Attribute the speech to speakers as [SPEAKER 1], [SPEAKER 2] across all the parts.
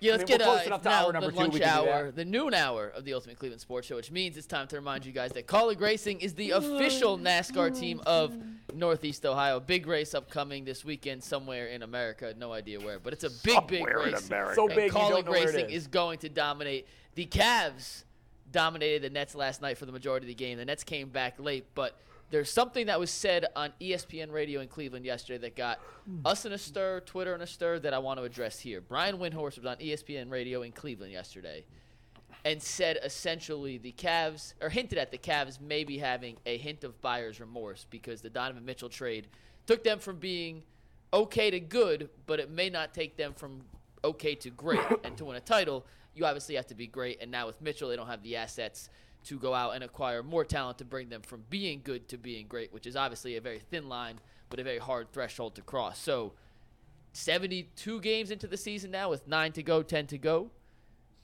[SPEAKER 1] Yeah,
[SPEAKER 2] I
[SPEAKER 1] let's
[SPEAKER 2] mean,
[SPEAKER 1] get
[SPEAKER 2] we're close
[SPEAKER 1] uh,
[SPEAKER 2] enough to
[SPEAKER 1] now
[SPEAKER 2] hour number
[SPEAKER 1] the
[SPEAKER 2] two, we
[SPEAKER 1] lunch
[SPEAKER 2] can do
[SPEAKER 1] hour,
[SPEAKER 2] that.
[SPEAKER 1] the noon hour of the Ultimate Cleveland Sports Show, which means it's time to remind you guys that College Racing is the official NASCAR team of Northeast Ohio. Big race upcoming this weekend somewhere in America. No idea where, but it's a big, big
[SPEAKER 3] Somewhere in
[SPEAKER 1] race.
[SPEAKER 3] America.
[SPEAKER 2] So
[SPEAKER 1] And
[SPEAKER 2] big, you
[SPEAKER 1] Colin
[SPEAKER 2] don't know where it
[SPEAKER 1] Racing
[SPEAKER 2] is.
[SPEAKER 1] going to dominate. The Cavs dominated the Nets last night for the majority of the game. The Nets came back late, but there's something that was said on E ESPN radio in Cleveland yesterday that got us in a stir, Twitter in a stir, that I want to address here. Brian Windhorst was on E ESPN radio in Cleveland yesterday and said essentially the Cavs, or hinted at the Cavs maybe having a hint of buyer's remorse because the Donovan Mitchell trade took them from being okay to good, but it may not take them from okay to great. and to win a title, you obviously have to be great. And now with Mitchell, they don't have the assets to go out and acquire more talent to bring them from being good to being great, which is obviously a very thin line, but a very hard threshold to cross. So 72 games into the season now with nine to go, 10 to go.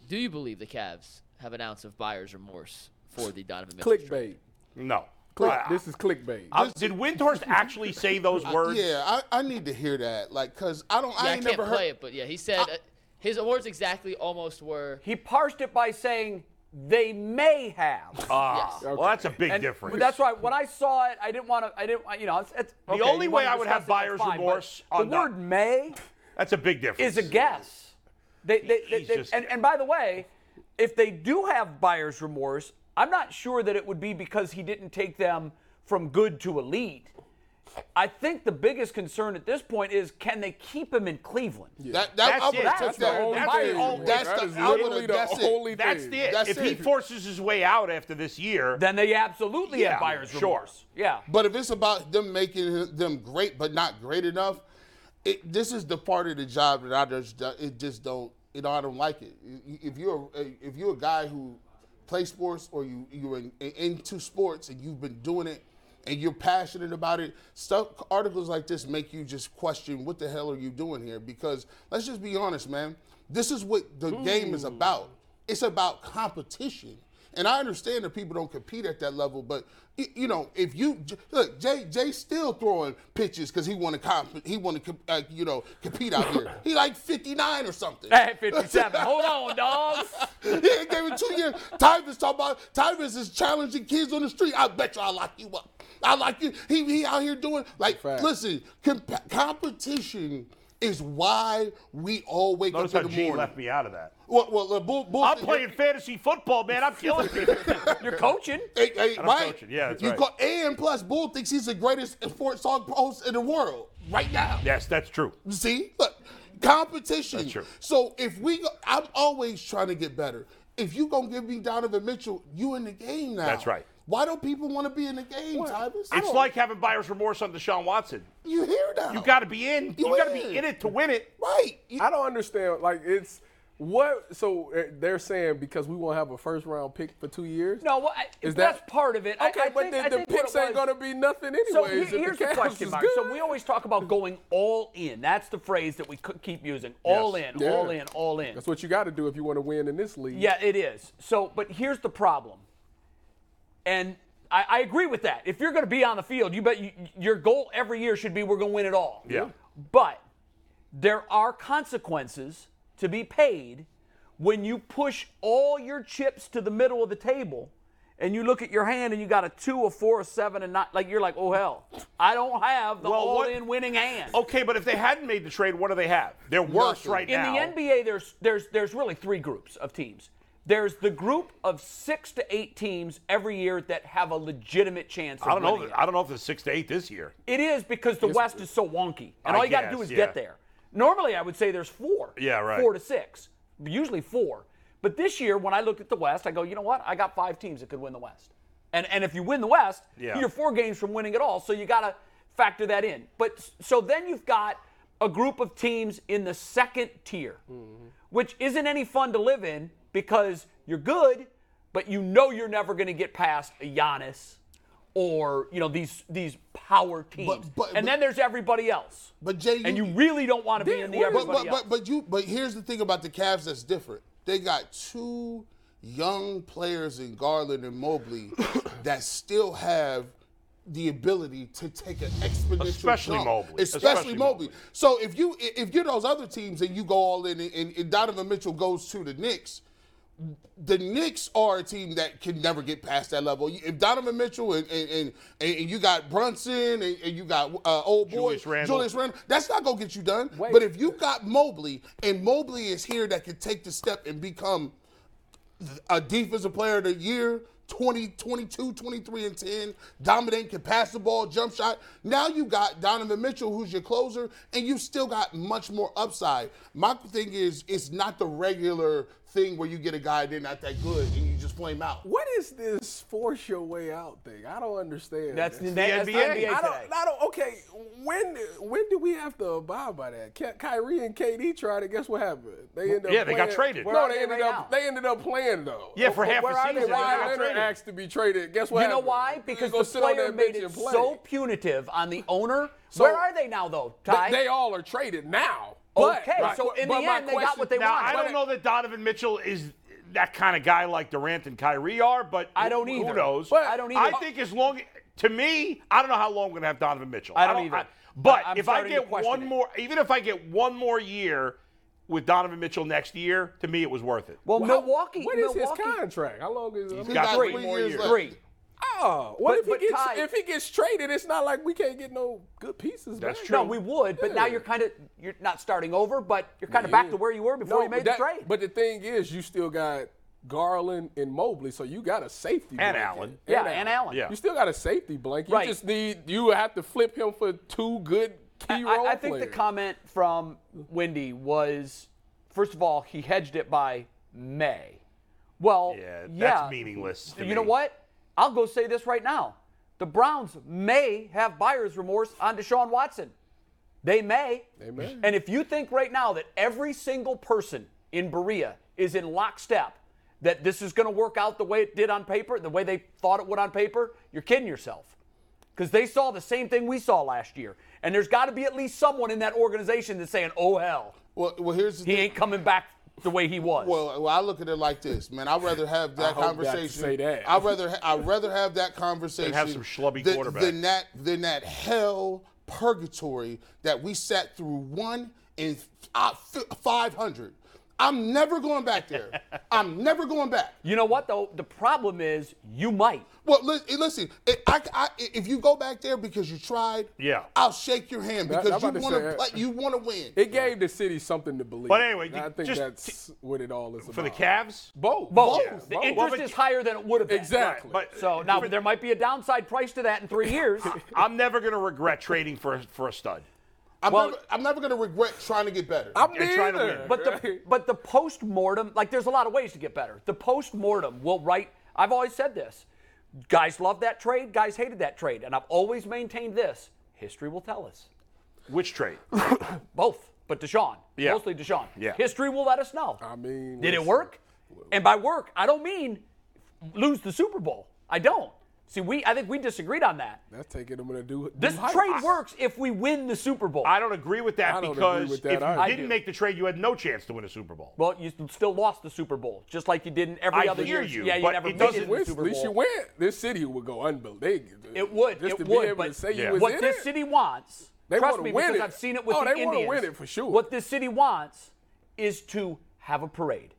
[SPEAKER 1] Do you believe the Cavs have an ounce of buyer's remorse for the Donovan Mitchell? trade?
[SPEAKER 4] Clickbait.
[SPEAKER 3] No.
[SPEAKER 4] Click,
[SPEAKER 3] Uh,
[SPEAKER 4] this is clickbait.
[SPEAKER 3] uh, did Windhorst actually say those words?
[SPEAKER 5] Yeah, I, I need to hear that. Like, cause I don't.
[SPEAKER 1] Yeah,
[SPEAKER 5] I
[SPEAKER 1] I,
[SPEAKER 5] ain't
[SPEAKER 1] can't
[SPEAKER 5] never heard.
[SPEAKER 1] play it, but yeah, he said uh, his words exactly almost were
[SPEAKER 2] He parsed it by saying they may have.
[SPEAKER 3] Ah,
[SPEAKER 1] Yes.
[SPEAKER 3] Well, that's a big
[SPEAKER 2] And
[SPEAKER 3] difference.
[SPEAKER 2] That's right. When I saw it, I didn't want to. I didn't. want- You know, it's, it's,
[SPEAKER 3] The
[SPEAKER 2] okay,
[SPEAKER 3] only
[SPEAKER 2] you
[SPEAKER 3] way
[SPEAKER 2] wanna
[SPEAKER 3] I would
[SPEAKER 2] discuss
[SPEAKER 3] have
[SPEAKER 2] it, that's
[SPEAKER 3] buyer's
[SPEAKER 2] fine, but
[SPEAKER 3] remorse on
[SPEAKER 2] the
[SPEAKER 3] that.
[SPEAKER 2] word "may"
[SPEAKER 3] That's a big difference.
[SPEAKER 2] is a guess. They, they, they,
[SPEAKER 3] He's
[SPEAKER 2] they-
[SPEAKER 3] just-
[SPEAKER 2] and, and by the way, if they do have buyer's remorse, I'm not sure that it would be because he didn't take them from good to elite. I think the biggest concern at this point is can they keep him in Cleveland?
[SPEAKER 5] That, that,
[SPEAKER 3] That's
[SPEAKER 5] I would
[SPEAKER 3] it.
[SPEAKER 5] have
[SPEAKER 3] That's
[SPEAKER 5] took
[SPEAKER 3] the
[SPEAKER 5] that.
[SPEAKER 3] only thing.
[SPEAKER 5] that's
[SPEAKER 4] That
[SPEAKER 5] the,
[SPEAKER 4] is
[SPEAKER 5] I would've-
[SPEAKER 4] literally the
[SPEAKER 5] that's it.
[SPEAKER 4] only thing.
[SPEAKER 3] That's it.
[SPEAKER 5] That's
[SPEAKER 3] if he
[SPEAKER 5] it.
[SPEAKER 3] forces his way out after this year,
[SPEAKER 2] Then they absolutely
[SPEAKER 3] Yeah,
[SPEAKER 2] have buyer's
[SPEAKER 3] sure.
[SPEAKER 2] remorse. Yeah.
[SPEAKER 5] But if it's about them making them great but not great enough, it, this is the part of the job that I just do- it just don't you know I don't like it. If you're a- if you're a guy who plays sports or you you're in, into sports and you've been doing it and you're passionate about it, stuff articles like this make you just question what the hell are you doing here? Because let's just be honest, man. This is what the game is about. It's about competition. And I understand that people don't compete at that level, but y- you know, if you J- look, Jay Jay's still throwing pitches because he want to comp- he want to com- uh, you know compete out here. He like 59 or something.
[SPEAKER 2] Hey, 57. Hold on, dogs.
[SPEAKER 5] yeah, it gave him two years. Tyvus talking about Tyvus is challenging kids on the street. I bet you I lock you up. I like you. He, he out here doing like
[SPEAKER 4] Fact.
[SPEAKER 5] listen, comp- competition is why we all wake
[SPEAKER 3] notice how
[SPEAKER 5] up in the
[SPEAKER 3] Gene
[SPEAKER 5] morning.
[SPEAKER 3] left me out of that.
[SPEAKER 5] Well, well, uh, bull, bull,
[SPEAKER 3] I'm playing fantasy football, man. I'm killing people.
[SPEAKER 2] You're coaching.
[SPEAKER 5] Hey, hey,
[SPEAKER 3] I'm
[SPEAKER 5] right?
[SPEAKER 3] coaching. Yeah, that's
[SPEAKER 5] you
[SPEAKER 3] right.
[SPEAKER 5] Call, and plus, Bull thinks he's the greatest sports talk host in the world right now.
[SPEAKER 3] yes, that's true.
[SPEAKER 5] See, look, competition.
[SPEAKER 3] That's true.
[SPEAKER 5] So if we, go, I'm always trying to get better. If you gonna give me Donovan Mitchell, you in the game now.
[SPEAKER 3] That's right.
[SPEAKER 5] Why don't people want to be in the game, Tyvus? I
[SPEAKER 3] It's
[SPEAKER 5] don't-
[SPEAKER 3] like having buyer's remorse on Deshaun Watson.
[SPEAKER 5] you here now.
[SPEAKER 3] You got to be in. You,
[SPEAKER 5] Oh. You
[SPEAKER 3] got to be
[SPEAKER 5] in.
[SPEAKER 3] in it to win it.
[SPEAKER 5] right. You-
[SPEAKER 4] I don't understand. Like it's what? So uh, they're saying because we won't have a first round pick for two years.
[SPEAKER 2] No, well, I,
[SPEAKER 4] Is
[SPEAKER 2] that's
[SPEAKER 4] that-
[SPEAKER 2] part of it. I-
[SPEAKER 4] Okay,
[SPEAKER 2] I
[SPEAKER 4] but
[SPEAKER 2] think-
[SPEAKER 4] then
[SPEAKER 2] I
[SPEAKER 4] the
[SPEAKER 2] think what
[SPEAKER 4] picks
[SPEAKER 2] it
[SPEAKER 4] ain't
[SPEAKER 2] was-
[SPEAKER 4] gonna be nothing anyways.
[SPEAKER 2] So he-
[SPEAKER 4] if
[SPEAKER 2] here's
[SPEAKER 4] the
[SPEAKER 2] the
[SPEAKER 4] Cavs
[SPEAKER 2] question
[SPEAKER 4] is
[SPEAKER 2] mark.
[SPEAKER 4] good.
[SPEAKER 2] So we always talk about going all in. That's the phrase that we c- keep using. All
[SPEAKER 3] Yes.
[SPEAKER 2] in,
[SPEAKER 4] Yeah.
[SPEAKER 2] all in, all in.
[SPEAKER 4] That's what you got to do if you want to win in this league.
[SPEAKER 2] Yeah, it is. So, but here's the problem. And I, I agree with that. If you're going to be on the field, you bet you, your goal every year should be we're going to win it all.
[SPEAKER 3] Yeah.
[SPEAKER 2] But there are consequences to be paid when you push all your chips to the middle of the table and you look at your hand and you got a two, a four, a seven, and not like you're like, oh hell, I don't have the
[SPEAKER 3] Well,
[SPEAKER 2] all
[SPEAKER 3] what- Oh,
[SPEAKER 2] in winning hand.
[SPEAKER 3] Okay, but if they hadn't made the trade, what do they have? They're worse
[SPEAKER 5] Nothing.
[SPEAKER 3] right
[SPEAKER 2] In
[SPEAKER 3] now.
[SPEAKER 2] the NBA, there's there's there's really three groups of teams. There's the group of six to eight teams every year that have a legitimate chance. Of
[SPEAKER 3] I don't know.
[SPEAKER 2] winning
[SPEAKER 3] if-
[SPEAKER 2] it.
[SPEAKER 3] I don't know if it's six to eight this year.
[SPEAKER 2] It is because the West is so wonky, and
[SPEAKER 3] I
[SPEAKER 2] all you got to
[SPEAKER 3] guess,
[SPEAKER 2] do is
[SPEAKER 3] yeah.
[SPEAKER 2] get there. Normally, I would say there's four.
[SPEAKER 3] Yeah, right.
[SPEAKER 2] Four to six, usually four. But this year, when I looked at the West, I go, you know what? I got five teams that could win the West, and and if you win the West,
[SPEAKER 3] Yeah.
[SPEAKER 2] you're four games from winning it all. So you got to factor that in. But s- so then you've got a group of teams in the second tier, which isn't any fun to live in because you're good, but you know you're never going to get past a Giannis or you know these these power teams.
[SPEAKER 5] But- but-
[SPEAKER 2] and
[SPEAKER 5] but-
[SPEAKER 2] then there's everybody else.
[SPEAKER 5] But Jay,
[SPEAKER 2] and you really don't want to be in the
[SPEAKER 4] But-
[SPEAKER 5] but,
[SPEAKER 2] everybody
[SPEAKER 5] but,
[SPEAKER 2] else.
[SPEAKER 5] but, but you but here's the thing about the Cavs that's different. They got two young players in Garland and Mobley that still have the ability to take an exponential
[SPEAKER 3] Especially
[SPEAKER 5] jump.
[SPEAKER 3] Mobley.
[SPEAKER 5] especially,
[SPEAKER 3] Especially
[SPEAKER 5] Mobley.
[SPEAKER 3] Mobley.
[SPEAKER 5] So if you if you're those other teams and you go all in and, and Donovan Mitchell goes to the Knicks, the Knicks are a team that can never get past that level. If Donovan Mitchell and and, and, and you got Brunson and, and you got uh, old boy
[SPEAKER 3] Julius Randle.
[SPEAKER 5] Julius Randle, that's not gonna get you done. But if you got Mobley and Mobley is here that can take the step and become a defensive player of the year, 20, 22, 23, and 10, dominant, can pass the ball, jump shot. Now you got Donovan Mitchell, who's your closer, and you still got much more upside. My thing is, it's not the regular thing where you get a guy, they're not that good, and you just flame out.
[SPEAKER 4] What is this force your way out thing? I don't understand.
[SPEAKER 2] That's
[SPEAKER 4] this.
[SPEAKER 2] the, that's the
[SPEAKER 3] NBA.
[SPEAKER 2] NBA
[SPEAKER 4] I
[SPEAKER 2] today.
[SPEAKER 4] don't, I don't. Okay, when when do we have to abide by that? Ky- Kyrie and KD tried it. Guess what happened? They ended up
[SPEAKER 3] Yeah, they got
[SPEAKER 4] playing-
[SPEAKER 3] traded. Where
[SPEAKER 4] No,
[SPEAKER 2] are
[SPEAKER 4] they
[SPEAKER 2] they
[SPEAKER 4] ended
[SPEAKER 2] right
[SPEAKER 4] up
[SPEAKER 2] now?
[SPEAKER 4] they ended up playing though.
[SPEAKER 3] Yeah, for half
[SPEAKER 2] where
[SPEAKER 3] the
[SPEAKER 2] are
[SPEAKER 3] season.
[SPEAKER 2] they?
[SPEAKER 3] they
[SPEAKER 2] Why
[SPEAKER 3] got
[SPEAKER 2] are
[SPEAKER 4] Kawhi
[SPEAKER 2] they
[SPEAKER 4] Leonard
[SPEAKER 3] traded.
[SPEAKER 4] asked to be traded. Guess what?
[SPEAKER 2] You know
[SPEAKER 4] happened?
[SPEAKER 2] why?
[SPEAKER 4] He
[SPEAKER 2] Because
[SPEAKER 4] ain't gonna
[SPEAKER 2] the
[SPEAKER 4] sit on
[SPEAKER 2] player
[SPEAKER 4] that
[SPEAKER 2] made
[SPEAKER 4] bench
[SPEAKER 2] it
[SPEAKER 4] and play.
[SPEAKER 2] so punitive on the owner.
[SPEAKER 4] So-
[SPEAKER 2] Where are they now, though,
[SPEAKER 4] They-
[SPEAKER 2] Ty?
[SPEAKER 4] They, all are traded now. But-
[SPEAKER 2] Okay,
[SPEAKER 4] but-
[SPEAKER 2] so in
[SPEAKER 4] but
[SPEAKER 2] the
[SPEAKER 4] my
[SPEAKER 2] end, they got
[SPEAKER 4] question-
[SPEAKER 2] what they
[SPEAKER 3] Now,
[SPEAKER 2] want.
[SPEAKER 3] I don't know that Donovan Mitchell is that kind of guy like Durant and Kyrie are, but
[SPEAKER 2] I don't either.
[SPEAKER 3] Who knows?
[SPEAKER 2] But- I don't either.
[SPEAKER 3] I think as long to me, I don't know how long we're gonna have Donovan Mitchell.
[SPEAKER 2] I don't either.
[SPEAKER 3] but
[SPEAKER 2] I- I'm
[SPEAKER 3] if I
[SPEAKER 2] starting to
[SPEAKER 3] get
[SPEAKER 2] question
[SPEAKER 3] one
[SPEAKER 2] it.
[SPEAKER 3] more, even if I get one more year with Donovan Mitchell next year, to me it was worth it.
[SPEAKER 2] Well,
[SPEAKER 4] How-
[SPEAKER 2] Milwaukee.
[SPEAKER 4] What is
[SPEAKER 2] Milwaukee,
[SPEAKER 4] his contract? How long is
[SPEAKER 3] He's
[SPEAKER 4] it?
[SPEAKER 3] got
[SPEAKER 5] three
[SPEAKER 3] three,
[SPEAKER 5] years
[SPEAKER 3] more years.
[SPEAKER 5] left.
[SPEAKER 2] Three.
[SPEAKER 4] Oh,
[SPEAKER 2] But-
[SPEAKER 4] what if
[SPEAKER 2] but
[SPEAKER 4] he gets
[SPEAKER 2] Ty-
[SPEAKER 4] if he gets traded? It's not like we can't get no good pieces.
[SPEAKER 3] That's
[SPEAKER 4] back.
[SPEAKER 3] true.
[SPEAKER 2] No, we would, but now
[SPEAKER 4] Yeah.
[SPEAKER 2] you're kind of you're not starting over, but you're kind of back to where you were before
[SPEAKER 4] No,
[SPEAKER 2] you made
[SPEAKER 4] that-
[SPEAKER 2] the trade.
[SPEAKER 4] But the thing is, you still got Garland and Mobley, so you got a safety.
[SPEAKER 3] And
[SPEAKER 4] blanket.
[SPEAKER 3] Allen.
[SPEAKER 2] Yeah, and Allen.
[SPEAKER 3] Yeah.
[SPEAKER 4] You still got a safety blanket.
[SPEAKER 2] Right.
[SPEAKER 4] You just need you have to flip him for two good key
[SPEAKER 2] I-
[SPEAKER 4] role
[SPEAKER 2] I, I think the
[SPEAKER 4] players.
[SPEAKER 2] comment from Wendy was, first of all, he hedged it by May. Well,
[SPEAKER 3] Yeah,
[SPEAKER 2] yeah,
[SPEAKER 3] that's meaningless to
[SPEAKER 2] you
[SPEAKER 3] me.
[SPEAKER 2] know what? I'll go say this right now: the Browns may have buyer's remorse on Deshaun Watson. They may. They
[SPEAKER 4] may.
[SPEAKER 2] And if you think right now that every single person in Berea is in lockstep, that this is going to work out the way it did on paper, the way they thought it would on paper, you're kidding yourself because they saw the same thing we saw last year. And there's got to be at least someone in that organization that's saying, "Oh hell,
[SPEAKER 5] Well, well here's the
[SPEAKER 2] he
[SPEAKER 5] thing.
[SPEAKER 2] ain't coming back the way he was."
[SPEAKER 5] Well, well, I look at it like this, man. I'd rather have that
[SPEAKER 4] hope not to
[SPEAKER 5] conversation.
[SPEAKER 4] say that.
[SPEAKER 5] I'd rather ha- I'd rather have that conversation.
[SPEAKER 3] Than have some schlubby
[SPEAKER 5] than-
[SPEAKER 3] quarterback.
[SPEAKER 5] than that than that hell purgatory that we sat through one in five hundred. I'm never going back there. I'm never going back.
[SPEAKER 2] you know what though? The problem is you might.
[SPEAKER 5] Well, li- eh, listen. It, I, I, eh, if you go back there because you tried,
[SPEAKER 3] Yeah.
[SPEAKER 5] I'll shake your hand
[SPEAKER 4] That-
[SPEAKER 5] because
[SPEAKER 4] I'm
[SPEAKER 5] you
[SPEAKER 4] about to
[SPEAKER 5] want
[SPEAKER 4] say,
[SPEAKER 5] to play. You want to win.
[SPEAKER 4] it gave the city something to believe.
[SPEAKER 3] But anyway,
[SPEAKER 4] in. I
[SPEAKER 3] you-
[SPEAKER 4] think
[SPEAKER 3] just
[SPEAKER 4] that's what it all is about.
[SPEAKER 3] For the Cavs,
[SPEAKER 4] both,
[SPEAKER 2] Both.
[SPEAKER 4] both,
[SPEAKER 2] The
[SPEAKER 4] both.
[SPEAKER 2] interest
[SPEAKER 3] but
[SPEAKER 2] is
[SPEAKER 3] you-
[SPEAKER 2] higher than it would have been.
[SPEAKER 4] exactly.
[SPEAKER 3] but
[SPEAKER 2] So now there might be a downside price to that in three years.
[SPEAKER 3] I'm never gonna regret trading for for a stud.
[SPEAKER 5] I'm,
[SPEAKER 2] well-
[SPEAKER 5] never, I'm never going to regret trying to get better.
[SPEAKER 4] I'm
[SPEAKER 3] and trying to
[SPEAKER 4] neither.
[SPEAKER 3] win.
[SPEAKER 2] But the but the post mortem, like there's a lot of ways to get better. The post mortem will write. I've always said this. Guys loved that trade. Guys hated that trade, and I've always maintained this. History will tell us.
[SPEAKER 3] Which trade?
[SPEAKER 2] Both, but Deshaun.
[SPEAKER 3] Yeah.
[SPEAKER 2] Mostly Deshaun.
[SPEAKER 3] Yeah.
[SPEAKER 2] History will let us know.
[SPEAKER 4] I mean,
[SPEAKER 2] Did it
[SPEAKER 4] listen.
[SPEAKER 2] work? And by work, I don't mean lose the Super Bowl. I don't. See, we I think we disagreed on that.
[SPEAKER 4] That's taking them to do.
[SPEAKER 2] This trade works if we win the Super Bowl.
[SPEAKER 3] I don't agree with that
[SPEAKER 4] I don't agree
[SPEAKER 3] because
[SPEAKER 4] with that
[SPEAKER 3] if you
[SPEAKER 4] either. I
[SPEAKER 3] didn't
[SPEAKER 2] do.
[SPEAKER 3] make the trade, you had no chance to win a Super Bowl.
[SPEAKER 2] well, you still lost the Super Bowl, just like you did in every
[SPEAKER 3] I
[SPEAKER 2] other
[SPEAKER 3] hear
[SPEAKER 2] year.
[SPEAKER 3] you,
[SPEAKER 2] yeah, you
[SPEAKER 3] but
[SPEAKER 2] never
[SPEAKER 3] it
[SPEAKER 2] made
[SPEAKER 3] doesn't-
[SPEAKER 2] it in the
[SPEAKER 4] West,
[SPEAKER 2] Super
[SPEAKER 4] at least
[SPEAKER 2] Bowl.
[SPEAKER 4] you went. This city would go unbelievable.
[SPEAKER 2] It would.
[SPEAKER 4] Just
[SPEAKER 2] it
[SPEAKER 4] to
[SPEAKER 2] would.
[SPEAKER 4] be able
[SPEAKER 2] but
[SPEAKER 4] to say
[SPEAKER 3] Yeah.
[SPEAKER 4] you was
[SPEAKER 2] what
[SPEAKER 4] in
[SPEAKER 2] this
[SPEAKER 4] it.
[SPEAKER 2] city wants,
[SPEAKER 4] They
[SPEAKER 2] trust
[SPEAKER 4] wanna
[SPEAKER 2] me,
[SPEAKER 4] win
[SPEAKER 2] because
[SPEAKER 4] it.
[SPEAKER 2] I've seen it with
[SPEAKER 4] Oh,
[SPEAKER 2] the
[SPEAKER 4] they wanna
[SPEAKER 2] Indians.
[SPEAKER 4] win it for sure.
[SPEAKER 2] What this city wants is to have a parade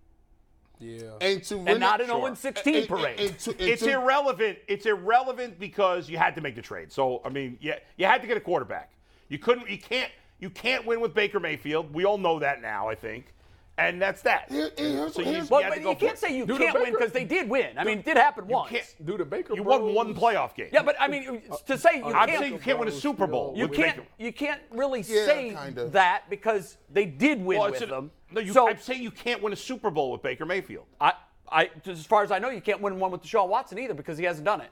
[SPEAKER 4] Yeah.
[SPEAKER 5] and to
[SPEAKER 2] and not an
[SPEAKER 5] sure.
[SPEAKER 2] 0-16
[SPEAKER 5] And-
[SPEAKER 2] parade.
[SPEAKER 5] and- and to- and
[SPEAKER 3] It's
[SPEAKER 5] to-
[SPEAKER 3] irrelevant. It's irrelevant because you had to make the trade. So I mean, yeah, you had to get a quarterback. You couldn't. You can't. You can't win with Baker Mayfield. We all know that now. I think, and that's that.
[SPEAKER 5] Here- here's-
[SPEAKER 3] so you,
[SPEAKER 5] here's-
[SPEAKER 3] just-
[SPEAKER 2] But,
[SPEAKER 3] you had
[SPEAKER 2] but
[SPEAKER 3] to
[SPEAKER 2] you,
[SPEAKER 3] go for
[SPEAKER 2] can't
[SPEAKER 3] it.
[SPEAKER 2] say you
[SPEAKER 4] Dude, the
[SPEAKER 2] can't win
[SPEAKER 4] Baker-
[SPEAKER 2] because they did win. I mean, it did happen once.
[SPEAKER 3] can't-
[SPEAKER 4] Do the Baker.
[SPEAKER 3] You won one
[SPEAKER 4] Bros-
[SPEAKER 3] playoff game.
[SPEAKER 2] Yeah, but I mean,
[SPEAKER 4] Uh,
[SPEAKER 2] to say you
[SPEAKER 3] I'm
[SPEAKER 2] can't,
[SPEAKER 3] saying you can't win a Super Bowl.
[SPEAKER 4] You
[SPEAKER 2] you
[SPEAKER 3] with
[SPEAKER 2] can't,
[SPEAKER 3] Baker.
[SPEAKER 2] you can't really
[SPEAKER 5] Yeah,
[SPEAKER 2] say
[SPEAKER 5] kinda.
[SPEAKER 2] that because they did win
[SPEAKER 3] Well, it's
[SPEAKER 2] with
[SPEAKER 3] an-
[SPEAKER 2] them.
[SPEAKER 3] No, you,
[SPEAKER 2] so
[SPEAKER 3] I'm saying you can't win a Super Bowl with Baker Mayfield.
[SPEAKER 2] I, I, just as far as I know, you can't win one with Deshaun Watson either because he hasn't done it.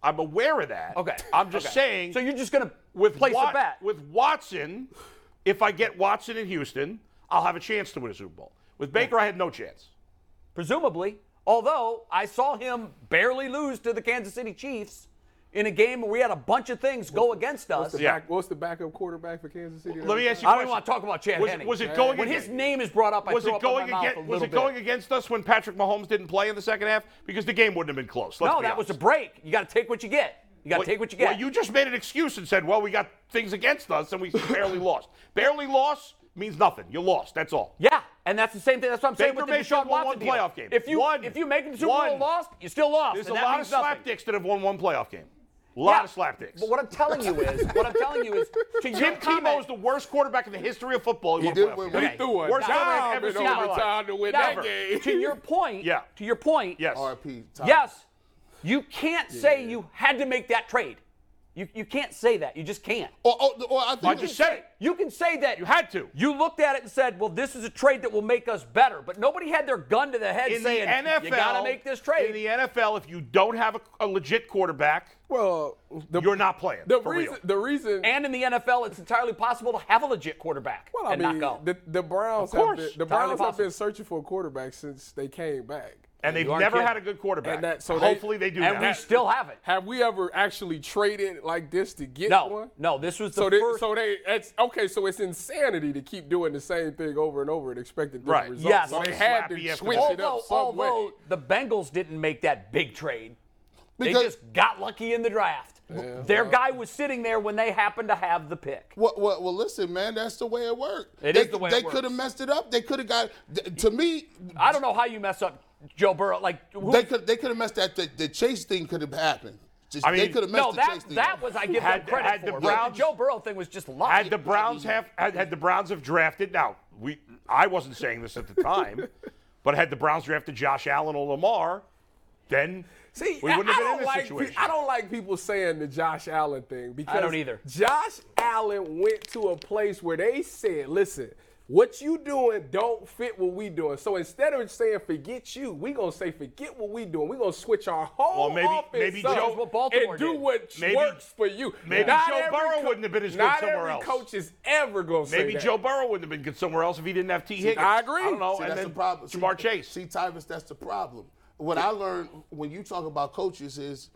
[SPEAKER 3] I'm aware of that.
[SPEAKER 2] Okay,
[SPEAKER 3] I'm just
[SPEAKER 2] okay.
[SPEAKER 3] saying.
[SPEAKER 2] So you're just gonna
[SPEAKER 3] with
[SPEAKER 2] place
[SPEAKER 3] Wat-
[SPEAKER 2] a bet.
[SPEAKER 3] with Watson, if I get Watson in Houston, I'll have a chance to win a Super Bowl. With Baker, I had no chance.
[SPEAKER 2] presumably. Although I saw him barely lose to the Kansas City Chiefs in a game where we had a bunch of things go against us.
[SPEAKER 4] What's the,
[SPEAKER 3] Yeah.
[SPEAKER 4] back, what's the backup quarterback for Kansas City?
[SPEAKER 3] Let me ask you. a
[SPEAKER 2] I don't even
[SPEAKER 3] question.
[SPEAKER 2] want to talk about Chad
[SPEAKER 3] was,
[SPEAKER 2] Henning.
[SPEAKER 3] was it going
[SPEAKER 2] when
[SPEAKER 3] against,
[SPEAKER 2] his name is brought up? I
[SPEAKER 3] was
[SPEAKER 2] throw
[SPEAKER 3] it
[SPEAKER 2] up in my
[SPEAKER 3] going
[SPEAKER 2] mouth
[SPEAKER 3] against
[SPEAKER 2] a
[SPEAKER 3] was
[SPEAKER 2] little
[SPEAKER 3] it going
[SPEAKER 2] bit.
[SPEAKER 3] against us when Patrick Mahomes didn't play in the second half because the game wouldn't have been close. Let's
[SPEAKER 2] No,
[SPEAKER 3] be
[SPEAKER 2] that was a
[SPEAKER 3] honest.
[SPEAKER 2] break. You got to take what you get. You You got to take what you get.
[SPEAKER 3] Well, you just made an excuse and said, well, we got things against us and we barely lost. Barely lost means nothing. You lost. That's all.
[SPEAKER 2] yeah, and that's the same thing. That's what I'm saying
[SPEAKER 3] Baker
[SPEAKER 2] with the
[SPEAKER 3] Mayfield
[SPEAKER 2] Deshaun
[SPEAKER 3] won
[SPEAKER 2] Watson
[SPEAKER 3] one
[SPEAKER 2] deal.
[SPEAKER 3] playoff game.
[SPEAKER 2] If you
[SPEAKER 3] One.
[SPEAKER 2] if you make it to the Super Bowl
[SPEAKER 3] One.
[SPEAKER 2] and lost, you still lost.
[SPEAKER 3] There's a
[SPEAKER 2] and that
[SPEAKER 3] lot of
[SPEAKER 2] means nothing.
[SPEAKER 3] slapdicks that have won one playoff game. A lot
[SPEAKER 2] Yeah.
[SPEAKER 3] of slapdicks.
[SPEAKER 2] But what I'm telling you is, what I'm telling you is, to your
[SPEAKER 3] Tim Tebow is
[SPEAKER 2] comment,
[SPEAKER 3] the worst quarterback in the history of football. He, won a
[SPEAKER 5] did
[SPEAKER 3] playoff
[SPEAKER 5] win
[SPEAKER 3] game.
[SPEAKER 5] one.
[SPEAKER 4] He threw a
[SPEAKER 3] Worst quarterback
[SPEAKER 4] dime
[SPEAKER 3] ever
[SPEAKER 4] in
[SPEAKER 3] seen in my
[SPEAKER 4] overtime to win
[SPEAKER 2] Never.
[SPEAKER 4] that game.
[SPEAKER 2] to your point,
[SPEAKER 3] Yeah.
[SPEAKER 2] to your point,
[SPEAKER 3] Yes.
[SPEAKER 5] RP.
[SPEAKER 2] yes, you can't say you had to make that trade. You, you can't say that. You just can't.
[SPEAKER 5] Or, or, or I think
[SPEAKER 3] I just said it.
[SPEAKER 2] You can say that
[SPEAKER 3] You had to.
[SPEAKER 2] You looked at it and said, "Well, this is a trade that will make us better," but nobody had their gun to the head
[SPEAKER 3] In the
[SPEAKER 2] saying,
[SPEAKER 3] NFL,
[SPEAKER 2] "You got to make this trade."
[SPEAKER 3] In the NFL, if you don't have a, a legit quarterback,
[SPEAKER 4] Well, the,
[SPEAKER 3] you're not playing.
[SPEAKER 4] the
[SPEAKER 3] for
[SPEAKER 4] reason
[SPEAKER 3] real.
[SPEAKER 4] the reason
[SPEAKER 2] and in the NFL, it's entirely possible to have a legit quarterback
[SPEAKER 4] Well, I
[SPEAKER 2] and
[SPEAKER 4] mean,
[SPEAKER 2] not go.
[SPEAKER 4] the, the Browns
[SPEAKER 3] Of
[SPEAKER 4] have
[SPEAKER 3] course.
[SPEAKER 4] been, the
[SPEAKER 2] Entirely
[SPEAKER 4] Browns have been
[SPEAKER 2] possible.
[SPEAKER 4] searching for a quarterback since they came back.
[SPEAKER 3] and they've
[SPEAKER 2] You aren't
[SPEAKER 3] never
[SPEAKER 2] kidding.
[SPEAKER 3] had a good quarterback.
[SPEAKER 4] And that- so they-
[SPEAKER 3] Hopefully they, do
[SPEAKER 2] and
[SPEAKER 3] that.
[SPEAKER 2] we still have it.
[SPEAKER 4] Have we ever actually traded like this to get
[SPEAKER 2] No,
[SPEAKER 4] one?
[SPEAKER 2] no, this was the
[SPEAKER 4] So they,
[SPEAKER 2] first.
[SPEAKER 4] so they, it's okay. So it's insanity to keep doing the same thing over and over and expecting different
[SPEAKER 3] Right.
[SPEAKER 4] results.
[SPEAKER 2] Yes.
[SPEAKER 4] So they
[SPEAKER 2] Well,
[SPEAKER 4] had
[SPEAKER 3] sloppy
[SPEAKER 4] to
[SPEAKER 3] after
[SPEAKER 4] switch
[SPEAKER 3] that.
[SPEAKER 4] it up
[SPEAKER 2] although,
[SPEAKER 4] some way.
[SPEAKER 2] although the Bengals didn't make that big trade,
[SPEAKER 5] Because-
[SPEAKER 2] they just got lucky in the draft. Their guy was sitting there when they happened to have the pick.
[SPEAKER 5] Well, well, well, listen, man, that's the way it worked.
[SPEAKER 2] It
[SPEAKER 5] they,
[SPEAKER 2] is the way it
[SPEAKER 5] They
[SPEAKER 2] works.
[SPEAKER 5] could have messed it up. They could have got. th- To me,
[SPEAKER 2] I don't know how you mess up Joe Burrow. Like who,
[SPEAKER 5] they could they could have messed that. The, the chase thing could have happened. Just,
[SPEAKER 3] I mean-
[SPEAKER 5] they could have messed
[SPEAKER 2] no,
[SPEAKER 5] the
[SPEAKER 2] that
[SPEAKER 5] chase thing.
[SPEAKER 2] that
[SPEAKER 5] up.
[SPEAKER 2] was I give
[SPEAKER 3] Had-
[SPEAKER 2] them credit
[SPEAKER 3] had the
[SPEAKER 2] for.
[SPEAKER 3] Browns-
[SPEAKER 2] the Joe Burrow thing was just luck.
[SPEAKER 3] had the Browns have had, had the Browns have drafted now we I wasn't saying this at the time, but had the Browns drafted Josh Allen or Lamar, then
[SPEAKER 4] See,
[SPEAKER 3] we
[SPEAKER 4] I-
[SPEAKER 3] wouldn't
[SPEAKER 4] I
[SPEAKER 3] have been
[SPEAKER 4] don't
[SPEAKER 3] in this
[SPEAKER 4] like, pe-
[SPEAKER 3] situation.
[SPEAKER 4] I don't like people saying the Josh Allen thing because
[SPEAKER 2] don't either.
[SPEAKER 4] Josh Allen went to a place where they said, "Listen, what you doing don't fit what we doing." So instead of saying "forget you," we gonna say "forget what we doing." We gonna switch our whole
[SPEAKER 3] Well, maybe-
[SPEAKER 4] offense
[SPEAKER 3] maybe
[SPEAKER 4] up
[SPEAKER 3] Joe-
[SPEAKER 2] what Baltimore
[SPEAKER 4] and do
[SPEAKER 2] did.
[SPEAKER 4] what
[SPEAKER 3] Maybe-
[SPEAKER 4] works for you.
[SPEAKER 3] maybe
[SPEAKER 4] Not
[SPEAKER 3] Joe
[SPEAKER 4] every
[SPEAKER 3] Burrow wouldn't have been as good
[SPEAKER 4] not
[SPEAKER 3] somewhere
[SPEAKER 4] every
[SPEAKER 3] else.
[SPEAKER 4] coach is ever gonna say
[SPEAKER 3] Maybe
[SPEAKER 4] that.
[SPEAKER 3] Joe Burrow wouldn't have been good somewhere else if he didn't have T. Higgins.
[SPEAKER 4] I agree.
[SPEAKER 3] I don't know.
[SPEAKER 5] See,
[SPEAKER 3] and
[SPEAKER 5] that's
[SPEAKER 3] then
[SPEAKER 5] the problem. See,
[SPEAKER 3] Jamar Chase.
[SPEAKER 5] See, Tyvus, that's the problem. What I learned when you talk about coaches is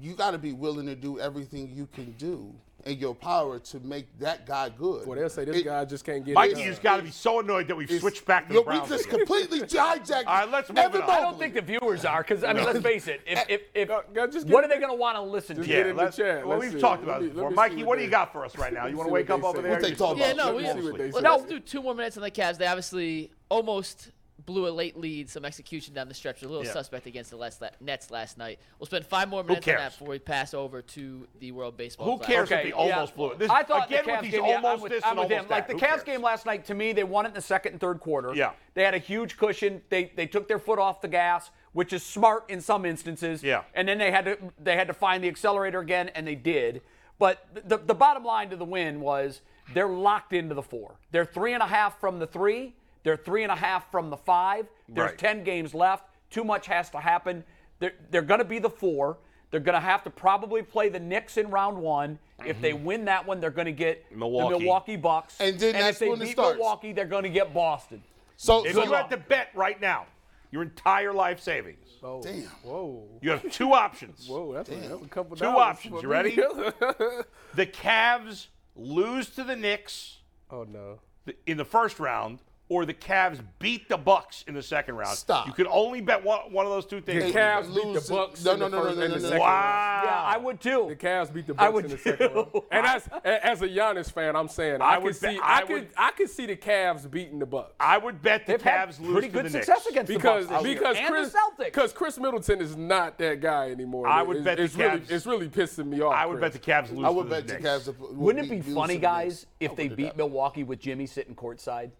[SPEAKER 5] you got to be willing to do everything you can do in your power to make that guy good.
[SPEAKER 4] Well, they'll say this
[SPEAKER 5] It-
[SPEAKER 4] guy just can't get
[SPEAKER 3] Mikey
[SPEAKER 4] it
[SPEAKER 3] has
[SPEAKER 4] done.
[SPEAKER 3] got to be so annoyed that we've
[SPEAKER 5] it's-
[SPEAKER 3] switched back to
[SPEAKER 5] yo,
[SPEAKER 3] the Browns.
[SPEAKER 5] We just
[SPEAKER 3] again.
[SPEAKER 5] completely hijacked.
[SPEAKER 3] All right, let's move
[SPEAKER 5] Evan
[SPEAKER 3] it on.
[SPEAKER 2] I don't think the viewers are because I mean, let's face it. If if, if
[SPEAKER 4] Go- go- just
[SPEAKER 2] what
[SPEAKER 4] get-
[SPEAKER 2] are they going to want to listen to?
[SPEAKER 4] get it in the
[SPEAKER 3] let's-
[SPEAKER 4] chat.
[SPEAKER 3] Well,
[SPEAKER 4] Let's
[SPEAKER 3] we've
[SPEAKER 4] see.
[SPEAKER 3] talked
[SPEAKER 4] Let
[SPEAKER 3] about
[SPEAKER 4] me-
[SPEAKER 3] it
[SPEAKER 4] let
[SPEAKER 3] before.
[SPEAKER 4] me see
[SPEAKER 3] Mikey,
[SPEAKER 4] what
[SPEAKER 3] what do
[SPEAKER 4] they-
[SPEAKER 3] you got for us right now? You want to
[SPEAKER 4] see
[SPEAKER 3] wake
[SPEAKER 4] what
[SPEAKER 3] up
[SPEAKER 4] they
[SPEAKER 3] over
[SPEAKER 4] say.
[SPEAKER 3] there?
[SPEAKER 5] We'll take talk
[SPEAKER 1] Yeah,
[SPEAKER 5] about
[SPEAKER 1] no,
[SPEAKER 5] it.
[SPEAKER 1] we
[SPEAKER 5] Let's
[SPEAKER 1] just,
[SPEAKER 5] see what they
[SPEAKER 1] well,
[SPEAKER 5] say.
[SPEAKER 1] let's do two more minutes on the Cavs. They obviously almost blew a late lead, some execution down the stretch, a little
[SPEAKER 3] Yeah.
[SPEAKER 1] suspect against the last, Nets last night. We'll spend five more minutes on
[SPEAKER 3] cares?
[SPEAKER 1] that before we pass over to the World Baseball.
[SPEAKER 3] Who
[SPEAKER 1] Classic.
[SPEAKER 3] cares
[SPEAKER 2] Okay,
[SPEAKER 3] if they
[SPEAKER 2] yeah.
[SPEAKER 3] almost blew it? This,
[SPEAKER 2] I thought
[SPEAKER 3] again
[SPEAKER 2] the Cavs
[SPEAKER 3] with these
[SPEAKER 2] game, yeah,
[SPEAKER 3] almost
[SPEAKER 2] I'm with,
[SPEAKER 3] this
[SPEAKER 2] I'm
[SPEAKER 3] and
[SPEAKER 2] with
[SPEAKER 3] almost
[SPEAKER 2] him.
[SPEAKER 3] that.
[SPEAKER 2] Like the
[SPEAKER 3] Who
[SPEAKER 2] Cavs
[SPEAKER 3] cares?
[SPEAKER 2] game last night, to me, they won it in the second and third quarter.
[SPEAKER 3] Yeah.
[SPEAKER 2] they had a huge cushion. They they took their foot off the gas, which is smart in some instances.
[SPEAKER 3] Yeah.
[SPEAKER 2] and then they had to they had to find the accelerator again, and they did. But the the bottom line to the win was they're locked into the four. They're three and a half from the three. They're three and a half from the five. There's
[SPEAKER 3] Right.
[SPEAKER 2] ten 10 games left. Too much has to happen. They're, they're going to be the four. They're going to have to probably play the Knicks in round one. If they win that one, they're going to get
[SPEAKER 3] Mm-hmm. Milwaukee.
[SPEAKER 2] the Milwaukee Bucks.
[SPEAKER 5] And then that's
[SPEAKER 2] if they
[SPEAKER 5] when it
[SPEAKER 2] beat
[SPEAKER 5] starts.
[SPEAKER 2] Milwaukee, they're going to get Boston.
[SPEAKER 5] So,
[SPEAKER 3] If
[SPEAKER 5] so
[SPEAKER 3] you had to bet right now, your entire life savings,
[SPEAKER 5] damn.
[SPEAKER 4] Oh, Whoa,
[SPEAKER 3] you have two options.
[SPEAKER 4] whoa, that's, that's a couple
[SPEAKER 3] Two
[SPEAKER 4] dollars
[SPEAKER 3] options.
[SPEAKER 4] for
[SPEAKER 3] You
[SPEAKER 4] me.
[SPEAKER 3] ready? The Cavs lose to the Knicks
[SPEAKER 4] oh no.
[SPEAKER 3] th- in the first round, or the Cavs beat the Bucks in the second round.
[SPEAKER 5] Stop.
[SPEAKER 3] You can only bet one, one of those two
[SPEAKER 4] The
[SPEAKER 3] things.
[SPEAKER 4] Cavs beat the
[SPEAKER 5] Lose-
[SPEAKER 4] Bucks
[SPEAKER 5] no,
[SPEAKER 4] in the
[SPEAKER 5] no, no,
[SPEAKER 4] first
[SPEAKER 5] no,
[SPEAKER 4] and
[SPEAKER 5] no,
[SPEAKER 4] the
[SPEAKER 5] no,
[SPEAKER 4] second
[SPEAKER 5] no.
[SPEAKER 4] round.
[SPEAKER 3] Wow.
[SPEAKER 2] Yeah, I would too.
[SPEAKER 4] The Cavs beat the
[SPEAKER 2] I
[SPEAKER 4] Bucks
[SPEAKER 2] would
[SPEAKER 4] in the
[SPEAKER 2] too.
[SPEAKER 4] second round. And as, a- as a Giannis fan, I'm saying
[SPEAKER 3] I
[SPEAKER 4] I,
[SPEAKER 3] would
[SPEAKER 4] could
[SPEAKER 3] bet-
[SPEAKER 4] see
[SPEAKER 3] I
[SPEAKER 4] I, could
[SPEAKER 3] would-
[SPEAKER 4] I could see the Cavs beating the Bucks.
[SPEAKER 3] I would bet the
[SPEAKER 2] They've had
[SPEAKER 3] Cavs lose
[SPEAKER 2] pretty
[SPEAKER 3] to
[SPEAKER 2] good
[SPEAKER 3] the
[SPEAKER 2] success
[SPEAKER 3] Knicks.
[SPEAKER 2] against
[SPEAKER 4] because
[SPEAKER 2] the Bucks this year.
[SPEAKER 4] because
[SPEAKER 2] and
[SPEAKER 4] Chris
[SPEAKER 2] the Celtics.
[SPEAKER 4] because Chris Middleton is not that guy anymore.
[SPEAKER 3] I would
[SPEAKER 4] it's,
[SPEAKER 3] bet the
[SPEAKER 4] it's really
[SPEAKER 3] Cavs-
[SPEAKER 4] it's really pissing me off.
[SPEAKER 3] I would bet the
[SPEAKER 4] Chris.
[SPEAKER 3] Cavs lose
[SPEAKER 5] I
[SPEAKER 3] to
[SPEAKER 5] would
[SPEAKER 3] the
[SPEAKER 5] bet the
[SPEAKER 3] Knicks.
[SPEAKER 5] Cavs. would
[SPEAKER 2] Wouldn't it
[SPEAKER 5] beat-
[SPEAKER 2] be
[SPEAKER 5] lose
[SPEAKER 2] funny,
[SPEAKER 5] to the Knicks.
[SPEAKER 2] guys, if they beat Milwaukee with Jimmy sitting courtside?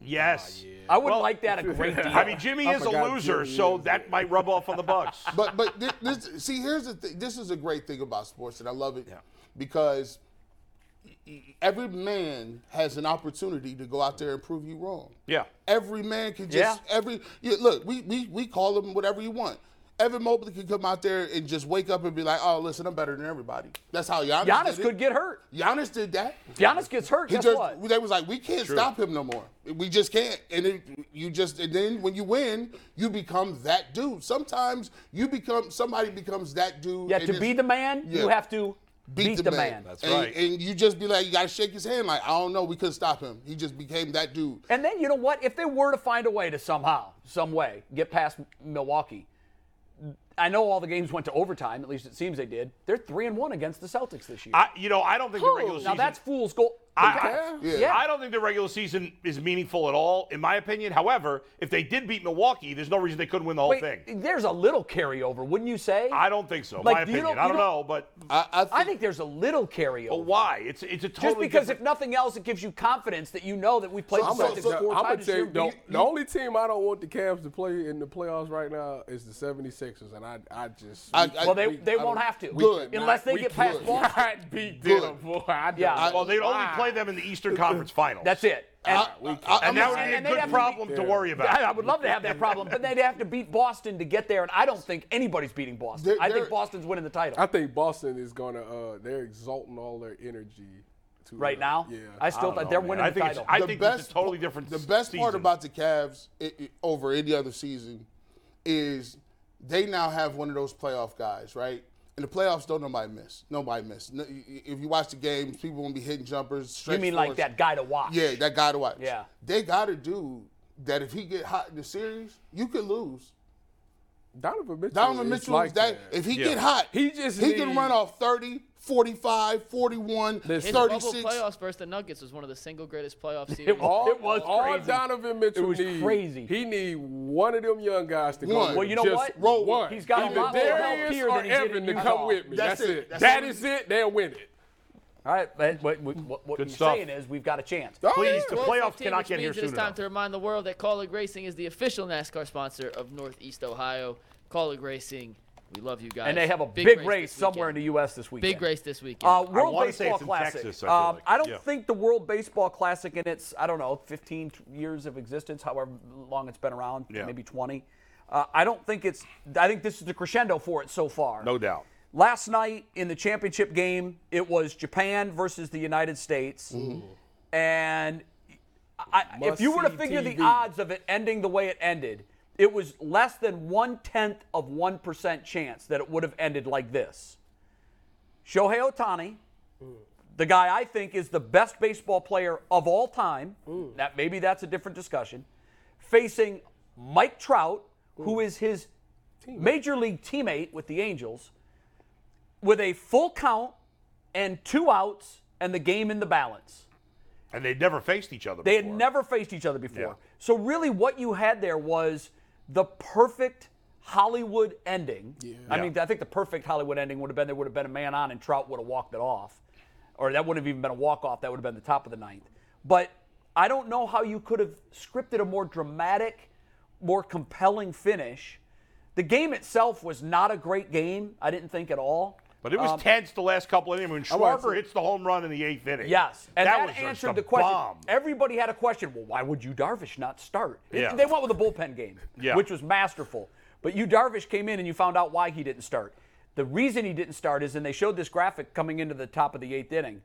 [SPEAKER 3] Yes.
[SPEAKER 2] I would
[SPEAKER 3] Well,
[SPEAKER 2] like that a great deal.
[SPEAKER 3] I mean, Jimmy
[SPEAKER 4] I
[SPEAKER 3] is a
[SPEAKER 4] forgot
[SPEAKER 3] loser,
[SPEAKER 4] Jimmy
[SPEAKER 3] so
[SPEAKER 4] is.
[SPEAKER 3] that might rub off on the Bucks.
[SPEAKER 5] but but thi- this, see, here's the thing. This is a great thing about sports, and I love it
[SPEAKER 3] Yeah.
[SPEAKER 5] because every man has an opportunity to go out there and prove you wrong.
[SPEAKER 3] Yeah.
[SPEAKER 5] Every man can just every yeah, look. We we we call them whatever you want. Evan Mobley can come out there and just wake up and be like, "Oh, listen, I'm better than everybody." That's how Giannis.
[SPEAKER 2] Giannis
[SPEAKER 5] did it.
[SPEAKER 2] could get hurt.
[SPEAKER 5] Giannis did that.
[SPEAKER 2] Giannis gets hurt.
[SPEAKER 5] He
[SPEAKER 2] Guess
[SPEAKER 5] just
[SPEAKER 2] what?
[SPEAKER 5] they was like, we can't stop him no more. We just can't. And then you just and then when you win, you become that dude. Sometimes you become somebody becomes that dude.
[SPEAKER 2] Yeah,
[SPEAKER 5] and
[SPEAKER 2] to
[SPEAKER 5] it's-
[SPEAKER 2] be the man,
[SPEAKER 5] yeah.
[SPEAKER 2] you have to beat, the, man.
[SPEAKER 3] That's
[SPEAKER 5] and,
[SPEAKER 3] right.
[SPEAKER 5] And you just be like, you gotta shake his hand. Like I don't know, we couldn't stop him. He just became that dude.
[SPEAKER 2] And then you know what? If they were to find a way to somehow, some way, get past M- Milwaukee, I know all the games went to overtime. At least it seems they did. They're three and one against the Celtics this year.
[SPEAKER 3] I, you know, I don't think the regular
[SPEAKER 2] now
[SPEAKER 3] season.
[SPEAKER 2] that's fool's gold.
[SPEAKER 3] I, I,
[SPEAKER 5] Yeah.
[SPEAKER 2] Yeah.
[SPEAKER 3] I don't think the regular season is meaningful at all, in my opinion. However, if they did beat Milwaukee, there's no reason they couldn't win the whole
[SPEAKER 2] Wait,
[SPEAKER 3] thing.
[SPEAKER 2] there's a little carryover, wouldn't you say?
[SPEAKER 3] I don't think so.
[SPEAKER 2] Like,
[SPEAKER 3] my
[SPEAKER 2] you
[SPEAKER 3] opinion.
[SPEAKER 2] don't-
[SPEAKER 3] I
[SPEAKER 2] you
[SPEAKER 3] don't
[SPEAKER 2] don't-
[SPEAKER 3] know, but
[SPEAKER 5] I, I think,
[SPEAKER 2] I think there's a little carryover.
[SPEAKER 3] but why? It's it's a
[SPEAKER 2] Just
[SPEAKER 3] totally
[SPEAKER 2] because,
[SPEAKER 3] different-
[SPEAKER 2] if nothing else, it gives you confidence that you know that we played
[SPEAKER 5] So
[SPEAKER 2] the
[SPEAKER 5] I'm
[SPEAKER 2] Celtics
[SPEAKER 5] a-
[SPEAKER 4] So,
[SPEAKER 5] so
[SPEAKER 2] four times
[SPEAKER 4] I'm gonna
[SPEAKER 2] this
[SPEAKER 4] tell you,
[SPEAKER 2] year.
[SPEAKER 4] the, the only team I don't want the Cavs to play in the playoffs right now is the 76ers, and I, I just
[SPEAKER 5] I- I-
[SPEAKER 2] well, they,
[SPEAKER 5] we-
[SPEAKER 2] they
[SPEAKER 5] I
[SPEAKER 2] won't
[SPEAKER 5] don't-
[SPEAKER 2] have to
[SPEAKER 5] Good, man.
[SPEAKER 2] unless they
[SPEAKER 5] We
[SPEAKER 2] get past
[SPEAKER 5] could.
[SPEAKER 2] Boston.
[SPEAKER 4] can't beat
[SPEAKER 5] Good.
[SPEAKER 4] them, boy. I don't
[SPEAKER 2] Yeah.
[SPEAKER 4] know
[SPEAKER 3] well, they'd only
[SPEAKER 4] why.
[SPEAKER 3] play them in the Eastern Conference Finals.
[SPEAKER 2] That's it. And,
[SPEAKER 5] I- I-
[SPEAKER 3] and that
[SPEAKER 5] I'm-
[SPEAKER 3] would be
[SPEAKER 2] and
[SPEAKER 3] a
[SPEAKER 2] they'd have
[SPEAKER 3] good
[SPEAKER 2] to
[SPEAKER 3] problem
[SPEAKER 2] be-
[SPEAKER 3] to worry
[SPEAKER 2] I, I
[SPEAKER 3] about.
[SPEAKER 2] would love to have that problem, but they'd have to beat Boston to get there, and I don't think anybody's beating Boston.
[SPEAKER 5] They're-
[SPEAKER 2] I think
[SPEAKER 5] they're-
[SPEAKER 2] Boston's winning the title
[SPEAKER 4] I think Boston is gonna. Uh, they're exalting all their energy to
[SPEAKER 2] right
[SPEAKER 4] uh,
[SPEAKER 2] now.
[SPEAKER 4] Yeah,
[SPEAKER 2] I still think they're winning
[SPEAKER 3] I
[SPEAKER 2] the
[SPEAKER 3] think it's,
[SPEAKER 2] title.
[SPEAKER 3] I
[SPEAKER 5] the
[SPEAKER 3] think
[SPEAKER 5] best
[SPEAKER 3] it's a totally different.
[SPEAKER 5] The best part
[SPEAKER 3] season.
[SPEAKER 5] about the Cavs i i over any other season is they now have one of those playoff guys, right? In the playoffs, don't nobody miss. Nobody miss. No, y- y- if you watch the games, people won't be hitting jumpers.
[SPEAKER 2] you
[SPEAKER 5] stretch
[SPEAKER 2] mean like
[SPEAKER 5] fours.
[SPEAKER 2] that guy to watch?
[SPEAKER 5] Yeah, that guy to watch.
[SPEAKER 2] Yeah.
[SPEAKER 5] they got a dude that if he get hot in the series, you could lose.
[SPEAKER 4] Donovan Mitchell.
[SPEAKER 5] Donovan
[SPEAKER 4] is
[SPEAKER 5] Mitchell,
[SPEAKER 4] like
[SPEAKER 5] that, if he get hot,
[SPEAKER 4] He just
[SPEAKER 5] he can
[SPEAKER 4] needs-
[SPEAKER 5] run off 30, 45, 41,
[SPEAKER 4] Listen.
[SPEAKER 1] His bubble
[SPEAKER 5] 36.
[SPEAKER 1] playoffs versus the Nuggets was one of the single greatest playoff series.
[SPEAKER 2] was-
[SPEAKER 4] all,
[SPEAKER 2] It
[SPEAKER 4] all
[SPEAKER 2] crazy.
[SPEAKER 4] Donovan Mitchell
[SPEAKER 2] was
[SPEAKER 4] need,
[SPEAKER 2] crazy.
[SPEAKER 4] He need one of them young guys to
[SPEAKER 5] One.
[SPEAKER 4] come.
[SPEAKER 5] Well,
[SPEAKER 2] you know
[SPEAKER 4] Just
[SPEAKER 2] what?
[SPEAKER 4] Roll
[SPEAKER 5] One.
[SPEAKER 4] one.
[SPEAKER 5] He's
[SPEAKER 2] got a
[SPEAKER 4] Either
[SPEAKER 2] lot more help
[SPEAKER 4] Darius
[SPEAKER 2] here
[SPEAKER 4] or
[SPEAKER 2] than he did
[SPEAKER 4] Evan
[SPEAKER 2] in
[SPEAKER 4] to
[SPEAKER 2] Utah.
[SPEAKER 4] come with me.
[SPEAKER 5] That's
[SPEAKER 4] That's,
[SPEAKER 5] it.
[SPEAKER 4] it.
[SPEAKER 5] That's
[SPEAKER 4] That
[SPEAKER 5] it.
[SPEAKER 4] is it. They'll win it.
[SPEAKER 2] All right, but what, what, what what
[SPEAKER 3] Good
[SPEAKER 2] you're
[SPEAKER 3] stuff.
[SPEAKER 2] saying is we've got a chance.
[SPEAKER 3] please, the
[SPEAKER 1] 12-15,
[SPEAKER 3] playoffs cannot
[SPEAKER 1] which
[SPEAKER 3] get here
[SPEAKER 1] means it is
[SPEAKER 3] soon
[SPEAKER 1] time
[SPEAKER 3] enough.
[SPEAKER 1] to remind the world that Call It Racing is the official NASCAR sponsor of Northeast Ohio. Call It Racing, we love you guys.
[SPEAKER 2] And they have a big, race,
[SPEAKER 1] this
[SPEAKER 2] somewhere in the
[SPEAKER 1] weekend.
[SPEAKER 2] U.S. this weekend.
[SPEAKER 1] Big race this weekend.
[SPEAKER 2] Uh, World
[SPEAKER 3] wanna say
[SPEAKER 2] Baseball
[SPEAKER 3] it's in
[SPEAKER 2] Classic.
[SPEAKER 3] Texas, I feel
[SPEAKER 2] um,
[SPEAKER 3] like.
[SPEAKER 2] I don't
[SPEAKER 3] Yeah.
[SPEAKER 2] think the World Baseball Classic in its I don't know 15 t- years of existence, however long it's been around,
[SPEAKER 3] Yeah.
[SPEAKER 2] maybe 20. Uh, I don't think it's. I think this is the crescendo for it so far.
[SPEAKER 3] No doubt.
[SPEAKER 2] Last night in the championship game, it was Japan versus the United States, and I, if you were to
[SPEAKER 4] Must-see
[SPEAKER 2] figure the
[SPEAKER 4] TV.
[SPEAKER 2] odds of it ending the way it ended, it was less than one tenth of one percent chance that it would have ended like this. Shohei Otani, the guy I think is the best baseball player of all time. That maybe that's a different discussion. Facing Mike Trout, who is his major league teammate with the Angels, with a full count and two outs and the game in the balance.
[SPEAKER 3] And they never faced each other.
[SPEAKER 2] They had
[SPEAKER 3] before.
[SPEAKER 2] never faced each other before.
[SPEAKER 3] Yeah.
[SPEAKER 2] So really, what you had there was the perfect Hollywood ending. I mean,
[SPEAKER 3] Yeah.
[SPEAKER 2] I think the perfect Hollywood ending would have been there would have been a man on and Trout would have walked it off, or that wouldn't have even been a walk off. That would have been the top of the ninth. But I don't know how you could have scripted a more dramatic, more compelling finish. The game itself was not a great game. I didn't think at all.
[SPEAKER 3] But it was
[SPEAKER 2] um,
[SPEAKER 3] tense the last couple of innings when
[SPEAKER 4] wanna
[SPEAKER 3] Schwarber
[SPEAKER 4] say-
[SPEAKER 3] hits the home run in the eighth inning.
[SPEAKER 2] Yes, and that,
[SPEAKER 3] was just
[SPEAKER 2] answered
[SPEAKER 3] a
[SPEAKER 2] the question.
[SPEAKER 3] bomb.
[SPEAKER 2] Everybody had a question. Well, why would you Darvish not start? It-
[SPEAKER 3] Yeah.
[SPEAKER 2] They went with a bullpen game,
[SPEAKER 3] Yeah.
[SPEAKER 2] which was masterful. But you Darvish came in and you found out why he didn't start. The reason he didn't start is, and they showed this graphic coming into the top of the eighth inning.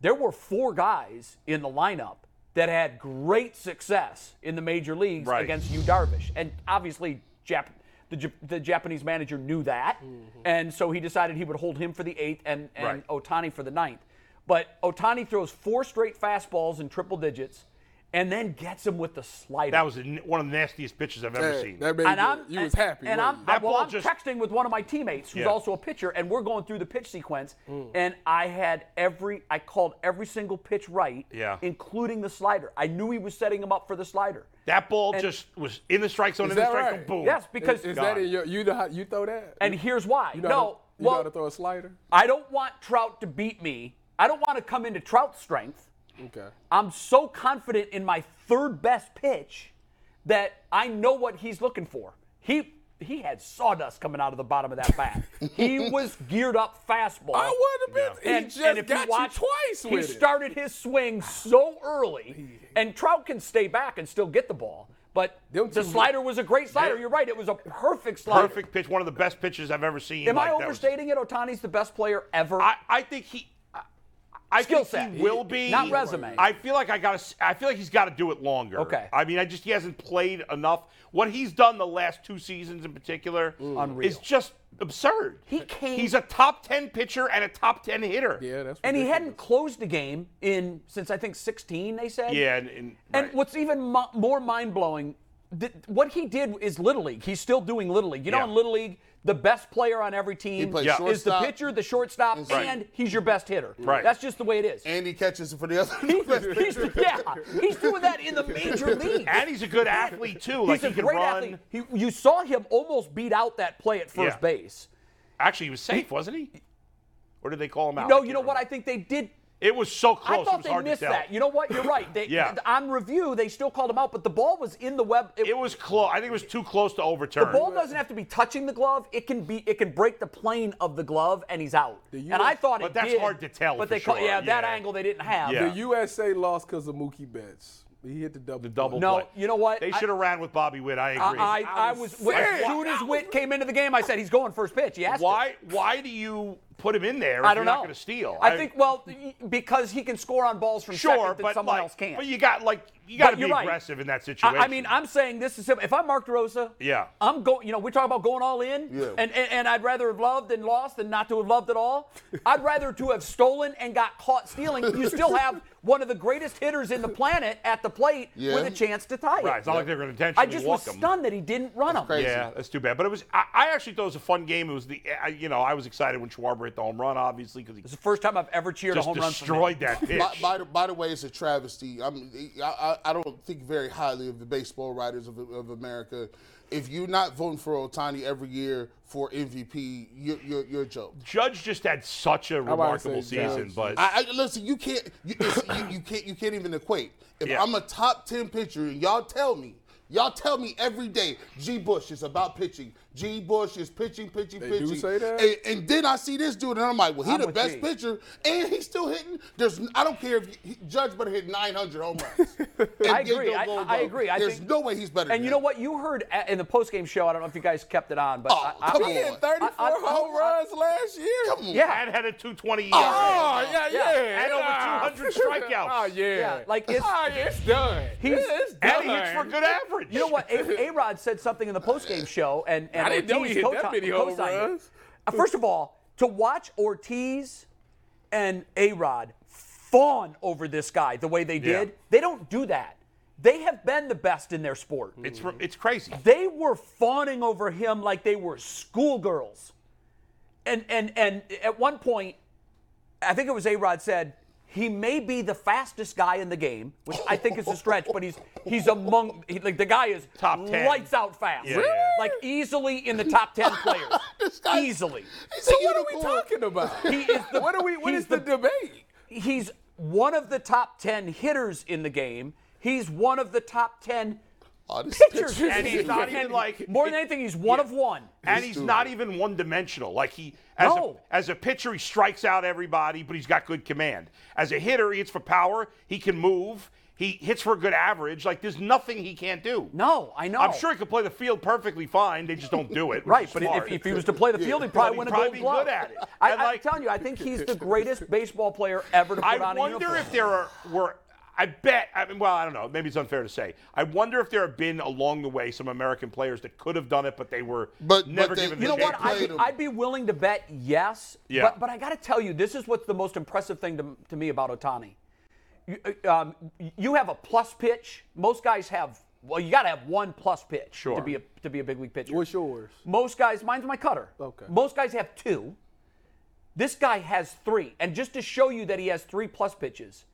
[SPEAKER 2] There were four guys in the lineup that had great success in the major leagues
[SPEAKER 3] Right.
[SPEAKER 2] against you Darvish, and obviously Jap- the, Jap- the Japanese manager knew that, and so he decided he would hold him for the eighth and, and
[SPEAKER 3] Mm-hmm. Right.
[SPEAKER 2] Otani for the ninth. But Otani throws four straight fastballs in triple digits, and then gets him with the slider.
[SPEAKER 3] That was the n- one of the nastiest pitches I've ever seen.
[SPEAKER 4] That made
[SPEAKER 2] and
[SPEAKER 4] you-
[SPEAKER 2] I'm
[SPEAKER 4] you was happy.
[SPEAKER 2] And
[SPEAKER 4] weren't
[SPEAKER 2] I'm
[SPEAKER 4] you?
[SPEAKER 3] That
[SPEAKER 2] well,
[SPEAKER 3] ball
[SPEAKER 2] I'm
[SPEAKER 3] just-
[SPEAKER 2] texting with one of my teammates who's
[SPEAKER 3] Yeah.
[SPEAKER 2] also a pitcher, and we're going through the pitch sequence.
[SPEAKER 4] Mm.
[SPEAKER 2] And I had every, I called every single pitch right,
[SPEAKER 3] Yeah.
[SPEAKER 2] including the slider. I knew he was setting him up for the slider.
[SPEAKER 3] That ball just was in the strike zone,
[SPEAKER 4] Is
[SPEAKER 3] in the
[SPEAKER 4] that
[SPEAKER 3] strike
[SPEAKER 4] right?
[SPEAKER 3] zone, boom.
[SPEAKER 2] Yes, because
[SPEAKER 4] is, is that in your, you know how you throw that?
[SPEAKER 2] and
[SPEAKER 4] You-
[SPEAKER 2] here's why.
[SPEAKER 4] you know
[SPEAKER 2] no,
[SPEAKER 4] how to, you
[SPEAKER 2] well,
[SPEAKER 4] know how to throw a slider.
[SPEAKER 2] I don't want Trout to beat me. I don't want to come into Trout's strength.
[SPEAKER 4] Okay.
[SPEAKER 2] I'm so confident in my third best pitch that I know what he's looking for. He he had sawdust coming out of the bottom of that bat. he was geared up fastball.
[SPEAKER 4] I would have been. He
[SPEAKER 2] And,
[SPEAKER 4] just
[SPEAKER 2] and if
[SPEAKER 4] got
[SPEAKER 2] you watch,
[SPEAKER 4] you twice
[SPEAKER 2] he
[SPEAKER 4] with it.
[SPEAKER 2] started his swing so early, and Trout can stay back and still get the ball. But
[SPEAKER 4] Them
[SPEAKER 2] the
[SPEAKER 4] two-
[SPEAKER 2] slider was a great slider. You're right; it was a perfect slider.
[SPEAKER 3] Perfect pitch, one of the best pitches I've ever seen.
[SPEAKER 2] Am
[SPEAKER 3] Like,
[SPEAKER 2] I
[SPEAKER 3] that was-
[SPEAKER 2] overstating it? Otani's the best player ever.
[SPEAKER 3] I, I think he. I- I
[SPEAKER 2] Skill
[SPEAKER 3] think
[SPEAKER 2] set.
[SPEAKER 3] he will be
[SPEAKER 2] Not resume.
[SPEAKER 3] I feel like I got. to I feel like he's got to do it longer.
[SPEAKER 2] Okay.
[SPEAKER 3] I mean, I just he hasn't played enough. What he's done the last two seasons in particular
[SPEAKER 2] Mm. Unreal.
[SPEAKER 3] is just absurd.
[SPEAKER 2] He came-
[SPEAKER 3] He's a top ten pitcher and a top ten hitter.
[SPEAKER 4] Yeah, that's.
[SPEAKER 2] and he
[SPEAKER 4] ridiculous.
[SPEAKER 2] hadn't closed a game in since I think 16. They said.
[SPEAKER 3] Yeah, and, and,
[SPEAKER 2] And
[SPEAKER 3] right.
[SPEAKER 2] what's even mo- more mind blowing th- what he did is Little League. He's still doing Little League. You know,
[SPEAKER 3] Yeah.
[SPEAKER 2] in Little League, the best player on every team
[SPEAKER 5] plays
[SPEAKER 2] is the
[SPEAKER 5] shortstop.
[SPEAKER 2] pitcher, the shortstop,
[SPEAKER 5] Right.
[SPEAKER 2] and he's your best hitter.
[SPEAKER 3] Right.
[SPEAKER 2] That's just the way it is.
[SPEAKER 5] And he catches it for the other.
[SPEAKER 2] He's, yeah, he's doing that in the major league.
[SPEAKER 3] And he's a good athlete too. Like
[SPEAKER 2] he's a
[SPEAKER 3] he can
[SPEAKER 2] great
[SPEAKER 3] run.
[SPEAKER 2] athlete. He, you saw him almost beat out that play at first
[SPEAKER 3] Yeah.
[SPEAKER 2] base.
[SPEAKER 3] Actually, he was safe, wasn't he? Or did they call him out?
[SPEAKER 2] No,
[SPEAKER 3] Oh, I
[SPEAKER 2] you know
[SPEAKER 3] can't
[SPEAKER 2] what? I
[SPEAKER 3] remember.
[SPEAKER 2] think they did.
[SPEAKER 3] It was so close.
[SPEAKER 2] I
[SPEAKER 3] it
[SPEAKER 2] thought
[SPEAKER 3] was
[SPEAKER 2] they
[SPEAKER 3] hard
[SPEAKER 2] missed
[SPEAKER 3] to tell.
[SPEAKER 2] that. You know what? You're right. They,
[SPEAKER 3] Yeah.
[SPEAKER 2] On review, they still called him out, but the ball was in the web.
[SPEAKER 3] It was close. I think it was too close to overturn.
[SPEAKER 2] The ball doesn't have to be touching the glove. It can be. It can break the plane of the glove, and he's out. And I thought
[SPEAKER 3] But
[SPEAKER 2] it
[SPEAKER 3] that's
[SPEAKER 2] did,
[SPEAKER 3] hard to tell
[SPEAKER 2] But
[SPEAKER 3] for
[SPEAKER 2] they call-
[SPEAKER 3] sure.
[SPEAKER 2] yeah, that
[SPEAKER 3] Yeah.
[SPEAKER 2] angle they didn't have.
[SPEAKER 3] Yeah.
[SPEAKER 4] The USA lost because of Mookie Betts. He hit the double.
[SPEAKER 3] the double.
[SPEAKER 2] No,
[SPEAKER 3] play.
[SPEAKER 2] you know what?
[SPEAKER 3] They
[SPEAKER 2] I-
[SPEAKER 3] should have ran with Bobby Witt. I agree.
[SPEAKER 2] I, I, I was as soon as Witt came into the game, I said he's going first pitch. He asked it.
[SPEAKER 3] why? Why do you put him in there? If
[SPEAKER 2] I don't
[SPEAKER 3] you're
[SPEAKER 2] know.
[SPEAKER 3] Not going to steal.
[SPEAKER 2] I, think well because he can score on balls from
[SPEAKER 3] sure,
[SPEAKER 2] second that
[SPEAKER 3] but
[SPEAKER 2] someone
[SPEAKER 3] like,
[SPEAKER 2] else can't.
[SPEAKER 3] But you got like you got to
[SPEAKER 2] you're
[SPEAKER 3] be
[SPEAKER 2] right.
[SPEAKER 3] aggressive in that
[SPEAKER 2] I,
[SPEAKER 3] situation.
[SPEAKER 2] I mean, I'm saying this is simple. If I'm Mark DeRosa,
[SPEAKER 3] Yeah.
[SPEAKER 2] I'm going. You know, we talk about going all in,
[SPEAKER 5] Yeah.
[SPEAKER 2] and, and and I'd rather have loved and lost than not to have loved at all. I'd rather to have stolen and got caught stealing. You still have one of the greatest hitters in the planet at the plate
[SPEAKER 5] Yeah.
[SPEAKER 2] with a chance to tie it.
[SPEAKER 3] right. It's not like they're going to
[SPEAKER 2] I
[SPEAKER 3] intentionally
[SPEAKER 2] just
[SPEAKER 3] walk
[SPEAKER 2] was
[SPEAKER 3] him.
[SPEAKER 2] stunned that he didn't run him.
[SPEAKER 5] crazy.
[SPEAKER 3] Yeah, that's too bad. But it was. I, I actually thought it was a fun game. It was the. I, you know, I was excited when Schwarber hit the home run, obviously, because he
[SPEAKER 2] It's the first time I've ever cheered
[SPEAKER 3] just
[SPEAKER 2] a home run. from him.
[SPEAKER 3] destroyed that pitch.
[SPEAKER 5] By, by, the, by the way, it's a travesty. I, mean, I, I I don't think very highly of the baseball writers of, of America. If you're not voting for Otani every year for MVP, you're, you're, you're a joke.
[SPEAKER 3] Judge just had such a
[SPEAKER 4] about to
[SPEAKER 3] remarkable
[SPEAKER 4] say Judge.
[SPEAKER 3] season, but
[SPEAKER 5] I, I listen. You can't. You, it's, you, you can't. You can't even equate. If
[SPEAKER 3] Yeah.
[SPEAKER 5] I'm a top ten pitcher, and y'all tell me, y'all tell me every day, G. Bush is about pitching. G. Bush is pitching, pitching,
[SPEAKER 4] They do
[SPEAKER 5] pitching.
[SPEAKER 4] say that?
[SPEAKER 5] And, and then I see this dude, and I'm like, well, he
[SPEAKER 2] I'm
[SPEAKER 5] the
[SPEAKER 2] with
[SPEAKER 5] best
[SPEAKER 2] G.
[SPEAKER 5] pitcher, and he's still hitting. There's. I don't care if he, Judge better hit 900 home runs. And
[SPEAKER 2] I
[SPEAKER 5] then
[SPEAKER 2] agree.
[SPEAKER 5] they'll
[SPEAKER 2] I-
[SPEAKER 5] go,
[SPEAKER 2] I- I
[SPEAKER 5] "Well,
[SPEAKER 2] agree. I
[SPEAKER 5] There's
[SPEAKER 2] think-
[SPEAKER 5] no way he's better.
[SPEAKER 2] And you know what? You heard a- in the postgame show. I don't know if you guys kept it on, but
[SPEAKER 5] Oh,
[SPEAKER 2] I, I-
[SPEAKER 5] come
[SPEAKER 4] He
[SPEAKER 5] on.
[SPEAKER 4] hit 34
[SPEAKER 2] I- I-
[SPEAKER 4] home runs last year.
[SPEAKER 5] Come on.
[SPEAKER 2] yeah,
[SPEAKER 3] Ad had a 220 ERA.
[SPEAKER 4] Oh yeah, yeah.
[SPEAKER 3] And over
[SPEAKER 4] Ah.
[SPEAKER 3] 200 strikeouts.
[SPEAKER 4] Oh yeah.
[SPEAKER 2] Yeah, like, it's-
[SPEAKER 4] oh, yeah, it's done.
[SPEAKER 2] He's-
[SPEAKER 4] it's done.
[SPEAKER 3] and he hits for good average.
[SPEAKER 2] You know what? A Rod said something in the postgame show, and, and
[SPEAKER 4] I didn't know
[SPEAKER 2] Ortiz
[SPEAKER 4] he hit that
[SPEAKER 2] co-signed-
[SPEAKER 4] many home
[SPEAKER 2] co-signed it.
[SPEAKER 4] runs.
[SPEAKER 2] Uh, First of all, to watch Ortiz and A Rod fawn over this guy the way they
[SPEAKER 3] Yeah.
[SPEAKER 2] did, they don't do that. They have been the best in their sport.
[SPEAKER 5] Hmm.
[SPEAKER 3] It's r- it's crazy.
[SPEAKER 2] They were fawning over him like they were schoolgirls. And and and at one point, I think it was A Rod said he may be the fastest guy in the game, which I think is a stretch, but he's he's among he, like the guy is
[SPEAKER 3] Top 10.
[SPEAKER 2] lights out fast,
[SPEAKER 3] Yeah, yeah, yeah.
[SPEAKER 2] like easily in the top ten players,
[SPEAKER 5] This guy's-
[SPEAKER 2] easily.
[SPEAKER 5] He's a
[SPEAKER 4] So what are we
[SPEAKER 5] unicorn.
[SPEAKER 4] talking about?
[SPEAKER 2] He is the-
[SPEAKER 4] what are we? What
[SPEAKER 2] he's
[SPEAKER 4] is the,
[SPEAKER 2] the-
[SPEAKER 4] debate?
[SPEAKER 2] He's one of the top ten hitters in the game. He's one of the top ten
[SPEAKER 5] Oh, this
[SPEAKER 2] pitchers.
[SPEAKER 5] pitcher-
[SPEAKER 2] in
[SPEAKER 3] And
[SPEAKER 2] the
[SPEAKER 3] he's not
[SPEAKER 2] game.
[SPEAKER 3] even, like-
[SPEAKER 2] more than anything, he's one of one.
[SPEAKER 3] And he's not even one dimensional. Like he, as,
[SPEAKER 2] No.
[SPEAKER 3] a, as a pitcher, he strikes out everybody, but he's got good command. As a hitter, he hits for power. He can move. He hits for a good average. Like there's nothing he can't do.
[SPEAKER 2] No, I know.
[SPEAKER 3] I'm sure he could play the field perfectly fine. They just don't do it. which
[SPEAKER 2] Right,
[SPEAKER 3] is
[SPEAKER 2] but if,
[SPEAKER 3] smart.
[SPEAKER 2] if he was to play the field, he'd probably
[SPEAKER 3] But
[SPEAKER 2] win
[SPEAKER 3] he'd
[SPEAKER 2] a
[SPEAKER 3] probably
[SPEAKER 2] gold glove.
[SPEAKER 3] be good at it.
[SPEAKER 2] I,
[SPEAKER 3] And,
[SPEAKER 2] am
[SPEAKER 3] like-
[SPEAKER 2] telling you, I think he's the greatest baseball player ever to put
[SPEAKER 3] I
[SPEAKER 2] on a
[SPEAKER 3] wonder
[SPEAKER 2] uniform.
[SPEAKER 3] if there are were. I bet. I mean, well, I don't know. Maybe it's unfair to say. I wonder if there have been along the way some American players that could have done it, but they were
[SPEAKER 5] But- but
[SPEAKER 3] never
[SPEAKER 5] they-
[SPEAKER 3] given.
[SPEAKER 5] You
[SPEAKER 2] you know
[SPEAKER 3] the
[SPEAKER 2] what?
[SPEAKER 3] chance.
[SPEAKER 5] played
[SPEAKER 2] I'd be,
[SPEAKER 5] him.
[SPEAKER 2] I'd be willing to bet yes.
[SPEAKER 3] Yeah.
[SPEAKER 2] But, but I got to tell you, this is what's the most impressive thing to, to me about Otani. You, uh, um, you have a plus pitch. Most guys have. Well, you got to have one plus pitch
[SPEAKER 3] Sure.
[SPEAKER 2] to be a to be a big league pitcher.
[SPEAKER 4] What's yours?
[SPEAKER 2] Most guys, mine's my cutter.
[SPEAKER 4] Okay.
[SPEAKER 2] Most guys have two. This guy has three. And just to show you that he has three plus pitches,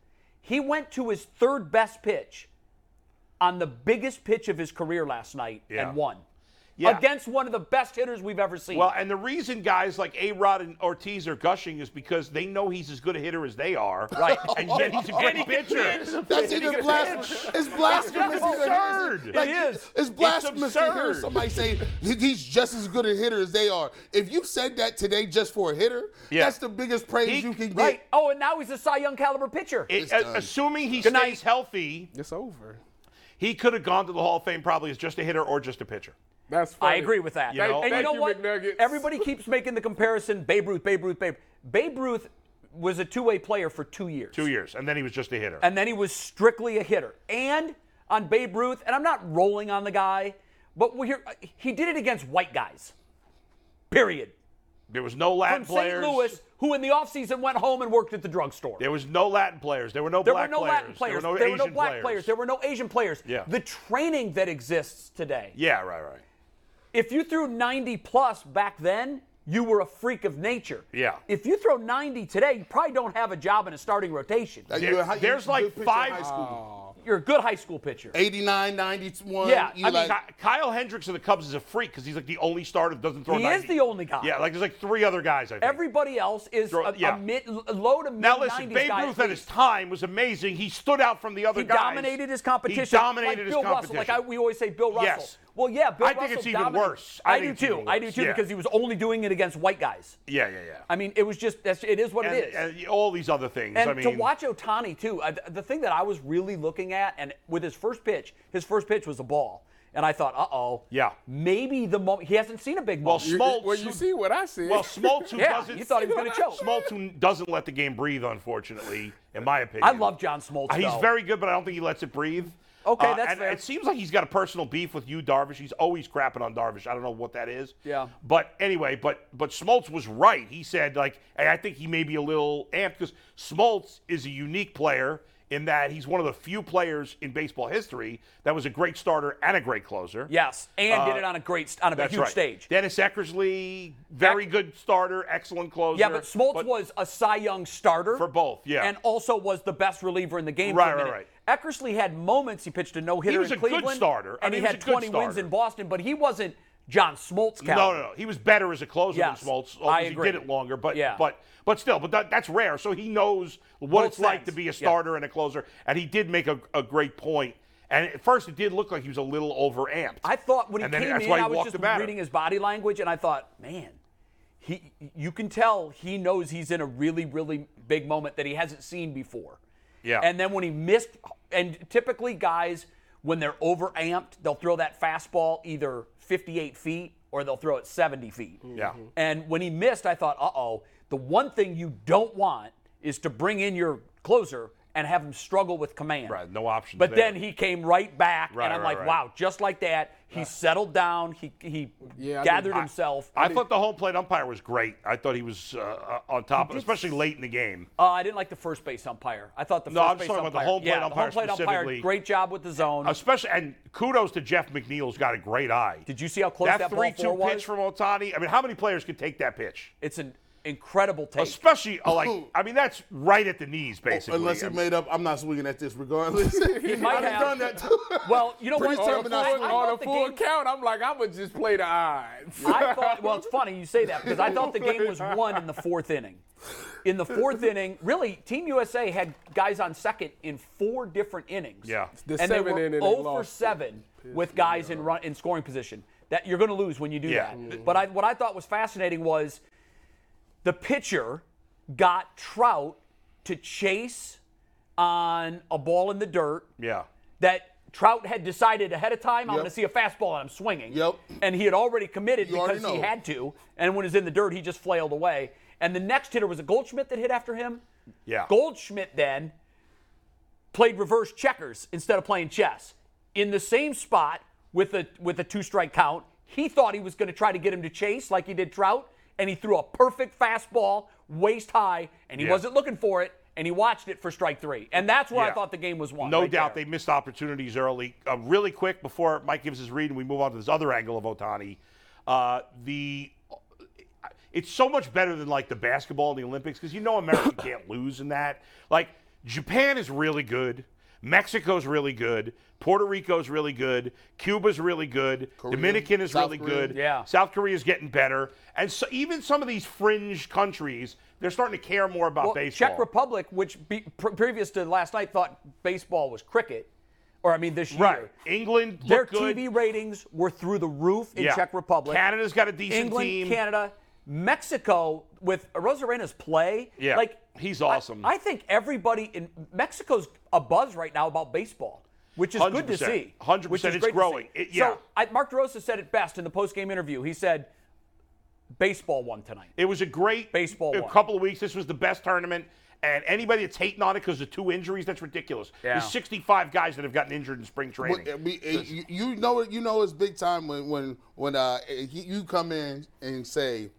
[SPEAKER 2] he went to his third best pitch on the biggest pitch of his career last night
[SPEAKER 3] Yeah.
[SPEAKER 2] and won.
[SPEAKER 3] Yeah.
[SPEAKER 2] Against one of the best hitters we've ever seen.
[SPEAKER 3] Well, Uh, and the reason guys like A Rod and Ortiz are gushing is because they know he's as good a hitter as they are.
[SPEAKER 2] Right.
[SPEAKER 3] And yet he's a great pitcher.
[SPEAKER 5] That's even blasphemous. It's blasphemous.
[SPEAKER 3] That's
[SPEAKER 5] to hear-
[SPEAKER 3] absurd.
[SPEAKER 5] Like,
[SPEAKER 2] It is.
[SPEAKER 5] It's blasphemous to hear
[SPEAKER 3] absurd.
[SPEAKER 5] somebody say he- he's just as good a hitter as they are. If you said that today just for a hitter,
[SPEAKER 3] Yeah.
[SPEAKER 5] that's the biggest praise
[SPEAKER 3] He-
[SPEAKER 5] you can get.
[SPEAKER 2] right. Oh, and now he's a Cy Young caliber pitcher.
[SPEAKER 3] It-
[SPEAKER 5] It's
[SPEAKER 3] a-
[SPEAKER 5] done.
[SPEAKER 3] assuming he stays
[SPEAKER 2] night.
[SPEAKER 3] healthy,
[SPEAKER 4] It's over.
[SPEAKER 3] he could have gone to the Hall of Fame probably as just a hitter or just a pitcher.
[SPEAKER 2] I
[SPEAKER 4] That's. Funny.
[SPEAKER 2] agree with that.
[SPEAKER 3] You know?
[SPEAKER 2] and you
[SPEAKER 3] Thank
[SPEAKER 2] know
[SPEAKER 4] you,
[SPEAKER 2] what?
[SPEAKER 4] McNuggets.
[SPEAKER 2] Everybody keeps making the comparison Babe Ruth, Babe Ruth, Babe. Babe Ruth was a two-way player for two years.
[SPEAKER 3] Two years, and then he was just a hitter.
[SPEAKER 2] and then he was strictly a hitter. And on Babe Ruth, and I'm not rolling on the guy, but we here he did it against white guys. Period.
[SPEAKER 3] there was no Latin
[SPEAKER 2] From St.
[SPEAKER 3] players.
[SPEAKER 2] Louis, who in the offseason went home and worked at the drugstore.
[SPEAKER 3] There was no Latin players. There were no
[SPEAKER 2] There
[SPEAKER 3] black
[SPEAKER 2] were no
[SPEAKER 3] players.
[SPEAKER 2] Latin players.
[SPEAKER 3] There were no Asian
[SPEAKER 2] black players.
[SPEAKER 3] players.
[SPEAKER 2] There were no Asian players.
[SPEAKER 3] Yeah.
[SPEAKER 2] The training that exists today.
[SPEAKER 3] yeah, right, right.
[SPEAKER 2] If you threw 90 plus back then, you were a freak of nature.
[SPEAKER 3] Yeah.
[SPEAKER 2] If you throw 90 today, you probably don't have a job in a starting rotation.
[SPEAKER 5] Like,
[SPEAKER 3] There-
[SPEAKER 5] you're a high-
[SPEAKER 3] there's
[SPEAKER 5] you're a
[SPEAKER 3] like
[SPEAKER 5] good pitcher in
[SPEAKER 3] five-
[SPEAKER 5] High school.
[SPEAKER 2] You're a good high school pitcher.
[SPEAKER 5] 89, 91.
[SPEAKER 2] Yeah,
[SPEAKER 5] you
[SPEAKER 2] I mean,
[SPEAKER 5] like-
[SPEAKER 3] Ky- Kyle Hendricks of the Cubs is a freak because he's like the only starter that doesn't throw.
[SPEAKER 2] He
[SPEAKER 3] 90.
[SPEAKER 2] is the only guy.
[SPEAKER 3] Yeah, like there's like three other guys. I think.
[SPEAKER 2] Everybody else is
[SPEAKER 3] Throw-
[SPEAKER 2] a, a
[SPEAKER 3] yeah.
[SPEAKER 2] mid, low to mid
[SPEAKER 3] now listen,
[SPEAKER 2] 90s
[SPEAKER 3] Babe
[SPEAKER 2] guy.
[SPEAKER 3] Ruth at his time was amazing. He stood out from the other
[SPEAKER 2] he
[SPEAKER 3] guys.
[SPEAKER 2] dominated his competition.
[SPEAKER 3] He dominated
[SPEAKER 2] like
[SPEAKER 3] his
[SPEAKER 2] Bill
[SPEAKER 3] competition.
[SPEAKER 2] Russell, like I, we always say, Bill Russell.
[SPEAKER 3] Yes.
[SPEAKER 2] Well, yeah, Bill
[SPEAKER 3] I think
[SPEAKER 2] Russell
[SPEAKER 3] it's even
[SPEAKER 2] dominated.
[SPEAKER 3] worse. I think
[SPEAKER 2] do
[SPEAKER 3] it's
[SPEAKER 2] too.
[SPEAKER 3] even
[SPEAKER 2] I do
[SPEAKER 3] worse.
[SPEAKER 2] too
[SPEAKER 3] Yeah.
[SPEAKER 2] because he was only doing it against white guys.
[SPEAKER 3] yeah, yeah, yeah.
[SPEAKER 2] I mean, it was just that's it is what it is.
[SPEAKER 3] and, and all these other things.
[SPEAKER 2] And
[SPEAKER 3] I mean,
[SPEAKER 2] to watch Otani too, uh, th- the thing that I was really looking at, and with his first pitch, his first pitch was a ball, and I thought, uh oh,
[SPEAKER 3] Yeah.
[SPEAKER 2] maybe the moment he hasn't seen a big
[SPEAKER 3] well,
[SPEAKER 2] moment.
[SPEAKER 4] You-
[SPEAKER 3] Smoltz.
[SPEAKER 4] well, you see what I see.
[SPEAKER 3] well, Smoltz who
[SPEAKER 2] yeah,
[SPEAKER 3] doesn't.
[SPEAKER 2] you thought he was going to choke.
[SPEAKER 3] Smoltz who doesn't let the game breathe, unfortunately, in my opinion.
[SPEAKER 2] I love John Smoltz.
[SPEAKER 3] Uh, He's
[SPEAKER 2] though.
[SPEAKER 3] very good, but I don't think he lets it breathe.
[SPEAKER 2] Okay,
[SPEAKER 3] Uh,
[SPEAKER 2] that's
[SPEAKER 3] and
[SPEAKER 2] fair.
[SPEAKER 3] It seems like he's got a personal beef with you, Darvish. He's always crapping on Darvish. I don't know what that is.
[SPEAKER 2] Yeah.
[SPEAKER 3] But anyway, but but Smoltz was right. He said like, hey, I think he may be a little amped because Smoltz is a unique player in that he's one of the few players in baseball history that was a great starter and a great closer.
[SPEAKER 2] yes, and
[SPEAKER 3] Uh,
[SPEAKER 2] did it on a great st- on a
[SPEAKER 3] That's
[SPEAKER 2] huge
[SPEAKER 3] right.
[SPEAKER 2] stage.
[SPEAKER 3] Dennis Eckersley, very
[SPEAKER 2] Eck-
[SPEAKER 3] good starter, excellent closer.
[SPEAKER 2] Yeah, but Smoltz
[SPEAKER 3] but-
[SPEAKER 2] was a Cy Young starter
[SPEAKER 3] For both, yeah.
[SPEAKER 2] and also was the best reliever in the game.
[SPEAKER 3] Right,
[SPEAKER 2] for a
[SPEAKER 3] right,
[SPEAKER 2] minute. Eckersley had moments. He pitched a no hitter.
[SPEAKER 3] He was
[SPEAKER 2] in
[SPEAKER 3] a good
[SPEAKER 2] Cleveland,
[SPEAKER 3] starter. I
[SPEAKER 2] and
[SPEAKER 3] mean,
[SPEAKER 2] he
[SPEAKER 3] he was
[SPEAKER 2] had
[SPEAKER 3] a good
[SPEAKER 2] 20 wins
[SPEAKER 3] starter.
[SPEAKER 2] in Boston, but he wasn't John Smoltz.
[SPEAKER 3] No,
[SPEAKER 2] caliber.
[SPEAKER 3] no, no. He was better as a closer
[SPEAKER 2] Yes,
[SPEAKER 3] than Smoltz.
[SPEAKER 2] I
[SPEAKER 3] because
[SPEAKER 2] agree.
[SPEAKER 3] He did it longer, but
[SPEAKER 2] Yeah.
[SPEAKER 3] but but still, but that, that's rare. So he knows what
[SPEAKER 2] Both
[SPEAKER 3] it's like
[SPEAKER 2] sides,
[SPEAKER 3] to be
[SPEAKER 2] yeah.
[SPEAKER 3] a starter and a closer. And he did make a, a great point. And at first, it did look like he was a little overamped.
[SPEAKER 2] I thought when he
[SPEAKER 3] And then
[SPEAKER 2] came
[SPEAKER 3] that's
[SPEAKER 2] in,
[SPEAKER 3] why he
[SPEAKER 2] I was
[SPEAKER 3] walked
[SPEAKER 2] just
[SPEAKER 3] the batter.
[SPEAKER 2] reading his body language, and I thought, man, he you can tell he knows he's in a really, really big moment that he hasn't seen before.
[SPEAKER 3] Yeah.
[SPEAKER 2] And then when he missed, and typically guys, when they're overamped, they'll throw that fastball either 58 feet or they'll throw it 70 feet.
[SPEAKER 3] Yeah.
[SPEAKER 2] And when he missed, I thought, uh oh, the one thing you don't want is to bring in your closer and have him struggle with command.
[SPEAKER 3] Right, no options
[SPEAKER 2] But
[SPEAKER 3] there.
[SPEAKER 2] then he came right back,
[SPEAKER 3] Right,
[SPEAKER 2] and I'm
[SPEAKER 3] right,
[SPEAKER 2] like,
[SPEAKER 3] right.
[SPEAKER 2] wow, just like that. He settled down. He he
[SPEAKER 4] Yeah, I
[SPEAKER 2] gathered
[SPEAKER 4] mean, I-
[SPEAKER 2] himself.
[SPEAKER 3] I thought the home plate umpire was great. I thought he was uh, on top,
[SPEAKER 2] did-
[SPEAKER 3] especially late in the game.
[SPEAKER 2] uh, I didn't like the first base umpire. I thought the
[SPEAKER 3] No,
[SPEAKER 2] first
[SPEAKER 3] I'm
[SPEAKER 2] base
[SPEAKER 3] talking
[SPEAKER 2] umpire.
[SPEAKER 3] about the home plate
[SPEAKER 2] yeah,
[SPEAKER 3] umpire
[SPEAKER 2] the home plate umpire.
[SPEAKER 3] specifically.
[SPEAKER 2] Great job with the zone.
[SPEAKER 3] Especially, and kudos to Jeff McNeil's got a great eye.
[SPEAKER 2] Did you see how close
[SPEAKER 3] that,
[SPEAKER 2] that, ball
[SPEAKER 3] three-two
[SPEAKER 2] four was?
[SPEAKER 3] pitch from Otani? I mean, how many players could take that pitch?
[SPEAKER 2] it's an incredible take.
[SPEAKER 3] Especially, uh, like, I mean, that's right at the knees, basically.
[SPEAKER 5] Oh, Unless
[SPEAKER 3] I
[SPEAKER 5] he
[SPEAKER 3] mean-
[SPEAKER 5] made up, I'm not swinging at this regardless. he
[SPEAKER 2] might
[SPEAKER 5] I've
[SPEAKER 2] have.
[SPEAKER 5] done that too.
[SPEAKER 2] well, you know
[SPEAKER 5] Pretty
[SPEAKER 2] what?
[SPEAKER 5] sure I'm
[SPEAKER 4] on a
[SPEAKER 5] not
[SPEAKER 4] full,
[SPEAKER 5] swinging.
[SPEAKER 2] I
[SPEAKER 4] on a
[SPEAKER 2] thought the
[SPEAKER 4] full
[SPEAKER 2] game-
[SPEAKER 4] count, I'm like, I'm gonna just play the odds.
[SPEAKER 2] I thought, well, it's funny you say that because I thought the game was won in the fourth inning. In the fourth inning, really, Team USA had guys on second in four different innings.
[SPEAKER 3] Yeah.
[SPEAKER 4] The
[SPEAKER 2] and they
[SPEAKER 4] seventh
[SPEAKER 2] were
[SPEAKER 4] inning, they
[SPEAKER 2] 0 for
[SPEAKER 4] lost.
[SPEAKER 2] 7 with guys in run, in scoring position. That you're going to lose when you do
[SPEAKER 3] Yeah.
[SPEAKER 2] that.
[SPEAKER 3] Mhm.
[SPEAKER 2] But I, what I thought was fascinating was the pitcher got Trout to chase on a ball in the dirt
[SPEAKER 3] yeah.
[SPEAKER 2] that Trout had decided ahead of time, I'm
[SPEAKER 5] Yep.
[SPEAKER 2] going to see a fastball and I'm swinging.
[SPEAKER 5] Yep.
[SPEAKER 2] And he had already committed
[SPEAKER 5] You already
[SPEAKER 2] because he
[SPEAKER 5] know.
[SPEAKER 2] had to. And when it was in the dirt, he just flailed away. And the next hitter was a Goldschmidt that hit after him.
[SPEAKER 3] Yeah.
[SPEAKER 2] Goldschmidt then played reverse checkers instead of playing chess in the same spot with a with a two strike count. He thought he was going to try to get him to chase like he did Trout, and he threw a perfect fastball waist high, and he
[SPEAKER 3] Yeah.
[SPEAKER 2] wasn't looking for it, and he watched it for strike three, and that's where I
[SPEAKER 3] Yeah.
[SPEAKER 2] thought the game was won.
[SPEAKER 3] No
[SPEAKER 2] right
[SPEAKER 3] doubt
[SPEAKER 2] there.
[SPEAKER 3] they missed opportunities early. Uh, really quick before Mike gives his read and we move on to this other angle of Otani, uh, the it's so much better than like the basketball in the Olympics because you know America can't lose in that. Like Japan is really good. Mexico's really good. Puerto Rico's really good. Cuba's really good. Dominican is
[SPEAKER 5] South
[SPEAKER 3] really
[SPEAKER 5] Korea.
[SPEAKER 3] good.
[SPEAKER 2] Yeah.
[SPEAKER 3] South Korea's getting better. And so even some of these fringe countries, they're starting to care more about
[SPEAKER 2] Well,
[SPEAKER 3] baseball.
[SPEAKER 2] Czech Republic, which be, pre- previous to last night thought baseball was cricket, or I mean this year.
[SPEAKER 3] Right. England look
[SPEAKER 2] Their
[SPEAKER 3] good.
[SPEAKER 2] TV ratings were through the roof in
[SPEAKER 3] Yeah.
[SPEAKER 2] Czech Republic.
[SPEAKER 3] Canada's got a decent
[SPEAKER 2] England,
[SPEAKER 3] team.
[SPEAKER 2] Canada, Mexico with Rosarena's play.
[SPEAKER 3] Yeah,
[SPEAKER 2] like
[SPEAKER 3] he's
[SPEAKER 2] I-
[SPEAKER 3] awesome.
[SPEAKER 2] I, think everybody in Mexico's a buzz right now about baseball, which is good to
[SPEAKER 3] 100%.
[SPEAKER 2] see.
[SPEAKER 3] 100%,
[SPEAKER 2] which is
[SPEAKER 3] it's
[SPEAKER 2] great to
[SPEAKER 3] growing.
[SPEAKER 2] see.
[SPEAKER 3] It- yeah.
[SPEAKER 2] So I, Mark DeRosa said it best in the post-game interview. He said, "Baseball won tonight."
[SPEAKER 3] It was a great
[SPEAKER 2] Baseball
[SPEAKER 3] A
[SPEAKER 2] won.
[SPEAKER 3] couple of weeks. This was the best tournament. And anybody that's hating on it because of two injuries, that's ridiculous.
[SPEAKER 2] Yeah.
[SPEAKER 3] There's 65 guys that have gotten injured in spring
[SPEAKER 5] Well,
[SPEAKER 3] training.
[SPEAKER 5] I mean, it- you- you eh, know, you know, it's big time when when when uh, he- you come in and say,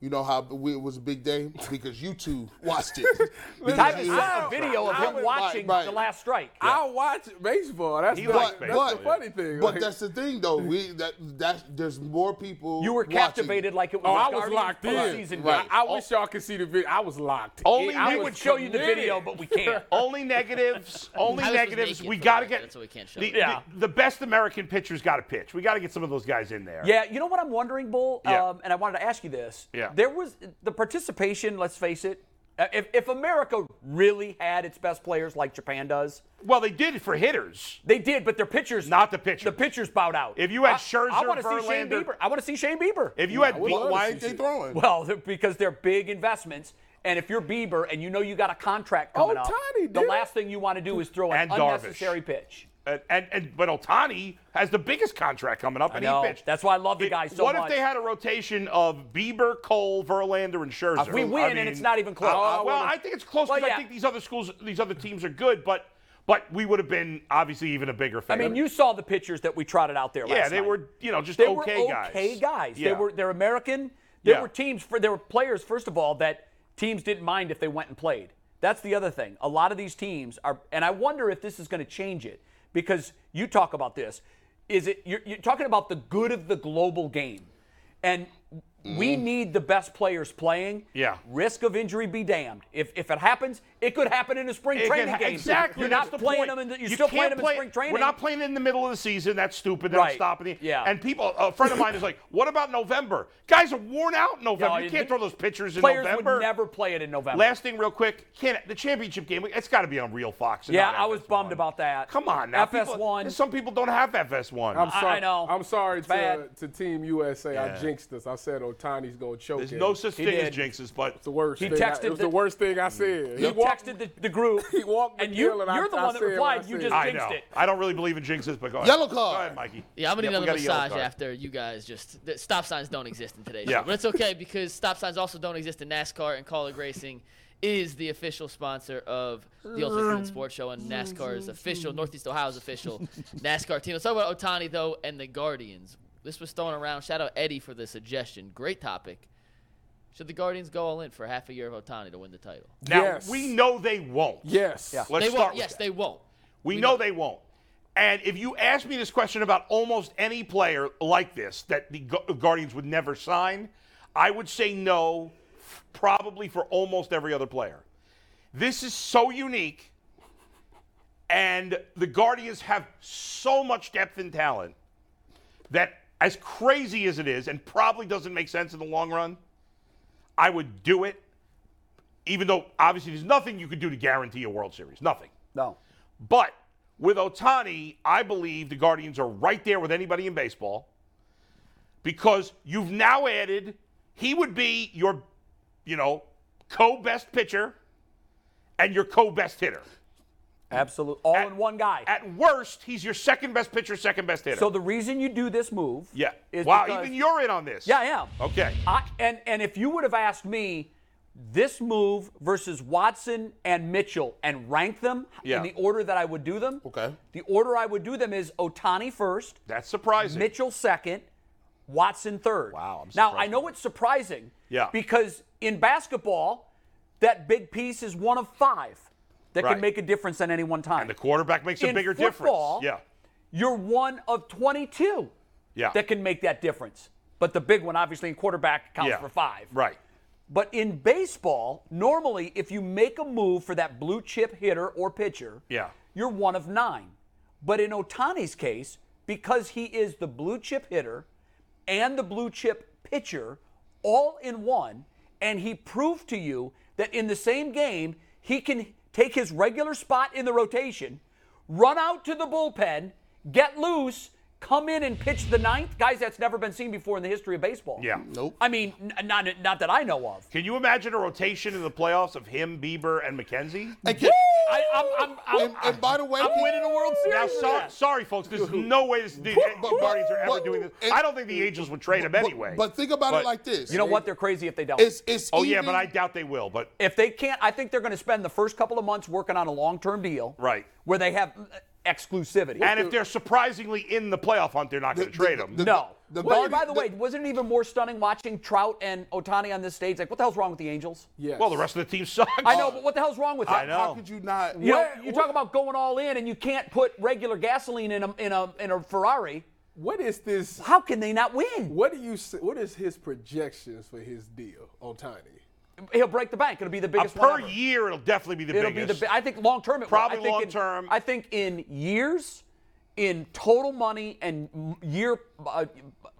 [SPEAKER 5] You know how we- it was a big day because you two watched it. Because
[SPEAKER 2] Tyvus
[SPEAKER 5] you-
[SPEAKER 2] sent a video of him
[SPEAKER 5] Right,
[SPEAKER 2] watching
[SPEAKER 5] right.
[SPEAKER 2] the last strike.
[SPEAKER 4] I watch baseball. That's,
[SPEAKER 3] He
[SPEAKER 4] the,
[SPEAKER 3] likes
[SPEAKER 4] that's
[SPEAKER 3] baseball,
[SPEAKER 4] the
[SPEAKER 3] yeah.
[SPEAKER 4] funny thing.
[SPEAKER 5] But
[SPEAKER 4] Like,
[SPEAKER 5] that's the thing, though. We that that there's more people.
[SPEAKER 2] You were
[SPEAKER 5] watching.
[SPEAKER 2] captivated like it was.
[SPEAKER 4] oh,
[SPEAKER 2] a
[SPEAKER 4] I was
[SPEAKER 2] Guardians
[SPEAKER 4] locked in.
[SPEAKER 2] postseason
[SPEAKER 5] Right.
[SPEAKER 2] game.
[SPEAKER 4] I, I wish y'all could see the video. I was locked.
[SPEAKER 3] Only
[SPEAKER 4] in. I
[SPEAKER 3] we
[SPEAKER 4] was
[SPEAKER 2] would show you the
[SPEAKER 4] committed.
[SPEAKER 2] video, but we can't.
[SPEAKER 3] Only negatives. Only
[SPEAKER 1] Tyvus was
[SPEAKER 3] negatives.
[SPEAKER 1] naked
[SPEAKER 3] We
[SPEAKER 1] for
[SPEAKER 3] got to
[SPEAKER 1] that,
[SPEAKER 3] get.
[SPEAKER 1] that's why we can't show
[SPEAKER 3] the,
[SPEAKER 1] it.
[SPEAKER 3] the-
[SPEAKER 2] Yeah.
[SPEAKER 3] the best American pitchers got to pitch. We got to get some of those guys in there.
[SPEAKER 2] Yeah, you know what I'm wondering, Bull?
[SPEAKER 3] Yeah.
[SPEAKER 2] Um, and I wanted to ask you this.
[SPEAKER 3] Yeah.
[SPEAKER 2] There was the participation, let's face it, uh, if, if America really had its best players like Japan does,
[SPEAKER 3] Well, they did it for hitters.
[SPEAKER 2] they did, but their pitchers.
[SPEAKER 3] Not the pitchers.
[SPEAKER 2] The pitchers bowed out.
[SPEAKER 3] If you had
[SPEAKER 2] I-
[SPEAKER 3] Scherzer,
[SPEAKER 2] I, want to see Shane
[SPEAKER 3] Verlander-
[SPEAKER 2] Bieber. I want to see Shane Bieber.
[SPEAKER 3] If you had
[SPEAKER 5] Why-
[SPEAKER 3] beat-
[SPEAKER 5] Why ain't they throwing?
[SPEAKER 2] well, they're- because they're big investments. And if you're Bieber and you know you got a contract coming
[SPEAKER 4] Oh,
[SPEAKER 2] up,
[SPEAKER 4] Tiny
[SPEAKER 2] the
[SPEAKER 4] did.
[SPEAKER 2] last thing you want to do is throw an
[SPEAKER 3] And Darvish.
[SPEAKER 2] unnecessary pitch.
[SPEAKER 3] and, and, and but Otani has the biggest contract coming up,
[SPEAKER 2] I
[SPEAKER 3] and
[SPEAKER 2] know.
[SPEAKER 3] he pitched.
[SPEAKER 2] That's why I love the
[SPEAKER 3] It-
[SPEAKER 2] guy so
[SPEAKER 3] what
[SPEAKER 2] much.
[SPEAKER 3] if they had a rotation of Bieber, Cole, Verlander, and Scherzer?
[SPEAKER 2] Uh, We win, and it's not even close.
[SPEAKER 3] Uh, well,
[SPEAKER 2] wanna-
[SPEAKER 3] I think it's close
[SPEAKER 2] Well,
[SPEAKER 3] because
[SPEAKER 2] yeah.
[SPEAKER 3] I think these other schools, these other teams are good, but but we would have been obviously even a bigger
[SPEAKER 2] I
[SPEAKER 3] fan.
[SPEAKER 2] mean, you saw the pitchers that we trotted out there last
[SPEAKER 3] yeah, they
[SPEAKER 2] night.
[SPEAKER 3] were you know just
[SPEAKER 2] they
[SPEAKER 3] okay
[SPEAKER 2] were
[SPEAKER 3] guys.
[SPEAKER 2] okay guys.
[SPEAKER 3] Yeah.
[SPEAKER 2] They were they're American. There
[SPEAKER 3] Yeah.
[SPEAKER 2] were teams for there were players first of all that teams didn't mind if they went and played. That's the other thing. A lot of these teams are, and I wonder if this is going to change it because you talk about this. Is it you're, you're talking about the good of the global game, and we need the best players playing.
[SPEAKER 3] Mm. Yeah.
[SPEAKER 2] Risk of injury be damned. If if it happens, it could happen in a spring
[SPEAKER 3] It can
[SPEAKER 2] training
[SPEAKER 3] ha-
[SPEAKER 2] game.
[SPEAKER 3] Exactly.
[SPEAKER 2] You're
[SPEAKER 3] that's
[SPEAKER 2] not
[SPEAKER 3] the
[SPEAKER 2] playing
[SPEAKER 3] point.
[SPEAKER 2] them. In the, you're
[SPEAKER 3] You
[SPEAKER 2] still playing
[SPEAKER 3] can't
[SPEAKER 2] them
[SPEAKER 3] play-
[SPEAKER 2] in spring training.
[SPEAKER 3] We're not playing in the middle of the season. That's stupid. That's
[SPEAKER 2] Right.
[SPEAKER 3] stopping it.
[SPEAKER 2] Yeah.
[SPEAKER 3] And people, a friend of mine is like, "What about November? Guys are worn out in November.
[SPEAKER 2] No,
[SPEAKER 3] you
[SPEAKER 2] it-
[SPEAKER 3] can't throw those pitchers in
[SPEAKER 2] Players
[SPEAKER 3] November."
[SPEAKER 2] would never play it in November.
[SPEAKER 3] Last thing, real quick, can the championship game? It's got to be on Real Fox. and
[SPEAKER 2] Yeah,
[SPEAKER 3] not
[SPEAKER 2] I was
[SPEAKER 3] FS1.
[SPEAKER 2] bummed about that.
[SPEAKER 3] Come on, now. People-
[SPEAKER 2] FS1.
[SPEAKER 3] some people don't have FS1.
[SPEAKER 4] I'm
[SPEAKER 2] I-
[SPEAKER 4] sorry.
[SPEAKER 2] I know.
[SPEAKER 4] I'm sorry
[SPEAKER 2] It's
[SPEAKER 4] to,
[SPEAKER 2] bad.
[SPEAKER 4] to Team USA. I
[SPEAKER 3] Yeah.
[SPEAKER 4] jinxed us. I said Otani's gonna choke.
[SPEAKER 3] There's
[SPEAKER 4] him.
[SPEAKER 3] no such Mm.
[SPEAKER 2] He
[SPEAKER 3] thing as
[SPEAKER 2] did.
[SPEAKER 3] jinxes, but
[SPEAKER 4] the worst.
[SPEAKER 2] He
[SPEAKER 4] thing I-
[SPEAKER 2] texted
[SPEAKER 4] it was
[SPEAKER 2] the-
[SPEAKER 4] the, worst thing I said.
[SPEAKER 2] You
[SPEAKER 4] He walked-
[SPEAKER 2] texted the, the group,
[SPEAKER 4] He walked
[SPEAKER 2] and
[SPEAKER 4] the
[SPEAKER 2] you,
[SPEAKER 4] hill and I-
[SPEAKER 2] you're the
[SPEAKER 4] I
[SPEAKER 2] one that
[SPEAKER 4] said what
[SPEAKER 2] replied.
[SPEAKER 4] I
[SPEAKER 2] You
[SPEAKER 4] said.
[SPEAKER 2] just
[SPEAKER 3] I
[SPEAKER 2] jinxed
[SPEAKER 3] know.
[SPEAKER 2] it.
[SPEAKER 3] I don't really believe in jinxes, but go ahead.
[SPEAKER 5] Yellow
[SPEAKER 3] Go
[SPEAKER 5] card.
[SPEAKER 3] ahead, Mikey.
[SPEAKER 1] Yeah, I'm gonna
[SPEAKER 3] Yep,
[SPEAKER 1] need
[SPEAKER 3] we
[SPEAKER 1] another
[SPEAKER 3] got a yellow
[SPEAKER 1] massage
[SPEAKER 3] card.
[SPEAKER 1] after you guys just the stop signs don't exist in today's
[SPEAKER 3] Yeah.
[SPEAKER 1] show. But it's okay because stop signs also don't exist in NASCAR and College Racing is the official sponsor of the Ultimate Team Sports Show and NASCAR's official Northeast Ohio's official NASCAR team. Let's talk about Otani though and the Guardians. This was thrown around. Shout out Eddie for the suggestion. Great topic. Should the Guardians go all in for half a year of Otani to win the title?
[SPEAKER 3] Now,
[SPEAKER 4] Yes.
[SPEAKER 3] we know they won't.
[SPEAKER 4] Yes. Yeah.
[SPEAKER 3] Let's
[SPEAKER 1] they
[SPEAKER 3] start
[SPEAKER 1] won't.
[SPEAKER 3] with
[SPEAKER 1] Yes,
[SPEAKER 3] that.
[SPEAKER 1] they won't.
[SPEAKER 3] We, know, they won't. And if you ask me this question about almost any player like this that the Gu- Guardians would never sign, I would say no, f- probably for almost every other player. This is so unique, and the Guardians have so much depth and talent that, as crazy as it is, and probably doesn't make sense in the long run, I would do it, even though obviously there's nothing you could do to guarantee a World Series. Nothing.
[SPEAKER 2] No.
[SPEAKER 3] But with Otani, I believe the Guardians are right there with anybody in baseball because you've now added, he would be your, you know, co best pitcher and your co best hitter.
[SPEAKER 2] Absolutely. All
[SPEAKER 3] At-
[SPEAKER 2] in one guy.
[SPEAKER 3] At worst, he's your second best pitcher, second best hitter.
[SPEAKER 2] so the reason you do this move.
[SPEAKER 3] yeah.
[SPEAKER 2] Is
[SPEAKER 3] Wow,
[SPEAKER 2] because-
[SPEAKER 3] even you're in on this.
[SPEAKER 2] Yeah, I am.
[SPEAKER 3] Okay.
[SPEAKER 2] I, and, and if you would have asked me this move versus Watson and Mitchell and rank them
[SPEAKER 3] Yeah.
[SPEAKER 2] in the order that I would do them,
[SPEAKER 5] Okay.
[SPEAKER 2] the order I would do them is Otani first,
[SPEAKER 3] That's surprising.
[SPEAKER 2] Mitchell second, Watson third.
[SPEAKER 3] Wow, I'm
[SPEAKER 2] now
[SPEAKER 3] surprised.
[SPEAKER 2] I know it's surprising.
[SPEAKER 3] Yeah.
[SPEAKER 2] Because in basketball, that big piece is one of five that
[SPEAKER 3] Right.
[SPEAKER 2] can make a difference at any one time.
[SPEAKER 3] the quarterback makes a
[SPEAKER 2] in
[SPEAKER 3] bigger
[SPEAKER 2] football-
[SPEAKER 3] difference.
[SPEAKER 2] You're one of 22
[SPEAKER 3] Yeah. Yeah.
[SPEAKER 2] that can make that difference. But the big one, obviously, in quarterback counts
[SPEAKER 3] Yeah.
[SPEAKER 2] for five.
[SPEAKER 3] Right.
[SPEAKER 2] But in baseball, normally, if you make a move for that blue chip hitter or pitcher,
[SPEAKER 3] Yeah.
[SPEAKER 2] you're one of nine. But in Otani's case, because he is the blue chip hitter and the blue chip pitcher all in one, and he proved to you that in the same game, he can take his regular spot in the rotation, run out to the bullpen, get loose, come in and pitch the ninth. Guys, that's never been seen before in the history of baseball.
[SPEAKER 3] Yeah.
[SPEAKER 5] Nope.
[SPEAKER 2] I mean, n- not not that I know of.
[SPEAKER 3] Can you imagine a rotation in the playoffs of him, Bieber, and McKenzie?
[SPEAKER 5] And can-
[SPEAKER 2] I, I'm, I'm, I'm,
[SPEAKER 5] And- and by the way,
[SPEAKER 2] I'm
[SPEAKER 5] can-
[SPEAKER 2] winning a World Series.
[SPEAKER 3] Now,
[SPEAKER 2] with
[SPEAKER 3] so,
[SPEAKER 2] that.
[SPEAKER 3] sorry, folks. There's no way this, the
[SPEAKER 5] But- but-
[SPEAKER 3] Guardians are ever
[SPEAKER 5] but-
[SPEAKER 3] doing this.
[SPEAKER 5] and-
[SPEAKER 3] I don't think the Angels would trade him
[SPEAKER 5] but-
[SPEAKER 3] anyway.
[SPEAKER 5] But think about it
[SPEAKER 3] But-
[SPEAKER 5] like this.
[SPEAKER 2] you know what? They're crazy if they don't.
[SPEAKER 5] It's it's.
[SPEAKER 3] oh yeah,
[SPEAKER 5] even-
[SPEAKER 3] but I doubt they will. But
[SPEAKER 2] if they can't, I think they're going to spend the first couple of months working on a long-term deal,
[SPEAKER 3] Right.
[SPEAKER 2] Where they have uh, exclusivity.
[SPEAKER 3] and if they're surprisingly in the playoff hunt, they're not going to trade him.
[SPEAKER 5] the-
[SPEAKER 2] no,
[SPEAKER 5] The
[SPEAKER 2] Well,
[SPEAKER 5] Guardi-
[SPEAKER 2] by the,
[SPEAKER 5] the-
[SPEAKER 2] way, wasn't it even more stunning watching Trout and Otani on this stage? Like, what the hell's wrong with the Angels?
[SPEAKER 4] Yes.
[SPEAKER 3] Well, the rest of the team sucks.
[SPEAKER 2] I know, but what the hell's wrong with it?
[SPEAKER 3] I know.
[SPEAKER 5] How could you not?
[SPEAKER 2] You, know,
[SPEAKER 4] Where-
[SPEAKER 2] you talk about going all in, and you can't put regular gasoline in a in a in a Ferrari.
[SPEAKER 4] What is this?
[SPEAKER 2] How can they not win?
[SPEAKER 4] What do you? s- What is his projections for his deal on Tiny?
[SPEAKER 2] He'll break the bank. It'll be the
[SPEAKER 3] Uh,
[SPEAKER 2] biggest
[SPEAKER 3] per
[SPEAKER 2] one ever.
[SPEAKER 3] year, it'll definitely be the
[SPEAKER 2] It'll be
[SPEAKER 3] biggest.
[SPEAKER 2] the. bi- I think long term.
[SPEAKER 3] Probably
[SPEAKER 2] will. I think in-
[SPEAKER 3] long-term.
[SPEAKER 2] I think in years, in total money and m- year uh,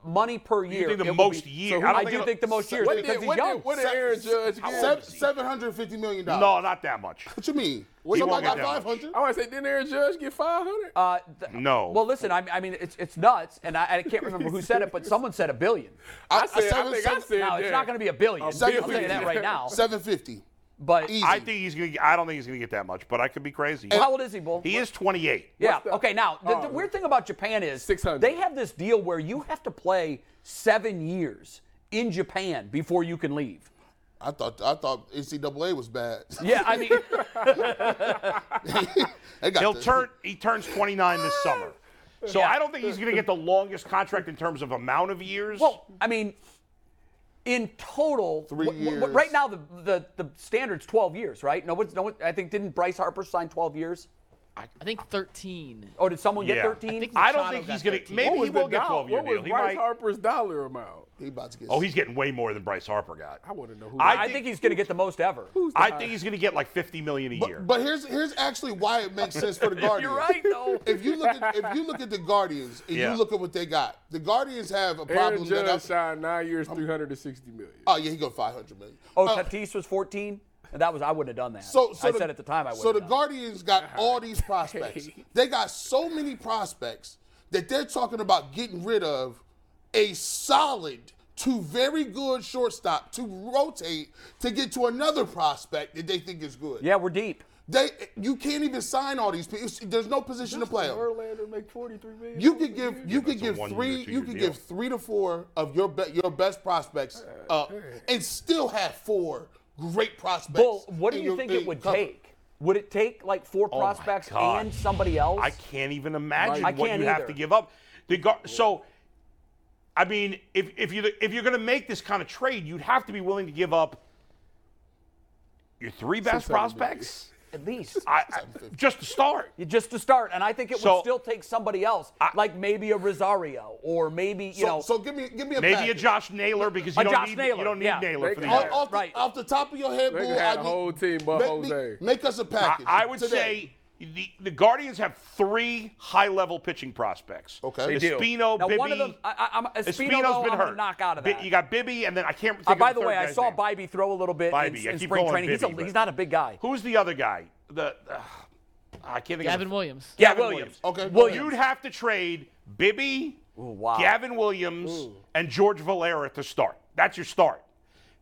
[SPEAKER 2] money per year.
[SPEAKER 3] think the
[SPEAKER 2] it will
[SPEAKER 3] most
[SPEAKER 2] be-
[SPEAKER 3] year-
[SPEAKER 2] So
[SPEAKER 3] I
[SPEAKER 2] I,
[SPEAKER 3] don't
[SPEAKER 2] do
[SPEAKER 3] think
[SPEAKER 2] think the most years
[SPEAKER 4] What
[SPEAKER 2] because
[SPEAKER 4] did,
[SPEAKER 2] he's
[SPEAKER 4] what
[SPEAKER 2] young.
[SPEAKER 4] did, what did Aaron Judge get?
[SPEAKER 5] Seven hundred fifty million
[SPEAKER 3] no,
[SPEAKER 5] dollars.
[SPEAKER 3] not that much.
[SPEAKER 5] what you mean? What
[SPEAKER 3] won't
[SPEAKER 5] somebody
[SPEAKER 3] get
[SPEAKER 5] got
[SPEAKER 3] that
[SPEAKER 5] five
[SPEAKER 3] much.
[SPEAKER 5] hundred?
[SPEAKER 4] I want to say, didn't Aaron Judge get five hundred?
[SPEAKER 2] Uh, th-
[SPEAKER 3] No.
[SPEAKER 2] Well, listen. I, I mean, it's it's nuts, and I, I can't remember who said it, but someone said a billion.
[SPEAKER 4] I said, I think I said
[SPEAKER 2] Now it's
[SPEAKER 4] that.
[SPEAKER 2] not going to be a billion. I'll tell
[SPEAKER 5] billion.
[SPEAKER 2] you that right now.
[SPEAKER 5] Seven fifty.
[SPEAKER 2] But
[SPEAKER 5] Easy.
[SPEAKER 3] I think he's gonna. get- I don't think he's gonna get that much, but I could be crazy.
[SPEAKER 2] how old is he, Bull?
[SPEAKER 3] He is 28.
[SPEAKER 2] Yeah.
[SPEAKER 4] the-
[SPEAKER 2] okay. Now, the, the weird thing about Japan is
[SPEAKER 4] 600.
[SPEAKER 2] they have this deal where you have to play seven years in Japan before you can leave.
[SPEAKER 5] I thought I thought NCAA was bad.
[SPEAKER 2] Yeah, I mean,
[SPEAKER 5] They got
[SPEAKER 3] He'll
[SPEAKER 5] the-
[SPEAKER 3] turn. He turns 29 this summer. So I don't think he's gonna get the longest contract in terms of amount of years.
[SPEAKER 2] well, I mean, in total,
[SPEAKER 5] Three
[SPEAKER 2] wh- wh-
[SPEAKER 5] years.
[SPEAKER 2] right now the, the the standard's 12 years, right? No one's no one. I think didn't Bryce Harper sign 12 years,
[SPEAKER 1] I think 13.
[SPEAKER 2] or did someone
[SPEAKER 3] Yeah.
[SPEAKER 2] get 13?
[SPEAKER 1] I think-
[SPEAKER 3] I don't
[SPEAKER 1] Machado
[SPEAKER 3] think
[SPEAKER 1] got
[SPEAKER 3] he's gonna.
[SPEAKER 1] 13.
[SPEAKER 3] Maybe
[SPEAKER 4] What was
[SPEAKER 3] he will
[SPEAKER 4] the
[SPEAKER 3] get
[SPEAKER 4] doll-
[SPEAKER 3] 12 year
[SPEAKER 4] What was
[SPEAKER 3] deal. He
[SPEAKER 4] Bryce
[SPEAKER 3] might.
[SPEAKER 4] Harper's dollar amount?
[SPEAKER 5] He about to get.
[SPEAKER 3] Oh, he's getting way more than Bryce Harper got.
[SPEAKER 4] I want to know who.
[SPEAKER 3] I
[SPEAKER 2] I think he's going to get the most ever.
[SPEAKER 3] I think he's gonna get like 50 million a year.
[SPEAKER 5] But here's here's actually why it makes sense for the Guardians.
[SPEAKER 2] You're right, though.
[SPEAKER 5] If you look at if you look at the Guardians and
[SPEAKER 3] Yeah.
[SPEAKER 5] you look at what they got, the Guardians have a
[SPEAKER 4] Aaron
[SPEAKER 5] problem that I-
[SPEAKER 4] Judge signed nine years, three hundred and sixty million.
[SPEAKER 5] Oh yeah, he got five hundred million.
[SPEAKER 2] Oh,
[SPEAKER 5] Uh,
[SPEAKER 2] Tatis was 14. And that was I wouldn't have done that.
[SPEAKER 5] So, so
[SPEAKER 2] I
[SPEAKER 5] the-
[SPEAKER 2] said at the time I would.
[SPEAKER 5] So the Guardians got all these prospects. they got so many prospects that they're talking about getting rid of a solid to very good shortstop to rotate to get to another prospect that they think is good.
[SPEAKER 2] yeah, we're deep.
[SPEAKER 5] They you can't even sign all these people. It's- There's no position to play 'em.
[SPEAKER 4] Verlander make forty three million.
[SPEAKER 5] You could give you could
[SPEAKER 3] that's a
[SPEAKER 5] give
[SPEAKER 3] one-year,
[SPEAKER 5] three
[SPEAKER 3] two-year
[SPEAKER 5] you could
[SPEAKER 3] deal.
[SPEAKER 5] give three to four of your be, your best prospects up and still have four great prospects.
[SPEAKER 2] Bull, what do
[SPEAKER 5] in
[SPEAKER 2] you
[SPEAKER 5] your-
[SPEAKER 2] think
[SPEAKER 5] in
[SPEAKER 2] it would
[SPEAKER 5] cover.
[SPEAKER 2] take? Would it take like four
[SPEAKER 3] Oh my
[SPEAKER 2] prospects
[SPEAKER 3] God.
[SPEAKER 2] and somebody else?
[SPEAKER 3] I can't even imagine
[SPEAKER 2] I
[SPEAKER 3] what
[SPEAKER 2] can't
[SPEAKER 3] you
[SPEAKER 2] either.
[SPEAKER 3] have to give up. The gar- so, I mean, if if you if you're going to make this kind of trade, you'd have to be willing to give up your three best prospects,
[SPEAKER 2] At least.
[SPEAKER 3] I, I- just to start.
[SPEAKER 2] just to start, and I think it
[SPEAKER 3] So-
[SPEAKER 2] would still take somebody else, like maybe a Rosario or maybe you
[SPEAKER 5] So,
[SPEAKER 2] know.
[SPEAKER 5] so give me give me a
[SPEAKER 3] Maybe a
[SPEAKER 5] package.
[SPEAKER 3] Josh Naylor because you
[SPEAKER 2] A
[SPEAKER 3] don't
[SPEAKER 2] Josh
[SPEAKER 3] need
[SPEAKER 2] Naylor,
[SPEAKER 3] you don't need
[SPEAKER 2] yeah.
[SPEAKER 3] Naylor
[SPEAKER 4] They
[SPEAKER 3] for the
[SPEAKER 4] can-
[SPEAKER 5] Off,
[SPEAKER 3] year.
[SPEAKER 5] off the,
[SPEAKER 2] Right.
[SPEAKER 5] off the top of your head,
[SPEAKER 4] They
[SPEAKER 5] Bull,
[SPEAKER 4] could have
[SPEAKER 5] I
[SPEAKER 4] a
[SPEAKER 5] need-
[SPEAKER 4] whole team but
[SPEAKER 5] make, me-
[SPEAKER 4] Jose.
[SPEAKER 5] make us a
[SPEAKER 3] I,
[SPEAKER 5] package.
[SPEAKER 3] I would
[SPEAKER 5] today.
[SPEAKER 3] say the, the Guardians have three high-level pitching prospects.
[SPEAKER 5] Okay. They do.
[SPEAKER 3] Espino,
[SPEAKER 2] now
[SPEAKER 3] Bibby.
[SPEAKER 2] one of them, uh, I, I, I'm, Espino,
[SPEAKER 3] Espino's
[SPEAKER 2] though,
[SPEAKER 3] Oh, been
[SPEAKER 2] I'm gonna
[SPEAKER 3] hurt.
[SPEAKER 2] knock out of
[SPEAKER 3] Bi-
[SPEAKER 2] that.
[SPEAKER 3] You got Bibby, and then I can't. Think
[SPEAKER 2] Uh,
[SPEAKER 3] of
[SPEAKER 2] by the
[SPEAKER 3] the, third
[SPEAKER 2] way, I
[SPEAKER 3] guy's
[SPEAKER 2] saw
[SPEAKER 3] name.
[SPEAKER 2] Bybee throw a little bit in,
[SPEAKER 3] Bybee, I
[SPEAKER 2] in
[SPEAKER 3] keep
[SPEAKER 2] spring
[SPEAKER 3] calling
[SPEAKER 2] training. he's, a,
[SPEAKER 3] Bibby, but-
[SPEAKER 2] he's not a big guy.
[SPEAKER 3] Who's the other guy? The uh, I can't think of
[SPEAKER 1] Gavin
[SPEAKER 3] the-
[SPEAKER 1] Williams.
[SPEAKER 2] Yeah,
[SPEAKER 3] Gavin
[SPEAKER 2] Williams.
[SPEAKER 5] Okay, go
[SPEAKER 2] Williams.
[SPEAKER 3] You'd have to trade Bibby,
[SPEAKER 2] wow.
[SPEAKER 3] Gavin Williams, and George Valera to start. That's your start.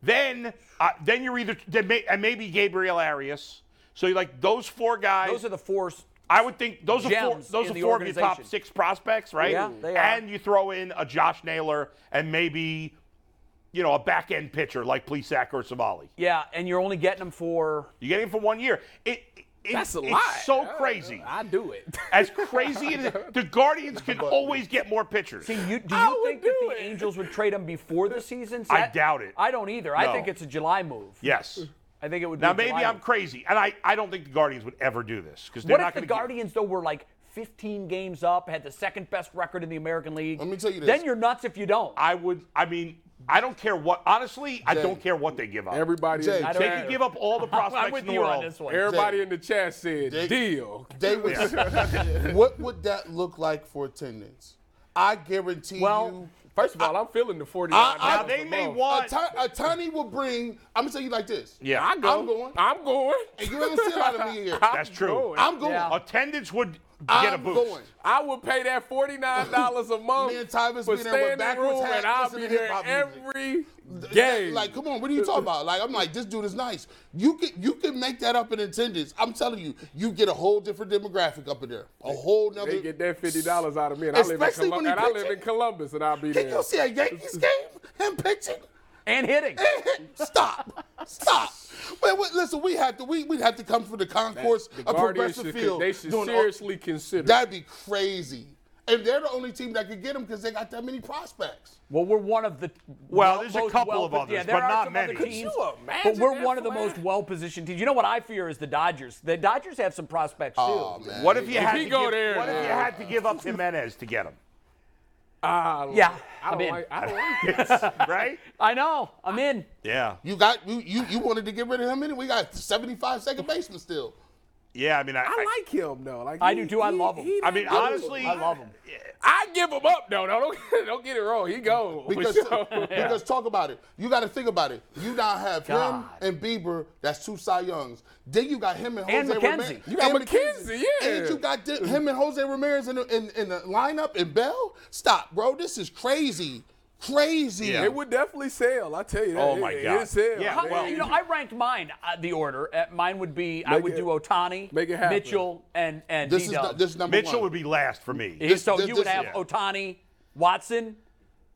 [SPEAKER 3] Then, uh, then you're either then may, and maybe Gabriel Arias. So you like those four guys.
[SPEAKER 2] Those are the four. s-
[SPEAKER 3] I would think those are four.
[SPEAKER 2] gems
[SPEAKER 3] Those
[SPEAKER 2] in
[SPEAKER 3] are
[SPEAKER 2] the
[SPEAKER 3] four of your top
[SPEAKER 2] organization.
[SPEAKER 3] six prospects, right?
[SPEAKER 2] Yeah, they are.
[SPEAKER 3] And you throw in a Josh Naylor and maybe, you know, a back end pitcher like Plesac or Savali.
[SPEAKER 2] Yeah, and you're only getting them for.
[SPEAKER 3] You get him for one year. It, it
[SPEAKER 4] That's a
[SPEAKER 3] it's
[SPEAKER 4] lot.
[SPEAKER 3] so
[SPEAKER 2] Uh,
[SPEAKER 3] crazy.
[SPEAKER 4] I do it.
[SPEAKER 3] As crazy as the Guardians can always get more pitchers.
[SPEAKER 2] Do you, do
[SPEAKER 4] I
[SPEAKER 2] you
[SPEAKER 4] would
[SPEAKER 2] think that
[SPEAKER 4] do
[SPEAKER 2] the
[SPEAKER 4] it.
[SPEAKER 2] Angels would trade him before the season? See,
[SPEAKER 3] I doubt it.
[SPEAKER 2] I don't either. I
[SPEAKER 3] No.
[SPEAKER 2] think it's a July move.
[SPEAKER 3] Yes.
[SPEAKER 2] I think it would.
[SPEAKER 3] Now
[SPEAKER 2] be a
[SPEAKER 3] maybe
[SPEAKER 2] July
[SPEAKER 3] I'm
[SPEAKER 2] move.
[SPEAKER 3] crazy, and I, I don't think the Guardians would ever do this because they're
[SPEAKER 2] What
[SPEAKER 3] not
[SPEAKER 2] if the
[SPEAKER 3] going to.
[SPEAKER 2] Guardians though were like 15 games up, had the second best record in the American League?
[SPEAKER 5] Let me tell you this.
[SPEAKER 2] Then you're nuts if you don't.
[SPEAKER 3] I would. I mean, I don't care what. Honestly, I
[SPEAKER 5] Jay.
[SPEAKER 3] don't care what they give up.
[SPEAKER 4] Everybody,
[SPEAKER 5] Jay,
[SPEAKER 4] in the
[SPEAKER 5] I
[SPEAKER 3] they
[SPEAKER 4] chat,
[SPEAKER 3] can give up all the prospects
[SPEAKER 2] I'm with
[SPEAKER 3] in the
[SPEAKER 2] you on
[SPEAKER 3] world.
[SPEAKER 2] this one.
[SPEAKER 4] everybody in the chat said
[SPEAKER 5] Jay-
[SPEAKER 4] deal.
[SPEAKER 5] They would, what would that look like for attendance? I guarantee
[SPEAKER 2] well,
[SPEAKER 5] you.
[SPEAKER 4] First of all, I'm feeling the forty.
[SPEAKER 5] I-
[SPEAKER 3] Now they may
[SPEAKER 5] A,
[SPEAKER 3] want.
[SPEAKER 5] ton, a Tony will bring. I'm gonna tell you like this.
[SPEAKER 3] Yeah.
[SPEAKER 5] I'm
[SPEAKER 4] go.
[SPEAKER 5] going.
[SPEAKER 4] I'm going.
[SPEAKER 5] And you haven't seen a lot of me here.
[SPEAKER 3] That's true.
[SPEAKER 4] going.
[SPEAKER 5] I'm going.
[SPEAKER 2] Yeah.
[SPEAKER 3] Attendance would get a
[SPEAKER 5] I'm
[SPEAKER 3] boost.
[SPEAKER 5] going.
[SPEAKER 4] I would pay that forty nine dollars a month
[SPEAKER 5] Me and Tyvus
[SPEAKER 4] for
[SPEAKER 5] be there with
[SPEAKER 4] standing
[SPEAKER 5] backwards
[SPEAKER 4] room,
[SPEAKER 5] hat,
[SPEAKER 4] and I'll
[SPEAKER 5] listening
[SPEAKER 4] be
[SPEAKER 5] to
[SPEAKER 4] there
[SPEAKER 5] hip-hop music.
[SPEAKER 4] every
[SPEAKER 5] Yeah,
[SPEAKER 4] game.
[SPEAKER 5] Like, come on, what are you talking about? Like, I'm like, this dude is nice. You can you can make that up in attendance. I'm telling you, you get a whole different demographic up in there. A whole nother.
[SPEAKER 4] They get that fifty dollars out of me, and I live in,
[SPEAKER 5] Especially
[SPEAKER 4] Colum-
[SPEAKER 5] when he
[SPEAKER 4] and I live
[SPEAKER 5] pitching.
[SPEAKER 4] in Columbus, and I'll be
[SPEAKER 5] Can
[SPEAKER 4] there.
[SPEAKER 5] you see a Yankees game? Him pitching?
[SPEAKER 2] and hitting.
[SPEAKER 5] Stop! Stop! Wait, wait, listen, we have to we we have to come from the concourse
[SPEAKER 4] The
[SPEAKER 5] of
[SPEAKER 4] Guardians
[SPEAKER 5] progressive
[SPEAKER 4] should,
[SPEAKER 5] field.
[SPEAKER 4] they should
[SPEAKER 5] doing all-
[SPEAKER 4] seriously consider.
[SPEAKER 5] that'd be crazy. and they're the only team that could get him because they got that many prospects.
[SPEAKER 2] Well, we're one of the
[SPEAKER 3] Well, there's a
[SPEAKER 2] most
[SPEAKER 3] couple of
[SPEAKER 2] well-pos- yeah,
[SPEAKER 3] others,
[SPEAKER 2] there
[SPEAKER 3] but
[SPEAKER 2] are
[SPEAKER 3] not
[SPEAKER 2] some
[SPEAKER 3] many.
[SPEAKER 2] Other
[SPEAKER 3] Could
[SPEAKER 2] teams,
[SPEAKER 4] you
[SPEAKER 2] but
[SPEAKER 4] imagine
[SPEAKER 2] we're
[SPEAKER 4] that
[SPEAKER 2] one of the
[SPEAKER 4] for
[SPEAKER 2] most
[SPEAKER 4] Aaron?
[SPEAKER 2] well-positioned teams. You know what I fear is the Dodgers. The Dodgers have some prospects too.
[SPEAKER 5] Oh man.
[SPEAKER 3] What if you had
[SPEAKER 4] he
[SPEAKER 3] to
[SPEAKER 4] go
[SPEAKER 3] give,
[SPEAKER 4] there,
[SPEAKER 3] What if you
[SPEAKER 4] man.
[SPEAKER 3] had to give up Jimenez to get him?
[SPEAKER 4] I don't-
[SPEAKER 2] Yeah,
[SPEAKER 4] I
[SPEAKER 2] I'm
[SPEAKER 4] don't
[SPEAKER 2] in.
[SPEAKER 4] like. I don't like this.
[SPEAKER 3] Right?
[SPEAKER 2] I know. I'm in.
[SPEAKER 3] Yeah.
[SPEAKER 5] You got you, you you wanted to get rid of him anyway. We got 75 second baseman still.
[SPEAKER 3] Yeah. I mean, I.
[SPEAKER 4] I like him though. Like
[SPEAKER 2] I
[SPEAKER 4] he-
[SPEAKER 2] do, too. I
[SPEAKER 4] he-
[SPEAKER 2] love him.
[SPEAKER 4] he
[SPEAKER 3] I mean,
[SPEAKER 4] done good.
[SPEAKER 3] honestly,
[SPEAKER 2] I love him.
[SPEAKER 4] I give him up though. No, don't don't get it wrong. He goes
[SPEAKER 5] Because, because talk about it. You got to think about it. You now have him
[SPEAKER 2] God.
[SPEAKER 5] and Bieber. That's two Cy Youngs. Then you got him and
[SPEAKER 2] And
[SPEAKER 5] Jose
[SPEAKER 2] McKenzie.
[SPEAKER 5] Ramirez.
[SPEAKER 4] You got
[SPEAKER 5] and
[SPEAKER 4] McKenzie, yeah.
[SPEAKER 5] And you got di- him and Jose Ramirez in the, in, in the lineup and Bell. Stop, bro. This is crazy. Crazy.
[SPEAKER 3] Yeah.
[SPEAKER 4] It would definitely sell. I tell you that.
[SPEAKER 3] Oh, my
[SPEAKER 4] it,
[SPEAKER 3] God.
[SPEAKER 4] it sell.
[SPEAKER 3] Yeah,
[SPEAKER 4] man.
[SPEAKER 2] How- you know, I ranked mine uh, the order. Uh, mine would be I
[SPEAKER 4] Make
[SPEAKER 2] would
[SPEAKER 4] it-
[SPEAKER 2] do Otani,
[SPEAKER 4] make it happen.
[SPEAKER 2] Mitchell, and and
[SPEAKER 5] This is
[SPEAKER 2] D-Dub.
[SPEAKER 5] the, this is number
[SPEAKER 3] Mitchell
[SPEAKER 5] one.
[SPEAKER 3] would be last for me.
[SPEAKER 2] He-
[SPEAKER 5] this-
[SPEAKER 2] so
[SPEAKER 5] this-
[SPEAKER 2] you would
[SPEAKER 5] this-
[SPEAKER 2] have
[SPEAKER 5] yeah.
[SPEAKER 2] Otani, Watson.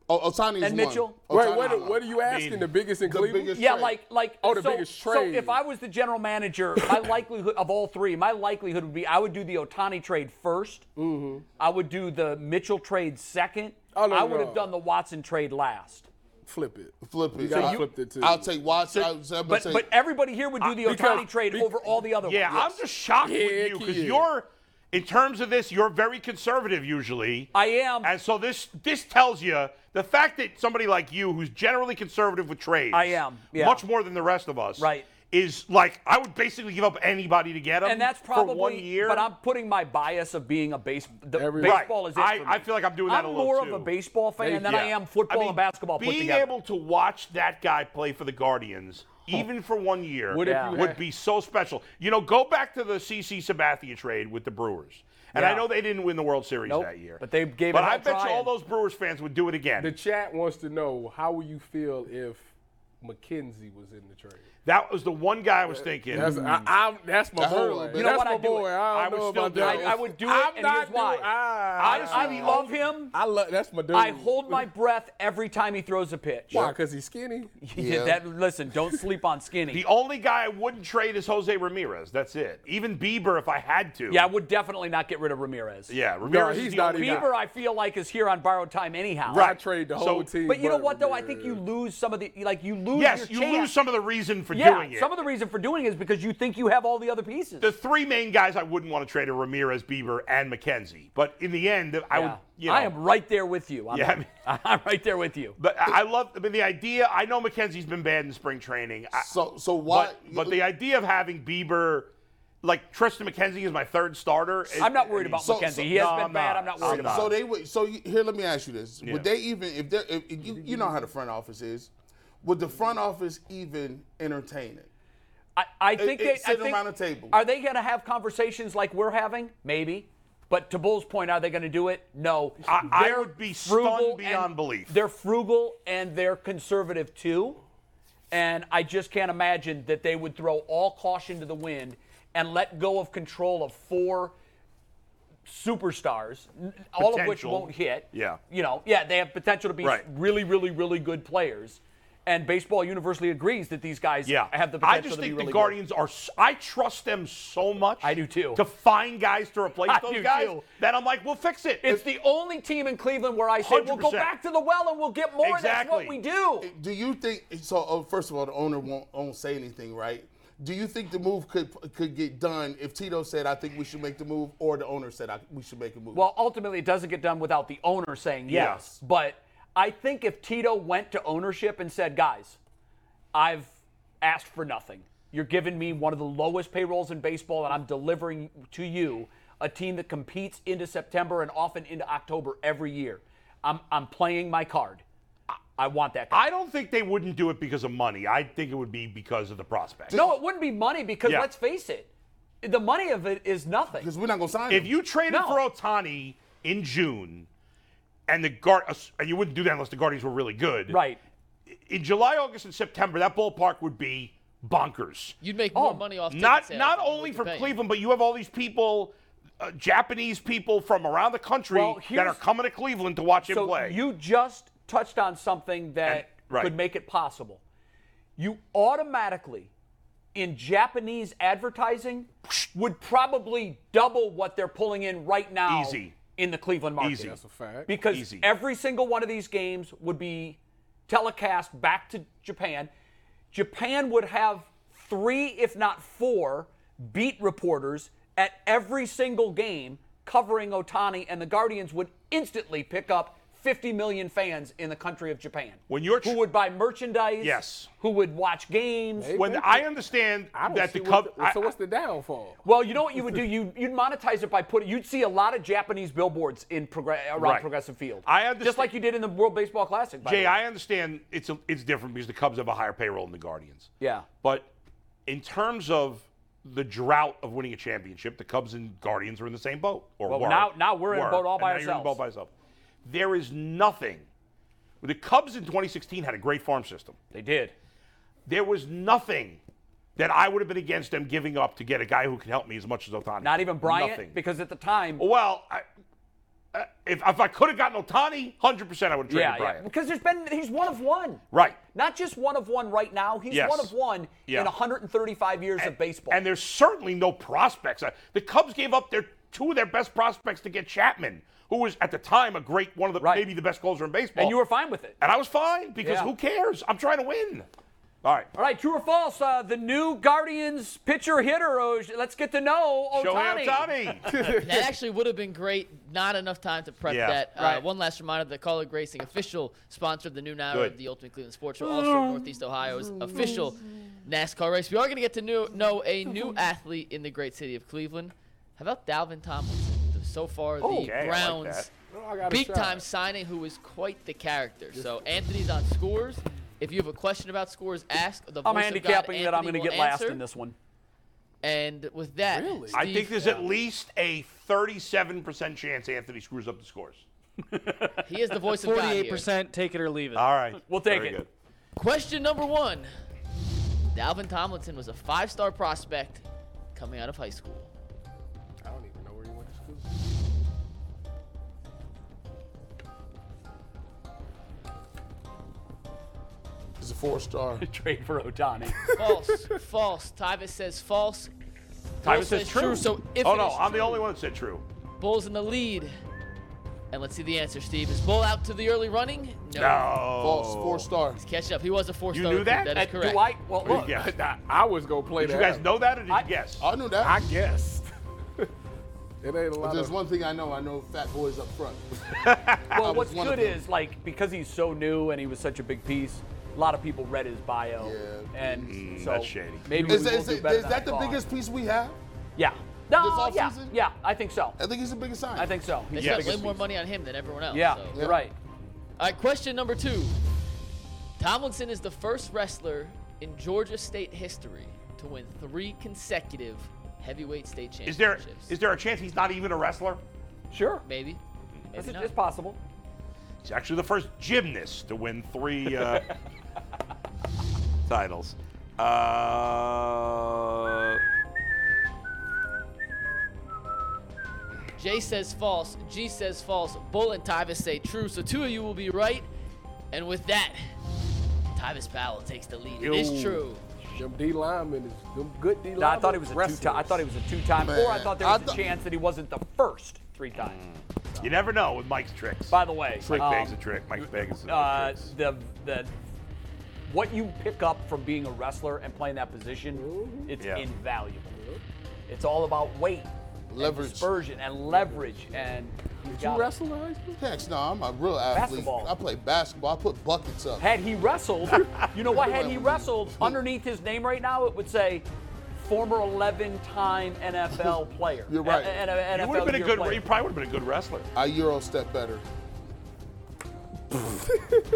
[SPEAKER 5] Oh, Otani is
[SPEAKER 2] And
[SPEAKER 5] one.
[SPEAKER 2] Mitchell?
[SPEAKER 4] Wait,
[SPEAKER 5] Ohtani
[SPEAKER 4] what,
[SPEAKER 5] is one.
[SPEAKER 4] what are you asking? the biggest in
[SPEAKER 5] The
[SPEAKER 4] Cleveland?
[SPEAKER 5] biggest-
[SPEAKER 2] Yeah,
[SPEAKER 5] trade.
[SPEAKER 2] like like
[SPEAKER 4] Oh, the
[SPEAKER 2] so,
[SPEAKER 4] biggest
[SPEAKER 2] So
[SPEAKER 4] trade.
[SPEAKER 2] if I was the general manager, my likelihood of all three, my likelihood would be I would do the Otani trade 1st
[SPEAKER 4] Mm-hmm.
[SPEAKER 2] I would do the Mitchell trade second.
[SPEAKER 4] Oh, no,
[SPEAKER 2] I would
[SPEAKER 4] no.
[SPEAKER 2] have done the Watson trade last.
[SPEAKER 4] Flip it.
[SPEAKER 5] Flip it.
[SPEAKER 4] You gotta
[SPEAKER 5] I-
[SPEAKER 4] flip it, too.
[SPEAKER 5] I'll take Watson. I'll, I'm
[SPEAKER 2] But
[SPEAKER 5] take,
[SPEAKER 2] but everybody here would do the
[SPEAKER 4] because-
[SPEAKER 2] Otani trade
[SPEAKER 4] be-
[SPEAKER 2] over all the other
[SPEAKER 3] Yeah,
[SPEAKER 2] ones.
[SPEAKER 3] I'm just shocked
[SPEAKER 4] Yeah,
[SPEAKER 3] with you because
[SPEAKER 4] yeah.
[SPEAKER 3] you're, in terms of this, you're very conservative usually.
[SPEAKER 2] I am.
[SPEAKER 3] And so this this tells you the fact that somebody like you, who's generally conservative with trades,
[SPEAKER 2] I am, yeah.
[SPEAKER 3] much more than the rest of us,
[SPEAKER 2] Right.
[SPEAKER 3] Is like I would basically give up anybody to get him,
[SPEAKER 2] and that's probably
[SPEAKER 3] for one year.
[SPEAKER 2] But I'm putting my bias of being a base. The
[SPEAKER 4] Everybody-
[SPEAKER 2] baseball is it.
[SPEAKER 3] I-
[SPEAKER 2] for me.
[SPEAKER 3] I feel like I'm doing that
[SPEAKER 2] I'm
[SPEAKER 3] a little
[SPEAKER 2] more
[SPEAKER 3] too.
[SPEAKER 2] of a baseball fan than I
[SPEAKER 3] Yeah.
[SPEAKER 2] am football
[SPEAKER 3] I mean,
[SPEAKER 2] and basketball put
[SPEAKER 3] Being
[SPEAKER 2] together. Oh.
[SPEAKER 3] able to watch that guy play for the Guardians, even for one year,
[SPEAKER 4] What if you
[SPEAKER 3] would
[SPEAKER 4] had-
[SPEAKER 3] be so special. You know, go back to the CC Sabathia trade with the Brewers. And I
[SPEAKER 2] Yeah.
[SPEAKER 3] know they didn't win the World Series
[SPEAKER 2] Nope,
[SPEAKER 3] that year.
[SPEAKER 2] but they gave
[SPEAKER 3] But
[SPEAKER 2] it
[SPEAKER 3] I
[SPEAKER 2] all
[SPEAKER 3] bet you all
[SPEAKER 2] trying.
[SPEAKER 3] those Brewers fans would do it again.
[SPEAKER 4] The chat wants to know how would you feel if McKenzie was in the trade?
[SPEAKER 3] that was the one guy I was thinking.
[SPEAKER 4] Uh, That's I, I, that's my
[SPEAKER 5] That hurt a
[SPEAKER 4] boy.
[SPEAKER 5] little bit.
[SPEAKER 4] You
[SPEAKER 5] You know
[SPEAKER 4] that's
[SPEAKER 2] what,
[SPEAKER 4] my
[SPEAKER 2] I'd do
[SPEAKER 4] boy.
[SPEAKER 2] it.
[SPEAKER 4] I
[SPEAKER 3] I would
[SPEAKER 4] don't know
[SPEAKER 3] still
[SPEAKER 4] about
[SPEAKER 3] do
[SPEAKER 4] that.
[SPEAKER 3] it.
[SPEAKER 2] I- I would do it,
[SPEAKER 4] I'm
[SPEAKER 2] and
[SPEAKER 4] not
[SPEAKER 2] here's why.
[SPEAKER 4] doing- I,
[SPEAKER 3] Honestly,
[SPEAKER 2] I
[SPEAKER 3] the
[SPEAKER 2] love
[SPEAKER 3] only-
[SPEAKER 2] him.
[SPEAKER 4] I love. That's my dude.
[SPEAKER 2] I hold my breath every time he throws a pitch.
[SPEAKER 4] Why? Because he's skinny.
[SPEAKER 5] Yeah.
[SPEAKER 2] that, listen, don't sleep on skinny.
[SPEAKER 3] The only guy I wouldn't trade is Jose Ramirez. That's it. Even Bieber, if I had to.
[SPEAKER 2] yeah, I would definitely not get rid of Ramirez.
[SPEAKER 3] Yeah, Ramirez.
[SPEAKER 4] he's
[SPEAKER 3] is the
[SPEAKER 4] not
[SPEAKER 3] only
[SPEAKER 4] even-
[SPEAKER 3] guy.
[SPEAKER 2] Bieber, I feel like, is here on borrowed time anyhow.
[SPEAKER 4] I trade the
[SPEAKER 3] So-
[SPEAKER 4] whole team.
[SPEAKER 2] But you know
[SPEAKER 4] Bert
[SPEAKER 2] what, though? I think you
[SPEAKER 4] Ramirez.
[SPEAKER 2] lose some of the, like, you lose
[SPEAKER 3] Yes,
[SPEAKER 2] your
[SPEAKER 3] you
[SPEAKER 2] chance.
[SPEAKER 3] lose some of the reason for
[SPEAKER 2] yeah,
[SPEAKER 3] doing it.
[SPEAKER 2] some of the reason for doing it is because you think you have all the other pieces.
[SPEAKER 3] the three main guys I wouldn't want to trade are Ramirez, Bieber, and McKenzie. But in the end, I would.
[SPEAKER 2] Yeah.
[SPEAKER 3] You know,
[SPEAKER 2] I am right there with you. I'm,
[SPEAKER 3] Yeah, I mean-
[SPEAKER 2] I'm right there with you.
[SPEAKER 3] But I I love. I mean, the idea. I know McKenzie's been bad in spring training. I,
[SPEAKER 5] so so why?
[SPEAKER 3] but but the idea of having Bieber, like Tristan McKenzie, is my third starter. it-
[SPEAKER 2] I'm not
[SPEAKER 3] I
[SPEAKER 2] worried
[SPEAKER 3] mean,
[SPEAKER 2] about
[SPEAKER 5] so-
[SPEAKER 2] McKenzie.
[SPEAKER 5] so-
[SPEAKER 2] He has
[SPEAKER 3] No,
[SPEAKER 2] been
[SPEAKER 3] I'm
[SPEAKER 2] bad.
[SPEAKER 3] not.
[SPEAKER 2] I'm not
[SPEAKER 3] I'm
[SPEAKER 2] worried about
[SPEAKER 5] So
[SPEAKER 2] him.
[SPEAKER 5] they would. So you, here, let me ask you this:
[SPEAKER 3] Yeah.
[SPEAKER 5] Would they even if they if if you you know how the front office is? Would the front office even entertain it?
[SPEAKER 2] I, I think
[SPEAKER 5] it-
[SPEAKER 2] they I
[SPEAKER 5] sit
[SPEAKER 2] think-
[SPEAKER 5] around a table.
[SPEAKER 2] Are they going to have conversations like we're having? Maybe. But to Bull's point, are they going to do it? No.
[SPEAKER 3] I- I
[SPEAKER 2] They're
[SPEAKER 3] would be stunned
[SPEAKER 2] frugal
[SPEAKER 3] beyond
[SPEAKER 2] and-
[SPEAKER 3] belief.
[SPEAKER 2] They're frugal and they're conservative too. And I just can't imagine that they would throw all caution to the wind and let go of control of four superstars, n- all of which
[SPEAKER 3] Potential.
[SPEAKER 2] won't hit.
[SPEAKER 3] Yeah.
[SPEAKER 2] You know, yeah, they have potential to be
[SPEAKER 3] Right.
[SPEAKER 2] really, really, really good players. And baseball universally agrees that these guys
[SPEAKER 3] Yeah,
[SPEAKER 2] have the
[SPEAKER 3] I
[SPEAKER 2] potential
[SPEAKER 3] just
[SPEAKER 2] to
[SPEAKER 3] think
[SPEAKER 2] be really
[SPEAKER 3] the
[SPEAKER 2] good.
[SPEAKER 3] Guardians are. s- I trust them so much.
[SPEAKER 2] I do too.
[SPEAKER 3] To find guys to replace
[SPEAKER 2] I do
[SPEAKER 3] those guys,
[SPEAKER 2] too.
[SPEAKER 3] that I'm like, we'll fix it.
[SPEAKER 2] It's the only team in Cleveland where I say we will go
[SPEAKER 3] 100%.
[SPEAKER 2] back to the well and we'll get more.
[SPEAKER 3] Exactly.
[SPEAKER 2] And that's what we do.
[SPEAKER 5] Do you think so? Oh, first of all, the owner won't, won't say anything, right? Do you think the move could could get done if Tito said, "I think we should make the move," or the owner said, I, "We should make a move"?
[SPEAKER 2] Well, ultimately, it doesn't get done without the owner saying yes.
[SPEAKER 3] Yes.
[SPEAKER 2] But I think if Tito went to ownership and said, "Guys, I've asked for nothing. You're giving me one of the lowest payrolls in baseball, and I'm delivering to you a team that competes into September and often into October every year. I'm I'm playing my card. I, I want that. Card.
[SPEAKER 3] I don't think they wouldn't do it because of money. I think it would be because of the prospect.
[SPEAKER 2] no, it wouldn't be money because
[SPEAKER 3] Yeah.
[SPEAKER 2] let's face it, the money of it is nothing.
[SPEAKER 5] because we're not gonna sign
[SPEAKER 3] If
[SPEAKER 5] him.
[SPEAKER 3] you traded
[SPEAKER 2] No.
[SPEAKER 3] for Otani in June, and the guard, and you wouldn't do that unless the Guardians were really good.
[SPEAKER 2] Right.
[SPEAKER 3] In July, August, and September, that ballpark would be bonkers.
[SPEAKER 1] You'd make more money off ticket
[SPEAKER 3] Oh, Not
[SPEAKER 1] sales
[SPEAKER 3] not
[SPEAKER 1] than you
[SPEAKER 3] only
[SPEAKER 1] would
[SPEAKER 3] from
[SPEAKER 1] paying.
[SPEAKER 3] Cleveland, but you have all these people, uh, Japanese people from around the country
[SPEAKER 2] Well,
[SPEAKER 3] that are
[SPEAKER 2] here's-
[SPEAKER 3] coming to Cleveland to watch
[SPEAKER 2] so
[SPEAKER 3] him play.
[SPEAKER 2] you just touched on something that
[SPEAKER 3] And- right.
[SPEAKER 2] could make it possible. You automatically, in Japanese advertising, would probably double what they're pulling in right now
[SPEAKER 3] Easy.
[SPEAKER 2] in the Cleveland market.
[SPEAKER 3] Easy.
[SPEAKER 4] That's a fact.
[SPEAKER 2] Because
[SPEAKER 3] Easy.
[SPEAKER 2] every single one of these games would be telecast back to Japan. Japan would have three, if not four, beat reporters at every single game covering Otani, and the Guardians would instantly pick up 50 million fans in the country of Japan.
[SPEAKER 3] When you're
[SPEAKER 2] who
[SPEAKER 3] tr-
[SPEAKER 2] would buy merchandise?
[SPEAKER 3] Yes.
[SPEAKER 2] Who would watch games?
[SPEAKER 3] When I understand
[SPEAKER 4] I don't
[SPEAKER 3] that
[SPEAKER 4] see
[SPEAKER 3] the
[SPEAKER 4] what
[SPEAKER 3] Cubs.
[SPEAKER 4] the- so what's the downfall?
[SPEAKER 2] Well, you know what you would do? You, you'd monetize it by putting. You'd see a lot of Japanese billboards in progr- around
[SPEAKER 3] Right.
[SPEAKER 2] Progressive Field.
[SPEAKER 3] I
[SPEAKER 2] Just
[SPEAKER 3] understand-
[SPEAKER 2] like you did in the World Baseball Classic. By
[SPEAKER 3] Jay,
[SPEAKER 2] the way.
[SPEAKER 3] I understand it's a, it's different because the Cubs have a higher payroll than the Guardians.
[SPEAKER 2] Yeah.
[SPEAKER 3] But in terms of the drought of winning a championship, the Cubs and Guardians were in the same boat. Or
[SPEAKER 2] Well,
[SPEAKER 3] were.
[SPEAKER 2] now- now we're in a
[SPEAKER 3] Were.
[SPEAKER 2] boat all by
[SPEAKER 3] And now you're in a
[SPEAKER 2] ourselves.
[SPEAKER 3] boat by yourself. There is nothing. The Cubs in 2016 had a great farm system.
[SPEAKER 2] They did.
[SPEAKER 3] There was nothing that I would have been against them giving up to get a guy who can help me as much as Otani.
[SPEAKER 2] Not even Bryant,
[SPEAKER 3] Nothing.
[SPEAKER 2] because at the time.
[SPEAKER 3] well, I, uh, if, if I could have gotten Otani, 100% I would have traded
[SPEAKER 2] yeah, yeah,
[SPEAKER 3] Bryant.
[SPEAKER 2] because there's been he's one of one.
[SPEAKER 3] Right.
[SPEAKER 2] Not just one of one right now. He's
[SPEAKER 3] Yes.
[SPEAKER 2] one of one
[SPEAKER 3] Yeah.
[SPEAKER 2] in 135 years of baseball.
[SPEAKER 3] And there's certainly no prospects. Uh, The Cubs gave up their two of their best prospects to get Chapman, who was at the time a great one of the
[SPEAKER 2] Right.
[SPEAKER 3] maybe the best closer in baseball.
[SPEAKER 2] And you were fine with it.
[SPEAKER 3] and I was fine because
[SPEAKER 2] Yeah.
[SPEAKER 3] who cares? I'm trying to win. All right.
[SPEAKER 2] All right, true or false? Uh, the new Guardians pitcher hitter. Oh, let's get to know
[SPEAKER 3] Shohei
[SPEAKER 2] Otani.
[SPEAKER 3] Ohtani.
[SPEAKER 1] that actually would have been great. Not enough time to prep
[SPEAKER 3] Yeah.
[SPEAKER 1] that. Uh,
[SPEAKER 2] Right.
[SPEAKER 1] One last reminder: the Color Gracing official sponsor of the noon hour
[SPEAKER 3] Good.
[SPEAKER 1] of the Ultimate Cleveland Sports Show, also Northeast Ohio's official NASCAR race. We are going to get to new, know a new athlete in the great city of Cleveland. How about Dalvin Tomlinson? So far, the
[SPEAKER 3] Oh, Okay, I like
[SPEAKER 1] Browns
[SPEAKER 3] that.
[SPEAKER 4] Well, I got a
[SPEAKER 1] big
[SPEAKER 4] shot.
[SPEAKER 1] time signing who is quite the character. So Anthony's on scores. If you have a question about scores, ask the
[SPEAKER 2] I'm
[SPEAKER 1] voice of God,
[SPEAKER 2] handicapping that I'm
[SPEAKER 1] Anthony
[SPEAKER 2] going to get
[SPEAKER 1] will
[SPEAKER 2] last
[SPEAKER 1] answer.
[SPEAKER 2] in this one.
[SPEAKER 1] And with that,
[SPEAKER 4] Really?
[SPEAKER 1] Steve,
[SPEAKER 3] I think there's at least a 37% chance Anthony screws up the scores.
[SPEAKER 1] he is the voice of God
[SPEAKER 6] Forty-eight
[SPEAKER 1] here.
[SPEAKER 6] percent. Take it or leave it.
[SPEAKER 3] All right.
[SPEAKER 2] We'll take it.
[SPEAKER 1] Question number one Dalvin Tomlinson was a five star prospect coming out of high school.
[SPEAKER 4] I don't even know where you went to school.
[SPEAKER 5] It's a four star.
[SPEAKER 2] Trade for Otani.
[SPEAKER 1] False, false. Tyvis says false.
[SPEAKER 3] Tyler
[SPEAKER 1] Bull
[SPEAKER 3] says true.
[SPEAKER 1] So if
[SPEAKER 3] oh
[SPEAKER 1] it
[SPEAKER 3] no,
[SPEAKER 1] is
[SPEAKER 3] I'm
[SPEAKER 1] true,
[SPEAKER 3] the only one that said true.
[SPEAKER 1] Bull's in the lead. And let's see the answer, Steve. Is Bull out to the early running? No.
[SPEAKER 3] No.
[SPEAKER 5] False, four star.
[SPEAKER 1] Catch up. He was a four
[SPEAKER 3] You
[SPEAKER 1] star.
[SPEAKER 3] knew that?
[SPEAKER 1] That is
[SPEAKER 2] Uh,
[SPEAKER 1] correct.
[SPEAKER 2] Do I? Well, look.
[SPEAKER 3] Yeah.
[SPEAKER 4] Nah, I was gonna play
[SPEAKER 3] Did you
[SPEAKER 4] that.
[SPEAKER 3] guys know that or did you
[SPEAKER 2] I-
[SPEAKER 3] guess?
[SPEAKER 5] I knew that.
[SPEAKER 4] I guessed. it ain't a lot.
[SPEAKER 5] But there's
[SPEAKER 4] Of,
[SPEAKER 5] one thing I know. I know fat boys up front.
[SPEAKER 2] Well,
[SPEAKER 5] was
[SPEAKER 2] what's
[SPEAKER 5] one of
[SPEAKER 2] good
[SPEAKER 5] them.
[SPEAKER 2] is like because he's so new and he was such a big piece. A lot of people read his bio,
[SPEAKER 5] Yeah. Mm,
[SPEAKER 2] and so
[SPEAKER 3] that's shady.
[SPEAKER 2] maybe
[SPEAKER 5] Is,
[SPEAKER 2] we will
[SPEAKER 5] is,
[SPEAKER 2] do
[SPEAKER 5] is
[SPEAKER 2] better than I
[SPEAKER 5] that the
[SPEAKER 2] thought.
[SPEAKER 5] biggest piece we have?
[SPEAKER 2] Yeah. No.
[SPEAKER 5] this
[SPEAKER 2] yeah.
[SPEAKER 5] offseason?
[SPEAKER 2] Yeah. I think so.
[SPEAKER 5] I think it's the biggest sign.
[SPEAKER 2] I think so.
[SPEAKER 1] They
[SPEAKER 3] Yes.
[SPEAKER 1] spent way more money on him than everyone else.
[SPEAKER 2] Yeah.
[SPEAKER 1] so.
[SPEAKER 2] You're right.
[SPEAKER 1] All right, question number two. Tomlinson is the first wrestler in Georgia state history to win three consecutive heavyweight state
[SPEAKER 3] Is there
[SPEAKER 1] championships.
[SPEAKER 3] is there a chance he's not even a wrestler?
[SPEAKER 2] Sure.
[SPEAKER 1] Maybe.
[SPEAKER 2] It's,
[SPEAKER 5] Mm-hmm.
[SPEAKER 1] Maybe not.
[SPEAKER 2] it's possible.
[SPEAKER 3] He's actually the first gymnast to win three uh, titles. Uh,
[SPEAKER 1] Jay says false. G says false. Bull and Tyvis say true. So two of you will be right. And with that, Tyvis Powell takes the lead. It is
[SPEAKER 3] Yo.
[SPEAKER 1] true.
[SPEAKER 4] them D linemen is them good D linemen.
[SPEAKER 2] No, I thought it was a two time. I thought it was a two time, or I
[SPEAKER 5] Man,
[SPEAKER 2] thought there
[SPEAKER 5] I
[SPEAKER 2] was a
[SPEAKER 5] thought- Mm.
[SPEAKER 2] chance that he wasn't the first three times.
[SPEAKER 3] you never know with Mike's tricks.
[SPEAKER 2] By the way,
[SPEAKER 3] Mike
[SPEAKER 2] um,
[SPEAKER 3] Baggs a trick. Mike Baggs is a
[SPEAKER 2] uh,
[SPEAKER 3] tricks.
[SPEAKER 2] the the what you pick up from being a wrestler and playing that position, it's
[SPEAKER 3] Yeah.
[SPEAKER 2] invaluable. It's all about weight,
[SPEAKER 5] Leverage.
[SPEAKER 2] dispersion, and leverage, and you
[SPEAKER 4] You
[SPEAKER 2] got it.
[SPEAKER 4] wrestle in high school?
[SPEAKER 5] Heck, no, I'm a real athlete.
[SPEAKER 2] Basketball.
[SPEAKER 5] I play basketball. I put buckets up.
[SPEAKER 2] Had he wrestled, you know what? Had he wrestled, underneath his name right now, it would say former 11-time NFL player.
[SPEAKER 5] You're right.
[SPEAKER 2] And a- and a
[SPEAKER 3] you would have
[SPEAKER 2] NFL
[SPEAKER 3] been a
[SPEAKER 2] year
[SPEAKER 3] good.
[SPEAKER 2] player.
[SPEAKER 3] You probably would have been a good wrestler.
[SPEAKER 5] I euro step better.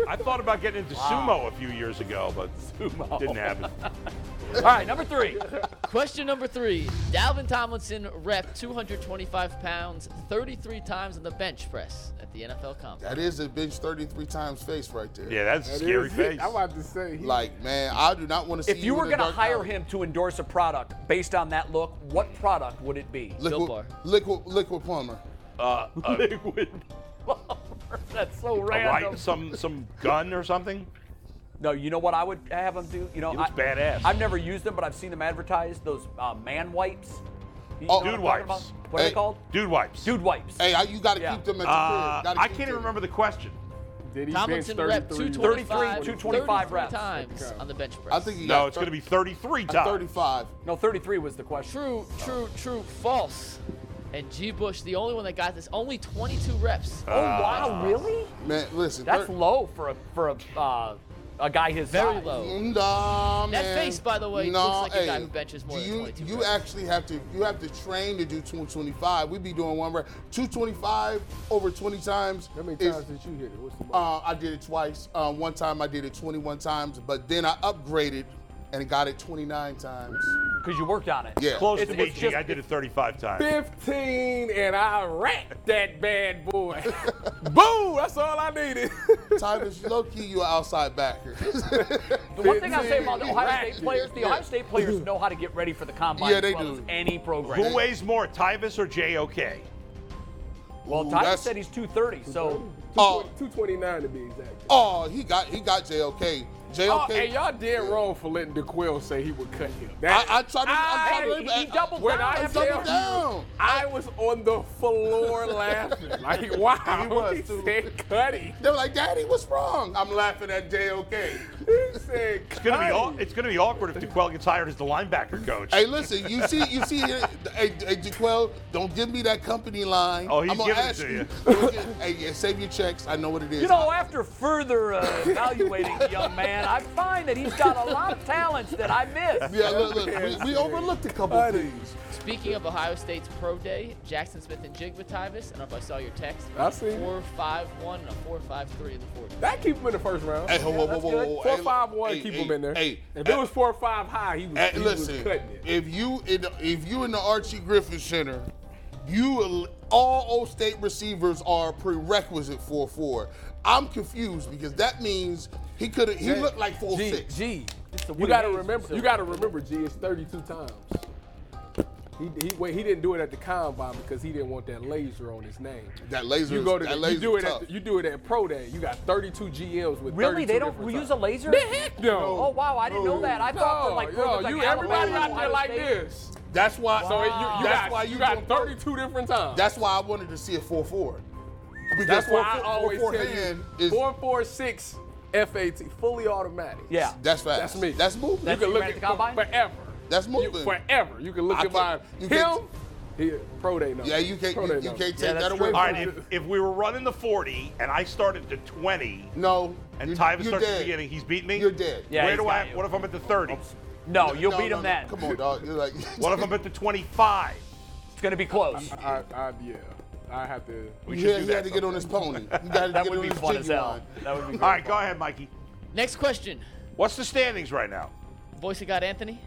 [SPEAKER 3] I thought about getting into sumo a few years ago, but didn't happen.
[SPEAKER 2] All right, number three.
[SPEAKER 1] Question number three. Dalvin Tomlinson repped 225 pounds 33 times on the bench press at the NFL Combine.
[SPEAKER 5] That is a bench 33 times face right there.
[SPEAKER 3] Yeah, that's a scary face.
[SPEAKER 4] I'm about to say. He,
[SPEAKER 5] Like, man, I do not want to see
[SPEAKER 2] If you were
[SPEAKER 5] in the
[SPEAKER 2] going to
[SPEAKER 5] dark
[SPEAKER 2] hire
[SPEAKER 5] alley.
[SPEAKER 2] him to endorse a product based on that look, what product would it be?
[SPEAKER 1] Bill
[SPEAKER 5] liquid,
[SPEAKER 1] Barr.
[SPEAKER 5] liquid, liquid plumber.
[SPEAKER 3] Uh, a,
[SPEAKER 2] That's so
[SPEAKER 3] a
[SPEAKER 2] random.
[SPEAKER 3] right, some some gun or something.
[SPEAKER 2] No, you know what I would have him do? You know,
[SPEAKER 3] He looks
[SPEAKER 2] I,
[SPEAKER 3] badass.
[SPEAKER 2] I've never used them, but I've seen them advertised. Those uh, man wipes. You
[SPEAKER 5] Oh.
[SPEAKER 2] know what
[SPEAKER 3] Dude
[SPEAKER 2] I'm talking
[SPEAKER 3] wipes.
[SPEAKER 2] about? What are
[SPEAKER 5] Hey.
[SPEAKER 2] they called?
[SPEAKER 3] Dude wipes.
[SPEAKER 2] Dude wipes.
[SPEAKER 5] Hey, I, you got to
[SPEAKER 2] Yeah.
[SPEAKER 5] keep them at the
[SPEAKER 3] Uh,
[SPEAKER 5] crib. Gotta
[SPEAKER 3] I can't
[SPEAKER 5] keep them.
[SPEAKER 3] even remember the question.
[SPEAKER 4] Did he
[SPEAKER 1] Tomlinson
[SPEAKER 4] bench
[SPEAKER 1] rep
[SPEAKER 4] 33?
[SPEAKER 1] 225,
[SPEAKER 2] 225 reps.
[SPEAKER 1] 33 times on the bench press.
[SPEAKER 5] I think he
[SPEAKER 3] No,
[SPEAKER 5] got
[SPEAKER 3] it's going to be 33 times.
[SPEAKER 5] 35.
[SPEAKER 2] No, 33 was the question.
[SPEAKER 1] True, true, true, false. And G. Bush, the only one that got this, only 22 reps.
[SPEAKER 3] Ah.
[SPEAKER 2] Oh wow, really?
[SPEAKER 5] Man, listen.
[SPEAKER 2] That's
[SPEAKER 5] thir-
[SPEAKER 2] low for a for a uh, a guy his
[SPEAKER 1] Very
[SPEAKER 2] size.
[SPEAKER 1] low.
[SPEAKER 5] Nah,
[SPEAKER 1] That
[SPEAKER 5] man.
[SPEAKER 1] face, by the way,
[SPEAKER 5] Nah,
[SPEAKER 1] looks like a guy
[SPEAKER 5] hey,
[SPEAKER 1] who benches more than
[SPEAKER 5] you,
[SPEAKER 1] 22
[SPEAKER 5] You
[SPEAKER 1] reps.
[SPEAKER 5] actually have to you have to train to do 225. We be doing one rep. 225 over 20 times.
[SPEAKER 4] How many
[SPEAKER 5] is-
[SPEAKER 4] times did you hit it? What's the most?
[SPEAKER 5] uh, I did it twice. Uh, one time I did it 21 times, but then I upgraded and got it 29 times.
[SPEAKER 2] Because you worked on it.
[SPEAKER 5] Yeah.
[SPEAKER 3] Close
[SPEAKER 2] It's-
[SPEAKER 3] to me,
[SPEAKER 2] it's
[SPEAKER 3] G.
[SPEAKER 2] just-
[SPEAKER 3] I did it 35 times.
[SPEAKER 4] 15 and I racked that bad boy. Boom! That's all I needed.
[SPEAKER 5] Tyvus, low key, you an outside backer.
[SPEAKER 2] The one thing I'll say about the Ohio
[SPEAKER 4] Right.
[SPEAKER 2] State players, the Ohio State players know how to get ready for the combine
[SPEAKER 5] Yeah,
[SPEAKER 2] as
[SPEAKER 5] they
[SPEAKER 2] well
[SPEAKER 5] do.
[SPEAKER 2] as any program.
[SPEAKER 3] Who weighs more, Tyvus or JOK?
[SPEAKER 2] well,
[SPEAKER 5] Ooh,
[SPEAKER 2] Tyler
[SPEAKER 5] that's-
[SPEAKER 2] said he's 230, so
[SPEAKER 5] Oh.
[SPEAKER 4] 229 to be exact.
[SPEAKER 5] oh, he got he got JOK. JOK.
[SPEAKER 4] Oh, and y'all did wrong for letting DeQuell say he would cut him.
[SPEAKER 5] I,
[SPEAKER 4] That-
[SPEAKER 5] I tried to. I,
[SPEAKER 2] Hey,
[SPEAKER 5] tried
[SPEAKER 2] he,
[SPEAKER 5] to-
[SPEAKER 2] he doubled
[SPEAKER 4] when
[SPEAKER 2] down.
[SPEAKER 4] I
[SPEAKER 5] I
[SPEAKER 2] after
[SPEAKER 5] doubled
[SPEAKER 4] tell
[SPEAKER 2] that.
[SPEAKER 5] down.
[SPEAKER 4] I was on the floor laughing. Like, wow.
[SPEAKER 5] He was, too.
[SPEAKER 4] said Cuddy.
[SPEAKER 5] They were like, Daddy, what's wrong? I'm laughing at JOK.
[SPEAKER 4] He said
[SPEAKER 3] It's gonna be
[SPEAKER 4] Cuddy.
[SPEAKER 3] au- it's gonna be awkward if DeQuell gets hired as the linebacker coach.
[SPEAKER 5] Hey, listen, you see, you see, here- hey, hey, Jaquel, don't give me that company line.
[SPEAKER 3] Oh, he's
[SPEAKER 5] I'm gonna
[SPEAKER 3] giving it
[SPEAKER 5] ask
[SPEAKER 3] to you.
[SPEAKER 5] Don't get- hey, yeah, save your checks. I know what it is.
[SPEAKER 2] You know, after further uh, evaluating the young man, I find that he's got a lot of talents that I missed.
[SPEAKER 5] yeah, look, look, we, we overlooked a couple
[SPEAKER 4] Buddy.
[SPEAKER 5] things.
[SPEAKER 1] Speaking of Ohio State's pro day, Jackson Smith and Jigba Tyvus, I don't know if I saw your text.
[SPEAKER 4] I seen it.
[SPEAKER 1] Four five one and a four five three in the fourth.
[SPEAKER 4] That keep him in the first round.
[SPEAKER 5] Hey, whoa, whoa, whoa,
[SPEAKER 4] that's
[SPEAKER 5] whoa,
[SPEAKER 4] good.
[SPEAKER 5] whoa,
[SPEAKER 4] Four
[SPEAKER 5] hey,
[SPEAKER 4] five one,
[SPEAKER 5] hey,
[SPEAKER 4] keep
[SPEAKER 5] hey,
[SPEAKER 4] him in there.
[SPEAKER 5] hey,
[SPEAKER 4] if it
[SPEAKER 5] uh,
[SPEAKER 4] was four five high, he was,
[SPEAKER 5] Hey,
[SPEAKER 4] he was
[SPEAKER 5] listen,
[SPEAKER 4] cutting it.
[SPEAKER 5] if you in- if you in the Archie Griffin Center, you will- all O State receivers are prerequisite for four. I'm confused because that means he could have he looked like four
[SPEAKER 4] G,
[SPEAKER 5] six.
[SPEAKER 4] G.
[SPEAKER 2] It's a
[SPEAKER 4] You
[SPEAKER 2] Willie
[SPEAKER 4] gotta
[SPEAKER 2] Hayes
[SPEAKER 4] remember. You
[SPEAKER 2] facility.
[SPEAKER 4] gotta remember. G is 32 times. He, he wait. He didn't do it at the combine because he didn't want that laser on his name.
[SPEAKER 5] That laser,
[SPEAKER 4] You
[SPEAKER 5] is-
[SPEAKER 4] go to
[SPEAKER 5] that
[SPEAKER 4] the,
[SPEAKER 5] laser
[SPEAKER 4] you do it
[SPEAKER 5] tough.
[SPEAKER 4] at the- you do it at pro day. You got 32 GMs with
[SPEAKER 2] Really,
[SPEAKER 4] 32
[SPEAKER 2] they don't
[SPEAKER 4] different
[SPEAKER 2] we use a
[SPEAKER 4] times.
[SPEAKER 2] laser?
[SPEAKER 4] The heck no.
[SPEAKER 2] Oh wow, I didn't know that. I thought for like
[SPEAKER 4] no,
[SPEAKER 2] programs like
[SPEAKER 4] you
[SPEAKER 2] Alabama,
[SPEAKER 4] everybody out there
[SPEAKER 2] Ohio
[SPEAKER 4] like
[SPEAKER 2] State-
[SPEAKER 4] this.
[SPEAKER 5] that's why.
[SPEAKER 4] So it- you, you
[SPEAKER 5] that's
[SPEAKER 4] got
[SPEAKER 5] why
[SPEAKER 4] you
[SPEAKER 5] you
[SPEAKER 4] got
[SPEAKER 5] don't-
[SPEAKER 4] 32 different times.
[SPEAKER 5] That's why I wanted to see a 4 4. Because
[SPEAKER 4] That's why I
[SPEAKER 5] 4-4
[SPEAKER 4] always
[SPEAKER 5] 4-4
[SPEAKER 4] tell you
[SPEAKER 5] hand is.
[SPEAKER 4] four four six FAT fully automatic.
[SPEAKER 2] Yeah.
[SPEAKER 5] That's fast.
[SPEAKER 4] That's me.
[SPEAKER 5] That's moving.
[SPEAKER 2] That's
[SPEAKER 4] you
[SPEAKER 2] you
[SPEAKER 4] can look
[SPEAKER 2] ran
[SPEAKER 4] at
[SPEAKER 2] at the combine?
[SPEAKER 4] forever.
[SPEAKER 5] That's
[SPEAKER 4] You-
[SPEAKER 5] moving.
[SPEAKER 4] forever. You can look
[SPEAKER 5] I
[SPEAKER 4] at my
[SPEAKER 5] can't- you
[SPEAKER 4] him.
[SPEAKER 5] can't-
[SPEAKER 4] He, pro day number.
[SPEAKER 5] yeah, you can't,
[SPEAKER 4] Pro
[SPEAKER 5] you,
[SPEAKER 4] day
[SPEAKER 5] you
[SPEAKER 4] number.
[SPEAKER 5] can't take
[SPEAKER 2] Yeah,
[SPEAKER 5] that
[SPEAKER 2] that's
[SPEAKER 5] away
[SPEAKER 2] true.
[SPEAKER 5] from
[SPEAKER 3] All right,
[SPEAKER 5] you.
[SPEAKER 3] if, if we were running the 40 and I started to 20
[SPEAKER 5] No.
[SPEAKER 3] and
[SPEAKER 5] you-
[SPEAKER 3] Tyvus
[SPEAKER 5] you're
[SPEAKER 3] starts at
[SPEAKER 5] dead.
[SPEAKER 3] the beginning, he's beat me.
[SPEAKER 5] You're dead.
[SPEAKER 2] Yeah,
[SPEAKER 3] Where
[SPEAKER 2] he's
[SPEAKER 3] do
[SPEAKER 2] got
[SPEAKER 3] I?
[SPEAKER 2] you.
[SPEAKER 3] What if I'm at the 30?
[SPEAKER 2] No, you'll
[SPEAKER 5] No,
[SPEAKER 2] beat
[SPEAKER 5] no,
[SPEAKER 2] him
[SPEAKER 5] no.
[SPEAKER 2] then.
[SPEAKER 5] Come on, dog. You're like.
[SPEAKER 3] What if I'm at the 25?
[SPEAKER 2] It's gonna be close.
[SPEAKER 4] I, I, yeah, I have to.
[SPEAKER 3] We should
[SPEAKER 5] Yeah,
[SPEAKER 3] do
[SPEAKER 5] he
[SPEAKER 3] that.
[SPEAKER 5] had to get on his pony. You
[SPEAKER 2] That
[SPEAKER 5] gotta get
[SPEAKER 2] would
[SPEAKER 5] on
[SPEAKER 2] be
[SPEAKER 5] his
[SPEAKER 2] fun as hell.
[SPEAKER 5] genuine.
[SPEAKER 2] That would be
[SPEAKER 3] All
[SPEAKER 2] great.
[SPEAKER 3] right, go ahead, Mikey.
[SPEAKER 1] Next question.
[SPEAKER 3] What's the standings right now?
[SPEAKER 1] Boise got Anthony.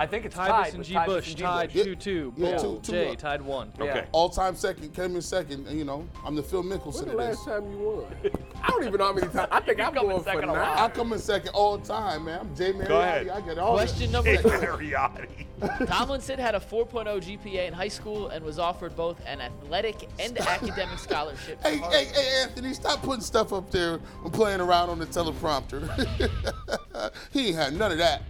[SPEAKER 2] I think it's
[SPEAKER 6] Tybus
[SPEAKER 2] tied.
[SPEAKER 6] and
[SPEAKER 2] with
[SPEAKER 6] G.
[SPEAKER 2] Tybus
[SPEAKER 6] Bush
[SPEAKER 2] and G.
[SPEAKER 6] tied
[SPEAKER 5] Yeah.
[SPEAKER 6] two two.
[SPEAKER 5] Yeah,
[SPEAKER 6] Bull
[SPEAKER 5] two- two
[SPEAKER 6] J
[SPEAKER 5] up.
[SPEAKER 6] tied one.
[SPEAKER 3] Okay.
[SPEAKER 5] All time second, came in second, and you know, I'm the Phil Mickelson
[SPEAKER 4] When the
[SPEAKER 5] of this.
[SPEAKER 4] last time you won? I don't even know how many times. I think
[SPEAKER 2] You
[SPEAKER 4] I'm
[SPEAKER 2] come in
[SPEAKER 4] going for
[SPEAKER 2] second a
[SPEAKER 4] nine.
[SPEAKER 2] lot.
[SPEAKER 5] I come in second all time, man. I'm Jay Mariotti.
[SPEAKER 3] ahead.
[SPEAKER 5] I get all that.
[SPEAKER 1] Question number
[SPEAKER 3] Hey,
[SPEAKER 1] two.
[SPEAKER 3] Mariotti.
[SPEAKER 1] Tomlinson had a 4.0 GPA in high school and was offered both an athletic and academic scholarship. to
[SPEAKER 5] Hey,
[SPEAKER 1] Harvard.
[SPEAKER 5] hey, hey, Anthony, stop putting stuff up there and playing around on the teleprompter. he ain't had none of that.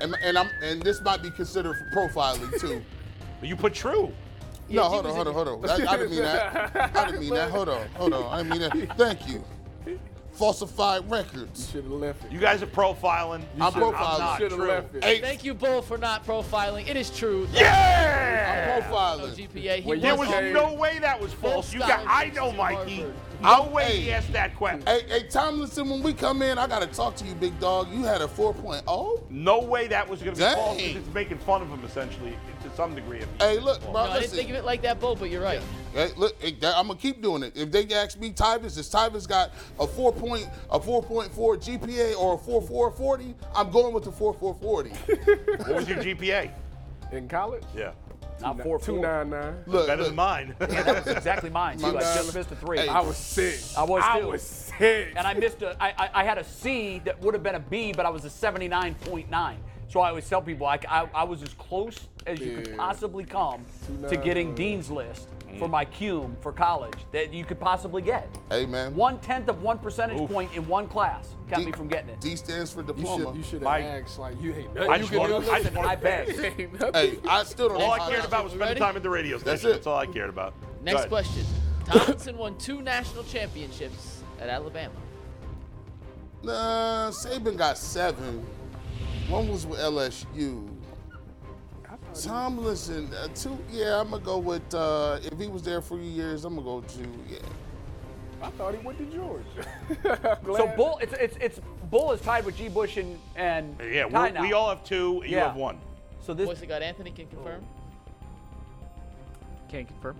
[SPEAKER 5] And, and I'm and this might be considered for profiling too.
[SPEAKER 3] You put true.
[SPEAKER 5] no, hold on, hold on, hold on. I, I didn't mean that. I didn't mean that. Hold on, hold on. I didn't mean that. Thank you. Falsified records.
[SPEAKER 4] Should have left it.
[SPEAKER 3] You guys are profiling.
[SPEAKER 5] I'm
[SPEAKER 3] I'm
[SPEAKER 5] profiling.
[SPEAKER 3] not
[SPEAKER 4] should have
[SPEAKER 3] true.
[SPEAKER 4] left it.
[SPEAKER 5] Eight
[SPEAKER 1] Thank you, Bull, for not profiling. It is true. though.
[SPEAKER 3] Yeah!
[SPEAKER 1] No
[SPEAKER 5] profiling.
[SPEAKER 1] GPA. He
[SPEAKER 4] When
[SPEAKER 3] There
[SPEAKER 4] you
[SPEAKER 3] was
[SPEAKER 4] Okay.
[SPEAKER 3] no way that was false. You got. I know, Mikey. No
[SPEAKER 5] Harvard.
[SPEAKER 3] way
[SPEAKER 5] Hey.
[SPEAKER 3] he asked that question.
[SPEAKER 5] Hey, hey, Tomlinson, when we come in, I gotta talk to you, big dog. You had a oh? 4.0?
[SPEAKER 3] No way that was going to be
[SPEAKER 5] Dang.
[SPEAKER 3] false. 'cause It's making fun of him essentially to some degree. If
[SPEAKER 5] Hey, look, bro.
[SPEAKER 1] No, I didn't
[SPEAKER 5] listen.
[SPEAKER 1] think of it like that, Bull, but you're right.
[SPEAKER 5] Hey, look, I'm gonna keep doing it. If they ask me, Tyvus, is Tyvus got a four point, a four point four GPA or a four four forty? I'm going with the four four forty.
[SPEAKER 3] What was your GPA?
[SPEAKER 4] In college?
[SPEAKER 3] Yeah.
[SPEAKER 2] Not four
[SPEAKER 4] Two
[SPEAKER 2] four.
[SPEAKER 4] nine nine.
[SPEAKER 5] Look,
[SPEAKER 3] Better than
[SPEAKER 5] look,
[SPEAKER 3] mine.
[SPEAKER 2] Exactly mine too. I just missed a three.
[SPEAKER 5] Hey.
[SPEAKER 4] I was sick.
[SPEAKER 2] I was
[SPEAKER 4] I
[SPEAKER 2] too.
[SPEAKER 4] was sick.
[SPEAKER 2] and I missed a. I, I, I had a C that would have been a B, but I was a 79.9. So I always tell people I, I, I was as close as you could
[SPEAKER 4] Yeah.
[SPEAKER 2] possibly come to getting Dean's list,
[SPEAKER 3] Mm.
[SPEAKER 2] for my cume for college that you could possibly get.
[SPEAKER 5] Hey, man.
[SPEAKER 2] One tenth of one percentage point in one class got me from getting it.
[SPEAKER 5] D stands for
[SPEAKER 4] You
[SPEAKER 5] diploma.
[SPEAKER 4] should, you should
[SPEAKER 3] My-
[SPEAKER 4] have asked, like, you ain't nothing.
[SPEAKER 3] I
[SPEAKER 4] you
[SPEAKER 3] just
[SPEAKER 4] can
[SPEAKER 3] wanna-
[SPEAKER 4] do
[SPEAKER 3] I just
[SPEAKER 4] nothing.
[SPEAKER 3] wanna-
[SPEAKER 2] I bet.
[SPEAKER 4] Ain't nothing.
[SPEAKER 5] Hey, I still don't know
[SPEAKER 3] All I
[SPEAKER 5] how
[SPEAKER 3] cared
[SPEAKER 5] that-
[SPEAKER 3] about was spending
[SPEAKER 1] Ready?
[SPEAKER 3] time at the radio station.
[SPEAKER 5] That's
[SPEAKER 3] That's,
[SPEAKER 5] it.
[SPEAKER 3] all I cared about. Go
[SPEAKER 1] Next
[SPEAKER 3] ahead.
[SPEAKER 1] question. Tomlinson won two national championships at Alabama.
[SPEAKER 5] Nah, Saban got seven. One was with LSU. Tomlinson, uh, two. Yeah, I'm gonna go with. Uh, if he was there for years, I'm gonna go to. Yeah,
[SPEAKER 4] I thought he went to George.
[SPEAKER 2] So Bull, it's it's it's Bull is tied with G. Bush and and
[SPEAKER 3] Yeah,
[SPEAKER 2] Ty
[SPEAKER 3] we're-
[SPEAKER 2] now.
[SPEAKER 3] we all have two. You
[SPEAKER 2] Yeah.
[SPEAKER 3] have one.
[SPEAKER 2] So this
[SPEAKER 1] Voice of God Anthony can confirm.
[SPEAKER 6] Can't confirm.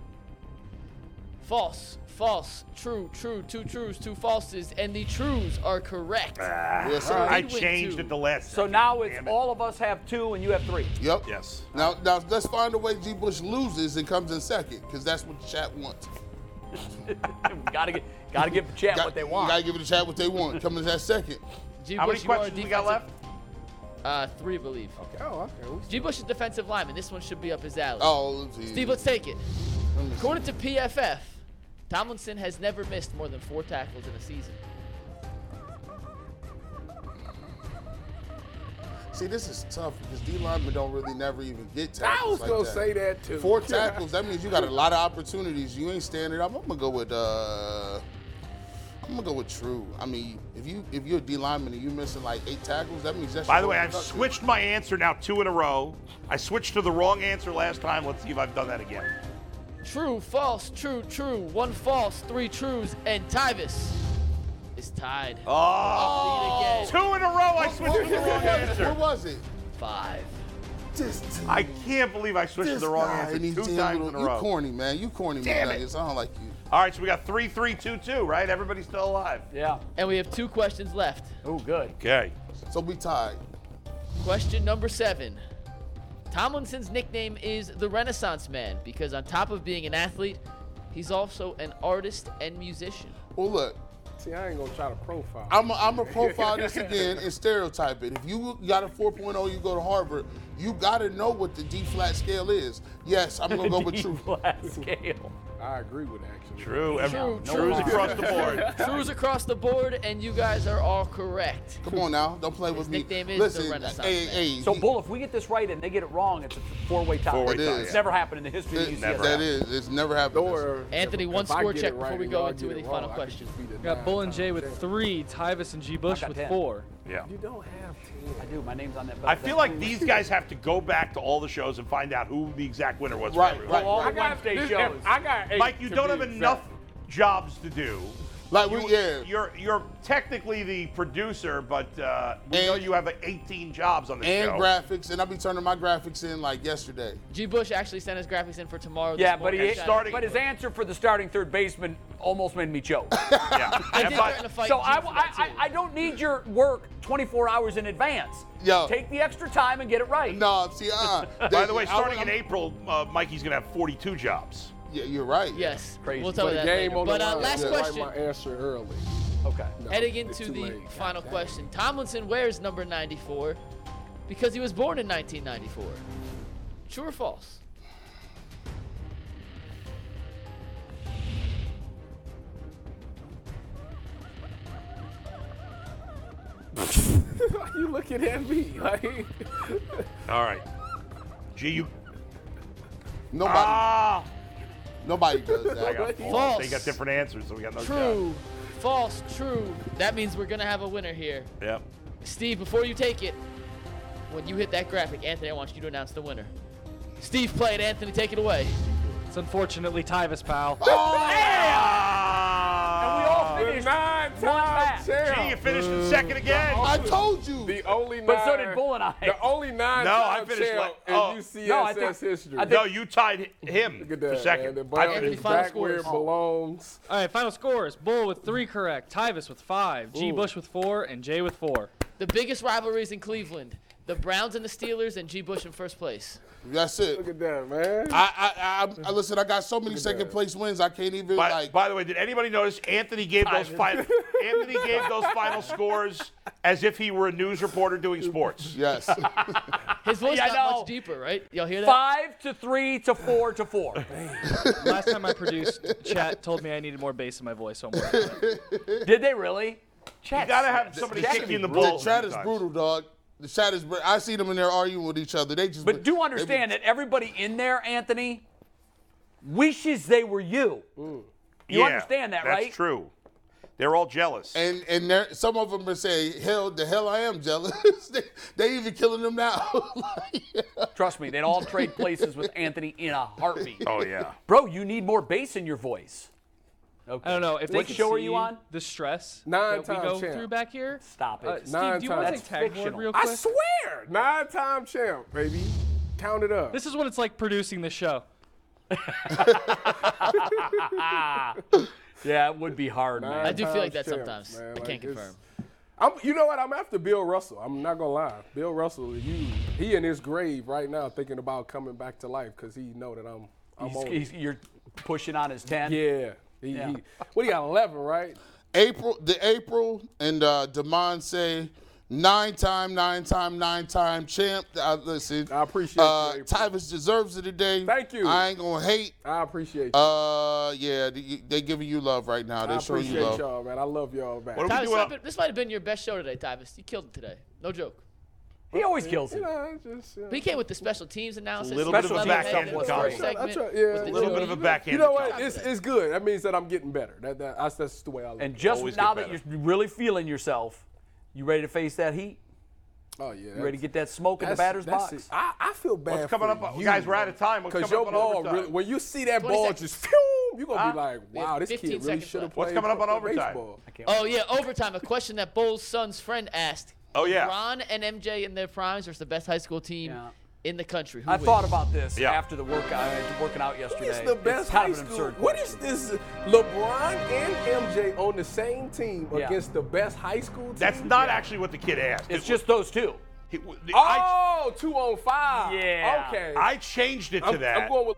[SPEAKER 1] False, false, true, true, two trues, two falses, and the trues are correct.
[SPEAKER 3] Ah.
[SPEAKER 5] yeah. So,
[SPEAKER 3] I
[SPEAKER 1] Did win
[SPEAKER 3] changed
[SPEAKER 1] two.
[SPEAKER 3] at the last.
[SPEAKER 2] So
[SPEAKER 3] second,
[SPEAKER 2] now it's
[SPEAKER 3] damn it.
[SPEAKER 2] all of us have two and you have three.
[SPEAKER 5] Yep.
[SPEAKER 3] Yes.
[SPEAKER 5] Now, now let's find a way G. Bush loses and comes in second, because that's what the chat wants.
[SPEAKER 2] gotta get gotta give the chat what they want.
[SPEAKER 5] You gotta give the chat what they want. Coming in that second.
[SPEAKER 1] G.
[SPEAKER 3] How many
[SPEAKER 1] Bush, you are
[SPEAKER 3] questions we got left?
[SPEAKER 1] defensive- Uh, three, I believe.
[SPEAKER 4] Oh, okay.
[SPEAKER 1] G. Bush is defensive lineman. This one should be up his alley.
[SPEAKER 5] Oh, let's see.
[SPEAKER 1] Steve, let's take it. According to PFF, Tomlinson has never missed more than four tackles in a season.
[SPEAKER 5] See, this is tough because D linemen don't really never even get
[SPEAKER 4] I
[SPEAKER 5] tackles.
[SPEAKER 4] was
[SPEAKER 5] like
[SPEAKER 4] gonna
[SPEAKER 5] that.
[SPEAKER 4] say that too.
[SPEAKER 5] Four tackles. That means you got a lot of opportunities. You ain't standing up. I'm gonna go with. uh I'm gonna go with True. I mean, if you if you're a D lineman and you're missing like eight tackles, that means that's.
[SPEAKER 3] By the way, I've switched my answer now two in a row. I switched to the wrong answer last time. Let's see if I've done that again.
[SPEAKER 1] True, false, true, true, one false, three trues, and Tyvis is tied.
[SPEAKER 3] Oh,
[SPEAKER 1] Lead
[SPEAKER 3] two
[SPEAKER 1] again.
[SPEAKER 3] in a row. I switched to the wrong
[SPEAKER 5] What
[SPEAKER 3] answer.
[SPEAKER 5] was it?
[SPEAKER 1] Five.
[SPEAKER 5] This team-
[SPEAKER 3] I can't believe I switched to
[SPEAKER 5] this
[SPEAKER 3] the wrong
[SPEAKER 5] guy
[SPEAKER 3] answer
[SPEAKER 5] and these
[SPEAKER 3] two
[SPEAKER 5] damn
[SPEAKER 3] times
[SPEAKER 5] little-
[SPEAKER 3] in a
[SPEAKER 5] You
[SPEAKER 3] row.
[SPEAKER 5] corny man. You corny
[SPEAKER 3] Damn
[SPEAKER 5] man.
[SPEAKER 3] it.
[SPEAKER 5] Nuggets. I don't like you.
[SPEAKER 3] All right, so we got three, three, two, two. Right? Everybody's still alive.
[SPEAKER 2] Yeah.
[SPEAKER 1] And we have two questions left.
[SPEAKER 2] Oh good.
[SPEAKER 3] Okay.
[SPEAKER 5] So we tied.
[SPEAKER 1] Question number seven. Tomlinson's nickname is the Renaissance Man because, on top of being an athlete, he's also an artist and musician.
[SPEAKER 5] Well, look.
[SPEAKER 4] See, I ain't gonna try to profile.
[SPEAKER 5] I'm gonna profile this again and stereotype it. If you got a 4.0, you go to Harvard. You gotta know what the D flat scale is. Yes, I'm gonna go with True.
[SPEAKER 2] Last scale.
[SPEAKER 4] I agree with actually.
[SPEAKER 3] True. Every,
[SPEAKER 1] True, no
[SPEAKER 3] true's
[SPEAKER 1] lie.
[SPEAKER 3] across the board.
[SPEAKER 1] Trues across the board, and you guys are all correct.
[SPEAKER 5] Come on now, don't play with me.
[SPEAKER 1] nickname is the
[SPEAKER 5] Listen,
[SPEAKER 1] Renaissance
[SPEAKER 5] hey,
[SPEAKER 1] Man.
[SPEAKER 5] hey,
[SPEAKER 2] So
[SPEAKER 5] he-
[SPEAKER 2] Bull, if we get this right and they get it wrong, it's a four-way tie.
[SPEAKER 3] Four-way
[SPEAKER 5] It tie, is. yeah.
[SPEAKER 2] It's never happened in the history of
[SPEAKER 5] it-
[SPEAKER 2] UCSF.
[SPEAKER 5] that is, it's never happened.
[SPEAKER 4] Or
[SPEAKER 1] Anthony,
[SPEAKER 4] if-
[SPEAKER 1] one
[SPEAKER 4] if I
[SPEAKER 1] score
[SPEAKER 4] get
[SPEAKER 1] check
[SPEAKER 4] it
[SPEAKER 1] before
[SPEAKER 4] right
[SPEAKER 1] we
[SPEAKER 4] and
[SPEAKER 1] go
[SPEAKER 4] y'all
[SPEAKER 1] into
[SPEAKER 4] get it
[SPEAKER 1] the final
[SPEAKER 4] wrong, I could
[SPEAKER 1] question.
[SPEAKER 4] be the
[SPEAKER 6] We got Bull and
[SPEAKER 4] nine-time
[SPEAKER 6] Jay with
[SPEAKER 4] champ.
[SPEAKER 6] three, Tyvis and G. Bush
[SPEAKER 2] got
[SPEAKER 6] with
[SPEAKER 2] 10.
[SPEAKER 6] four.
[SPEAKER 3] Yeah.
[SPEAKER 4] You don't have
[SPEAKER 2] I
[SPEAKER 4] ten.
[SPEAKER 2] do. My name's on that.
[SPEAKER 3] I feel like these guys have to go back to all the shows and find out who the exact winner was. for
[SPEAKER 5] Right,
[SPEAKER 3] everyone.
[SPEAKER 5] right.
[SPEAKER 2] all
[SPEAKER 5] right.
[SPEAKER 2] the Wednesday shows.
[SPEAKER 4] I got eight.
[SPEAKER 3] Mike, you don't have enough jobs to do.
[SPEAKER 5] Like
[SPEAKER 3] You,
[SPEAKER 5] we, yeah,
[SPEAKER 3] You're you're technically the producer, but uh, we know
[SPEAKER 5] And-
[SPEAKER 3] you have uh, 18 jobs on the
[SPEAKER 5] and
[SPEAKER 3] show.
[SPEAKER 5] graphics, and I'll be turning my graphics in like yesterday.
[SPEAKER 1] G. Bush actually sent his graphics in for tomorrow. this
[SPEAKER 2] yeah, but
[SPEAKER 1] morning.
[SPEAKER 2] he
[SPEAKER 3] And starting-
[SPEAKER 2] but his answer for the starting third baseman almost made me choke.
[SPEAKER 3] yeah.
[SPEAKER 1] I
[SPEAKER 3] And
[SPEAKER 1] did
[SPEAKER 3] by-
[SPEAKER 1] threaten to fight
[SPEAKER 2] so
[SPEAKER 1] G
[SPEAKER 2] I,
[SPEAKER 1] for
[SPEAKER 2] I,
[SPEAKER 1] that,
[SPEAKER 2] I,
[SPEAKER 1] too.
[SPEAKER 2] I don't need your work 24 hours in advance.
[SPEAKER 5] Yo.
[SPEAKER 2] Take the extra time and get it right.
[SPEAKER 5] No, see, uh,
[SPEAKER 3] by the way, starting in April, uh, Mikey's gonna have 42 jobs.
[SPEAKER 5] Yeah, you're right.
[SPEAKER 1] Yes,
[SPEAKER 2] Crazy.
[SPEAKER 1] we'll talk
[SPEAKER 2] But
[SPEAKER 1] about that
[SPEAKER 4] Game
[SPEAKER 1] later.
[SPEAKER 4] on
[SPEAKER 1] But
[SPEAKER 4] the
[SPEAKER 1] uh,
[SPEAKER 4] line.
[SPEAKER 1] last
[SPEAKER 4] Yeah.
[SPEAKER 1] question,
[SPEAKER 4] Like my answer early.
[SPEAKER 2] Okay.
[SPEAKER 4] No,
[SPEAKER 1] heading
[SPEAKER 4] it's
[SPEAKER 1] into
[SPEAKER 4] too
[SPEAKER 1] the
[SPEAKER 4] late.
[SPEAKER 1] final
[SPEAKER 4] God
[SPEAKER 1] question. Tomlinson wears number 94 because he was born in 1994. True or false?
[SPEAKER 4] damn. Why you looking at me? Like,
[SPEAKER 3] All right. Gee, you.
[SPEAKER 5] Nobody,
[SPEAKER 3] Ah!
[SPEAKER 5] nobody does
[SPEAKER 3] I
[SPEAKER 5] that.
[SPEAKER 3] got
[SPEAKER 4] False.
[SPEAKER 3] false. They got different answers, so we got no
[SPEAKER 1] True, false, true. That means we're gonna have a winner here.
[SPEAKER 3] job. Yep.
[SPEAKER 1] Steve, before you take it, when you hit that graphic, Anthony, I want you to announce the winner. Steve played. Anthony, take it away.
[SPEAKER 6] It's unfortunately Tyvis, pal.
[SPEAKER 2] And
[SPEAKER 5] Oh!
[SPEAKER 2] we all
[SPEAKER 3] Ah!
[SPEAKER 4] the
[SPEAKER 2] finished.
[SPEAKER 4] nine-time
[SPEAKER 2] back.
[SPEAKER 3] Gee, you
[SPEAKER 4] champ.
[SPEAKER 3] finished in second again.
[SPEAKER 5] I told you.
[SPEAKER 4] The only nine.
[SPEAKER 2] But so did Bull and I.
[SPEAKER 4] The only nine
[SPEAKER 3] No, I
[SPEAKER 4] time
[SPEAKER 3] finished
[SPEAKER 4] champ
[SPEAKER 3] la- oh.
[SPEAKER 4] in UCSS
[SPEAKER 2] No, I think-
[SPEAKER 4] history.
[SPEAKER 2] I
[SPEAKER 3] No, you tied him
[SPEAKER 4] Look at
[SPEAKER 3] for
[SPEAKER 4] that, man.
[SPEAKER 3] second.
[SPEAKER 4] The
[SPEAKER 3] I
[SPEAKER 4] ball
[SPEAKER 3] think-
[SPEAKER 4] is
[SPEAKER 1] Anthony, final
[SPEAKER 4] back where it
[SPEAKER 1] scores.
[SPEAKER 4] belongs.
[SPEAKER 6] All right, final scores. Bull with three correct, Tyvis with five, G.
[SPEAKER 4] Ooh.
[SPEAKER 6] Bush with four, and Jay with four.
[SPEAKER 1] The biggest rivalries in Cleveland: the Browns and the Steelers, and G. Bush in first place.
[SPEAKER 5] That's
[SPEAKER 4] Look
[SPEAKER 5] it.
[SPEAKER 4] at that, man.
[SPEAKER 5] I, I, I, I listen. I got so many second place wins. I can't even
[SPEAKER 3] By,
[SPEAKER 5] like.
[SPEAKER 3] by the way, did anybody notice Anthony gave those final Anthony gave those final scores as if he were a news reporter doing sports?
[SPEAKER 5] Yes.
[SPEAKER 1] His voice
[SPEAKER 2] Yeah, I
[SPEAKER 1] got
[SPEAKER 2] know.
[SPEAKER 1] much deeper, right? Y'all hear that?
[SPEAKER 2] Five to three to four to four.
[SPEAKER 6] Last time I produced, chat told me I needed more bass in my voice. So I'm working on it.
[SPEAKER 2] Did they really? Chat.
[SPEAKER 3] You gotta have somebody
[SPEAKER 2] that
[SPEAKER 3] kick
[SPEAKER 2] could
[SPEAKER 3] you in the
[SPEAKER 2] be
[SPEAKER 3] balls.
[SPEAKER 5] The chat is
[SPEAKER 3] sometimes.
[SPEAKER 5] brutal, dog. The chat is. br- I see them in there arguing with each other. They just.
[SPEAKER 2] But do understand that everybody in there, Anthony, wishes they were you. You
[SPEAKER 3] Yeah,
[SPEAKER 2] understand that, right?
[SPEAKER 3] That's true. They're all jealous.
[SPEAKER 5] And and there, some of them are saying, "Hell, the hell, I am jealous." they, they even killing them now. Like,
[SPEAKER 2] Trust me, they'd all trade places with Anthony in a heartbeat.
[SPEAKER 3] oh yeah.
[SPEAKER 2] Bro, you need more bass in your voice. Okay.
[SPEAKER 6] I don't know if they
[SPEAKER 2] What
[SPEAKER 6] could
[SPEAKER 2] show are
[SPEAKER 6] see
[SPEAKER 2] you on?
[SPEAKER 6] The stress
[SPEAKER 4] Nine
[SPEAKER 6] that we
[SPEAKER 4] time
[SPEAKER 6] go
[SPEAKER 4] champ.
[SPEAKER 6] through back here.
[SPEAKER 2] Stop it.
[SPEAKER 6] Uh, Steve,
[SPEAKER 4] Nine
[SPEAKER 6] do you want to
[SPEAKER 4] time. That's
[SPEAKER 6] take tag board
[SPEAKER 2] fictional.
[SPEAKER 6] real quick?
[SPEAKER 4] I swear, nine-time champ, baby. Count it up.
[SPEAKER 6] This is what it's like producing the show.
[SPEAKER 2] Yeah, it would be hard,
[SPEAKER 1] I
[SPEAKER 2] man.
[SPEAKER 1] do feel like that
[SPEAKER 4] Times champs,
[SPEAKER 1] sometimes.
[SPEAKER 4] man.
[SPEAKER 1] I
[SPEAKER 4] Like,
[SPEAKER 1] can't
[SPEAKER 4] it's-
[SPEAKER 1] confirm.
[SPEAKER 4] I'm, you know what? I'm after Bill Russell. I'm not gonna lie. Bill Russell, you, he in his grave right now, thinking about coming back to life because he know that I'm, I'm
[SPEAKER 2] He's-
[SPEAKER 4] on.
[SPEAKER 2] he's- you're pushing on his 10.
[SPEAKER 4] yeah. He,
[SPEAKER 2] Yeah.
[SPEAKER 4] He, what do you got? Eleven, right?
[SPEAKER 5] April, the April and uh, Demond say, nine time, nine time, nine time champ. I, listen,
[SPEAKER 4] I appreciate you,
[SPEAKER 5] uh,
[SPEAKER 4] April.
[SPEAKER 5] Tyvus deserves it today.
[SPEAKER 4] Thank you.
[SPEAKER 5] I ain't gonna hate.
[SPEAKER 4] I appreciate you.
[SPEAKER 5] Uh, yeah, they, they giving you love right now.
[SPEAKER 4] I
[SPEAKER 5] They showing
[SPEAKER 4] appreciate
[SPEAKER 5] you love.
[SPEAKER 4] y'all, man. I love y'all, man.
[SPEAKER 3] What do we
[SPEAKER 1] Tyvus,
[SPEAKER 3] do?
[SPEAKER 1] might
[SPEAKER 3] out-
[SPEAKER 1] be- this might have been your best show today, Tyvus. You killed it today. No joke.
[SPEAKER 2] He always kills
[SPEAKER 4] You
[SPEAKER 2] it.
[SPEAKER 4] know, it's just, you know.
[SPEAKER 1] But he came with the special teams analysis.
[SPEAKER 3] little
[SPEAKER 1] with
[SPEAKER 2] bit
[SPEAKER 1] the
[SPEAKER 2] of a
[SPEAKER 1] level
[SPEAKER 2] backhand
[SPEAKER 1] headed
[SPEAKER 2] compliment.
[SPEAKER 1] first
[SPEAKER 4] I try- I
[SPEAKER 1] segment,
[SPEAKER 4] try- yeah.
[SPEAKER 1] with the
[SPEAKER 4] A
[SPEAKER 3] A little
[SPEAKER 1] two
[SPEAKER 3] bit of a
[SPEAKER 1] even.
[SPEAKER 3] backhand.
[SPEAKER 4] You know
[SPEAKER 3] job.
[SPEAKER 4] what? It's, it's good. That means that I'm getting better. That, that that's, that's the way I look.
[SPEAKER 2] And just
[SPEAKER 3] Always
[SPEAKER 2] now that
[SPEAKER 3] get
[SPEAKER 2] you're
[SPEAKER 3] better.
[SPEAKER 2] really feeling yourself, you ready to face that heat?
[SPEAKER 4] oh yeah,
[SPEAKER 2] You ready to get that smoke in the batter's box?
[SPEAKER 4] It. I, I feel bad.
[SPEAKER 3] What's coming
[SPEAKER 4] for
[SPEAKER 3] up?
[SPEAKER 4] you,
[SPEAKER 3] Guys, we're out of time. What's
[SPEAKER 4] Because
[SPEAKER 3] coming up on
[SPEAKER 4] your ball,
[SPEAKER 3] overtime?
[SPEAKER 4] really, when you see that
[SPEAKER 1] 20
[SPEAKER 4] ball
[SPEAKER 1] seconds.
[SPEAKER 4] just phew, you're gonna be
[SPEAKER 3] Huh?
[SPEAKER 4] like,
[SPEAKER 1] We have
[SPEAKER 4] wow, this
[SPEAKER 1] 15
[SPEAKER 4] kid really
[SPEAKER 1] seconds
[SPEAKER 4] should have
[SPEAKER 1] left.
[SPEAKER 4] played.
[SPEAKER 3] What's coming up on
[SPEAKER 4] proper
[SPEAKER 3] overtime?
[SPEAKER 4] baseball.
[SPEAKER 2] I can't
[SPEAKER 1] Oh yeah, overtime. A question that Bull's son's friend asked.
[SPEAKER 3] Oh, yeah.
[SPEAKER 1] Ron and MJ in their primes versus the best high school team
[SPEAKER 2] Yeah.
[SPEAKER 1] in the country. Who
[SPEAKER 2] I
[SPEAKER 1] wins?
[SPEAKER 2] thought about this
[SPEAKER 3] Yeah.
[SPEAKER 2] after the workout, after working out yesterday.
[SPEAKER 4] It's the best
[SPEAKER 2] it's
[SPEAKER 4] high
[SPEAKER 2] kind of an
[SPEAKER 4] school.
[SPEAKER 2] absurd
[SPEAKER 4] What
[SPEAKER 2] question.
[SPEAKER 4] is this? LeBron and MJ on the same team
[SPEAKER 2] Yeah.
[SPEAKER 4] against the best high school team?
[SPEAKER 3] That's not actually what the kid asked.
[SPEAKER 2] It's
[SPEAKER 3] It was-
[SPEAKER 2] just those two.
[SPEAKER 3] he- w- the- I,
[SPEAKER 4] Oh, two on five.
[SPEAKER 2] Yeah.
[SPEAKER 4] Okay.
[SPEAKER 3] I changed it to
[SPEAKER 4] I'm,
[SPEAKER 3] that.
[SPEAKER 4] I'm going with.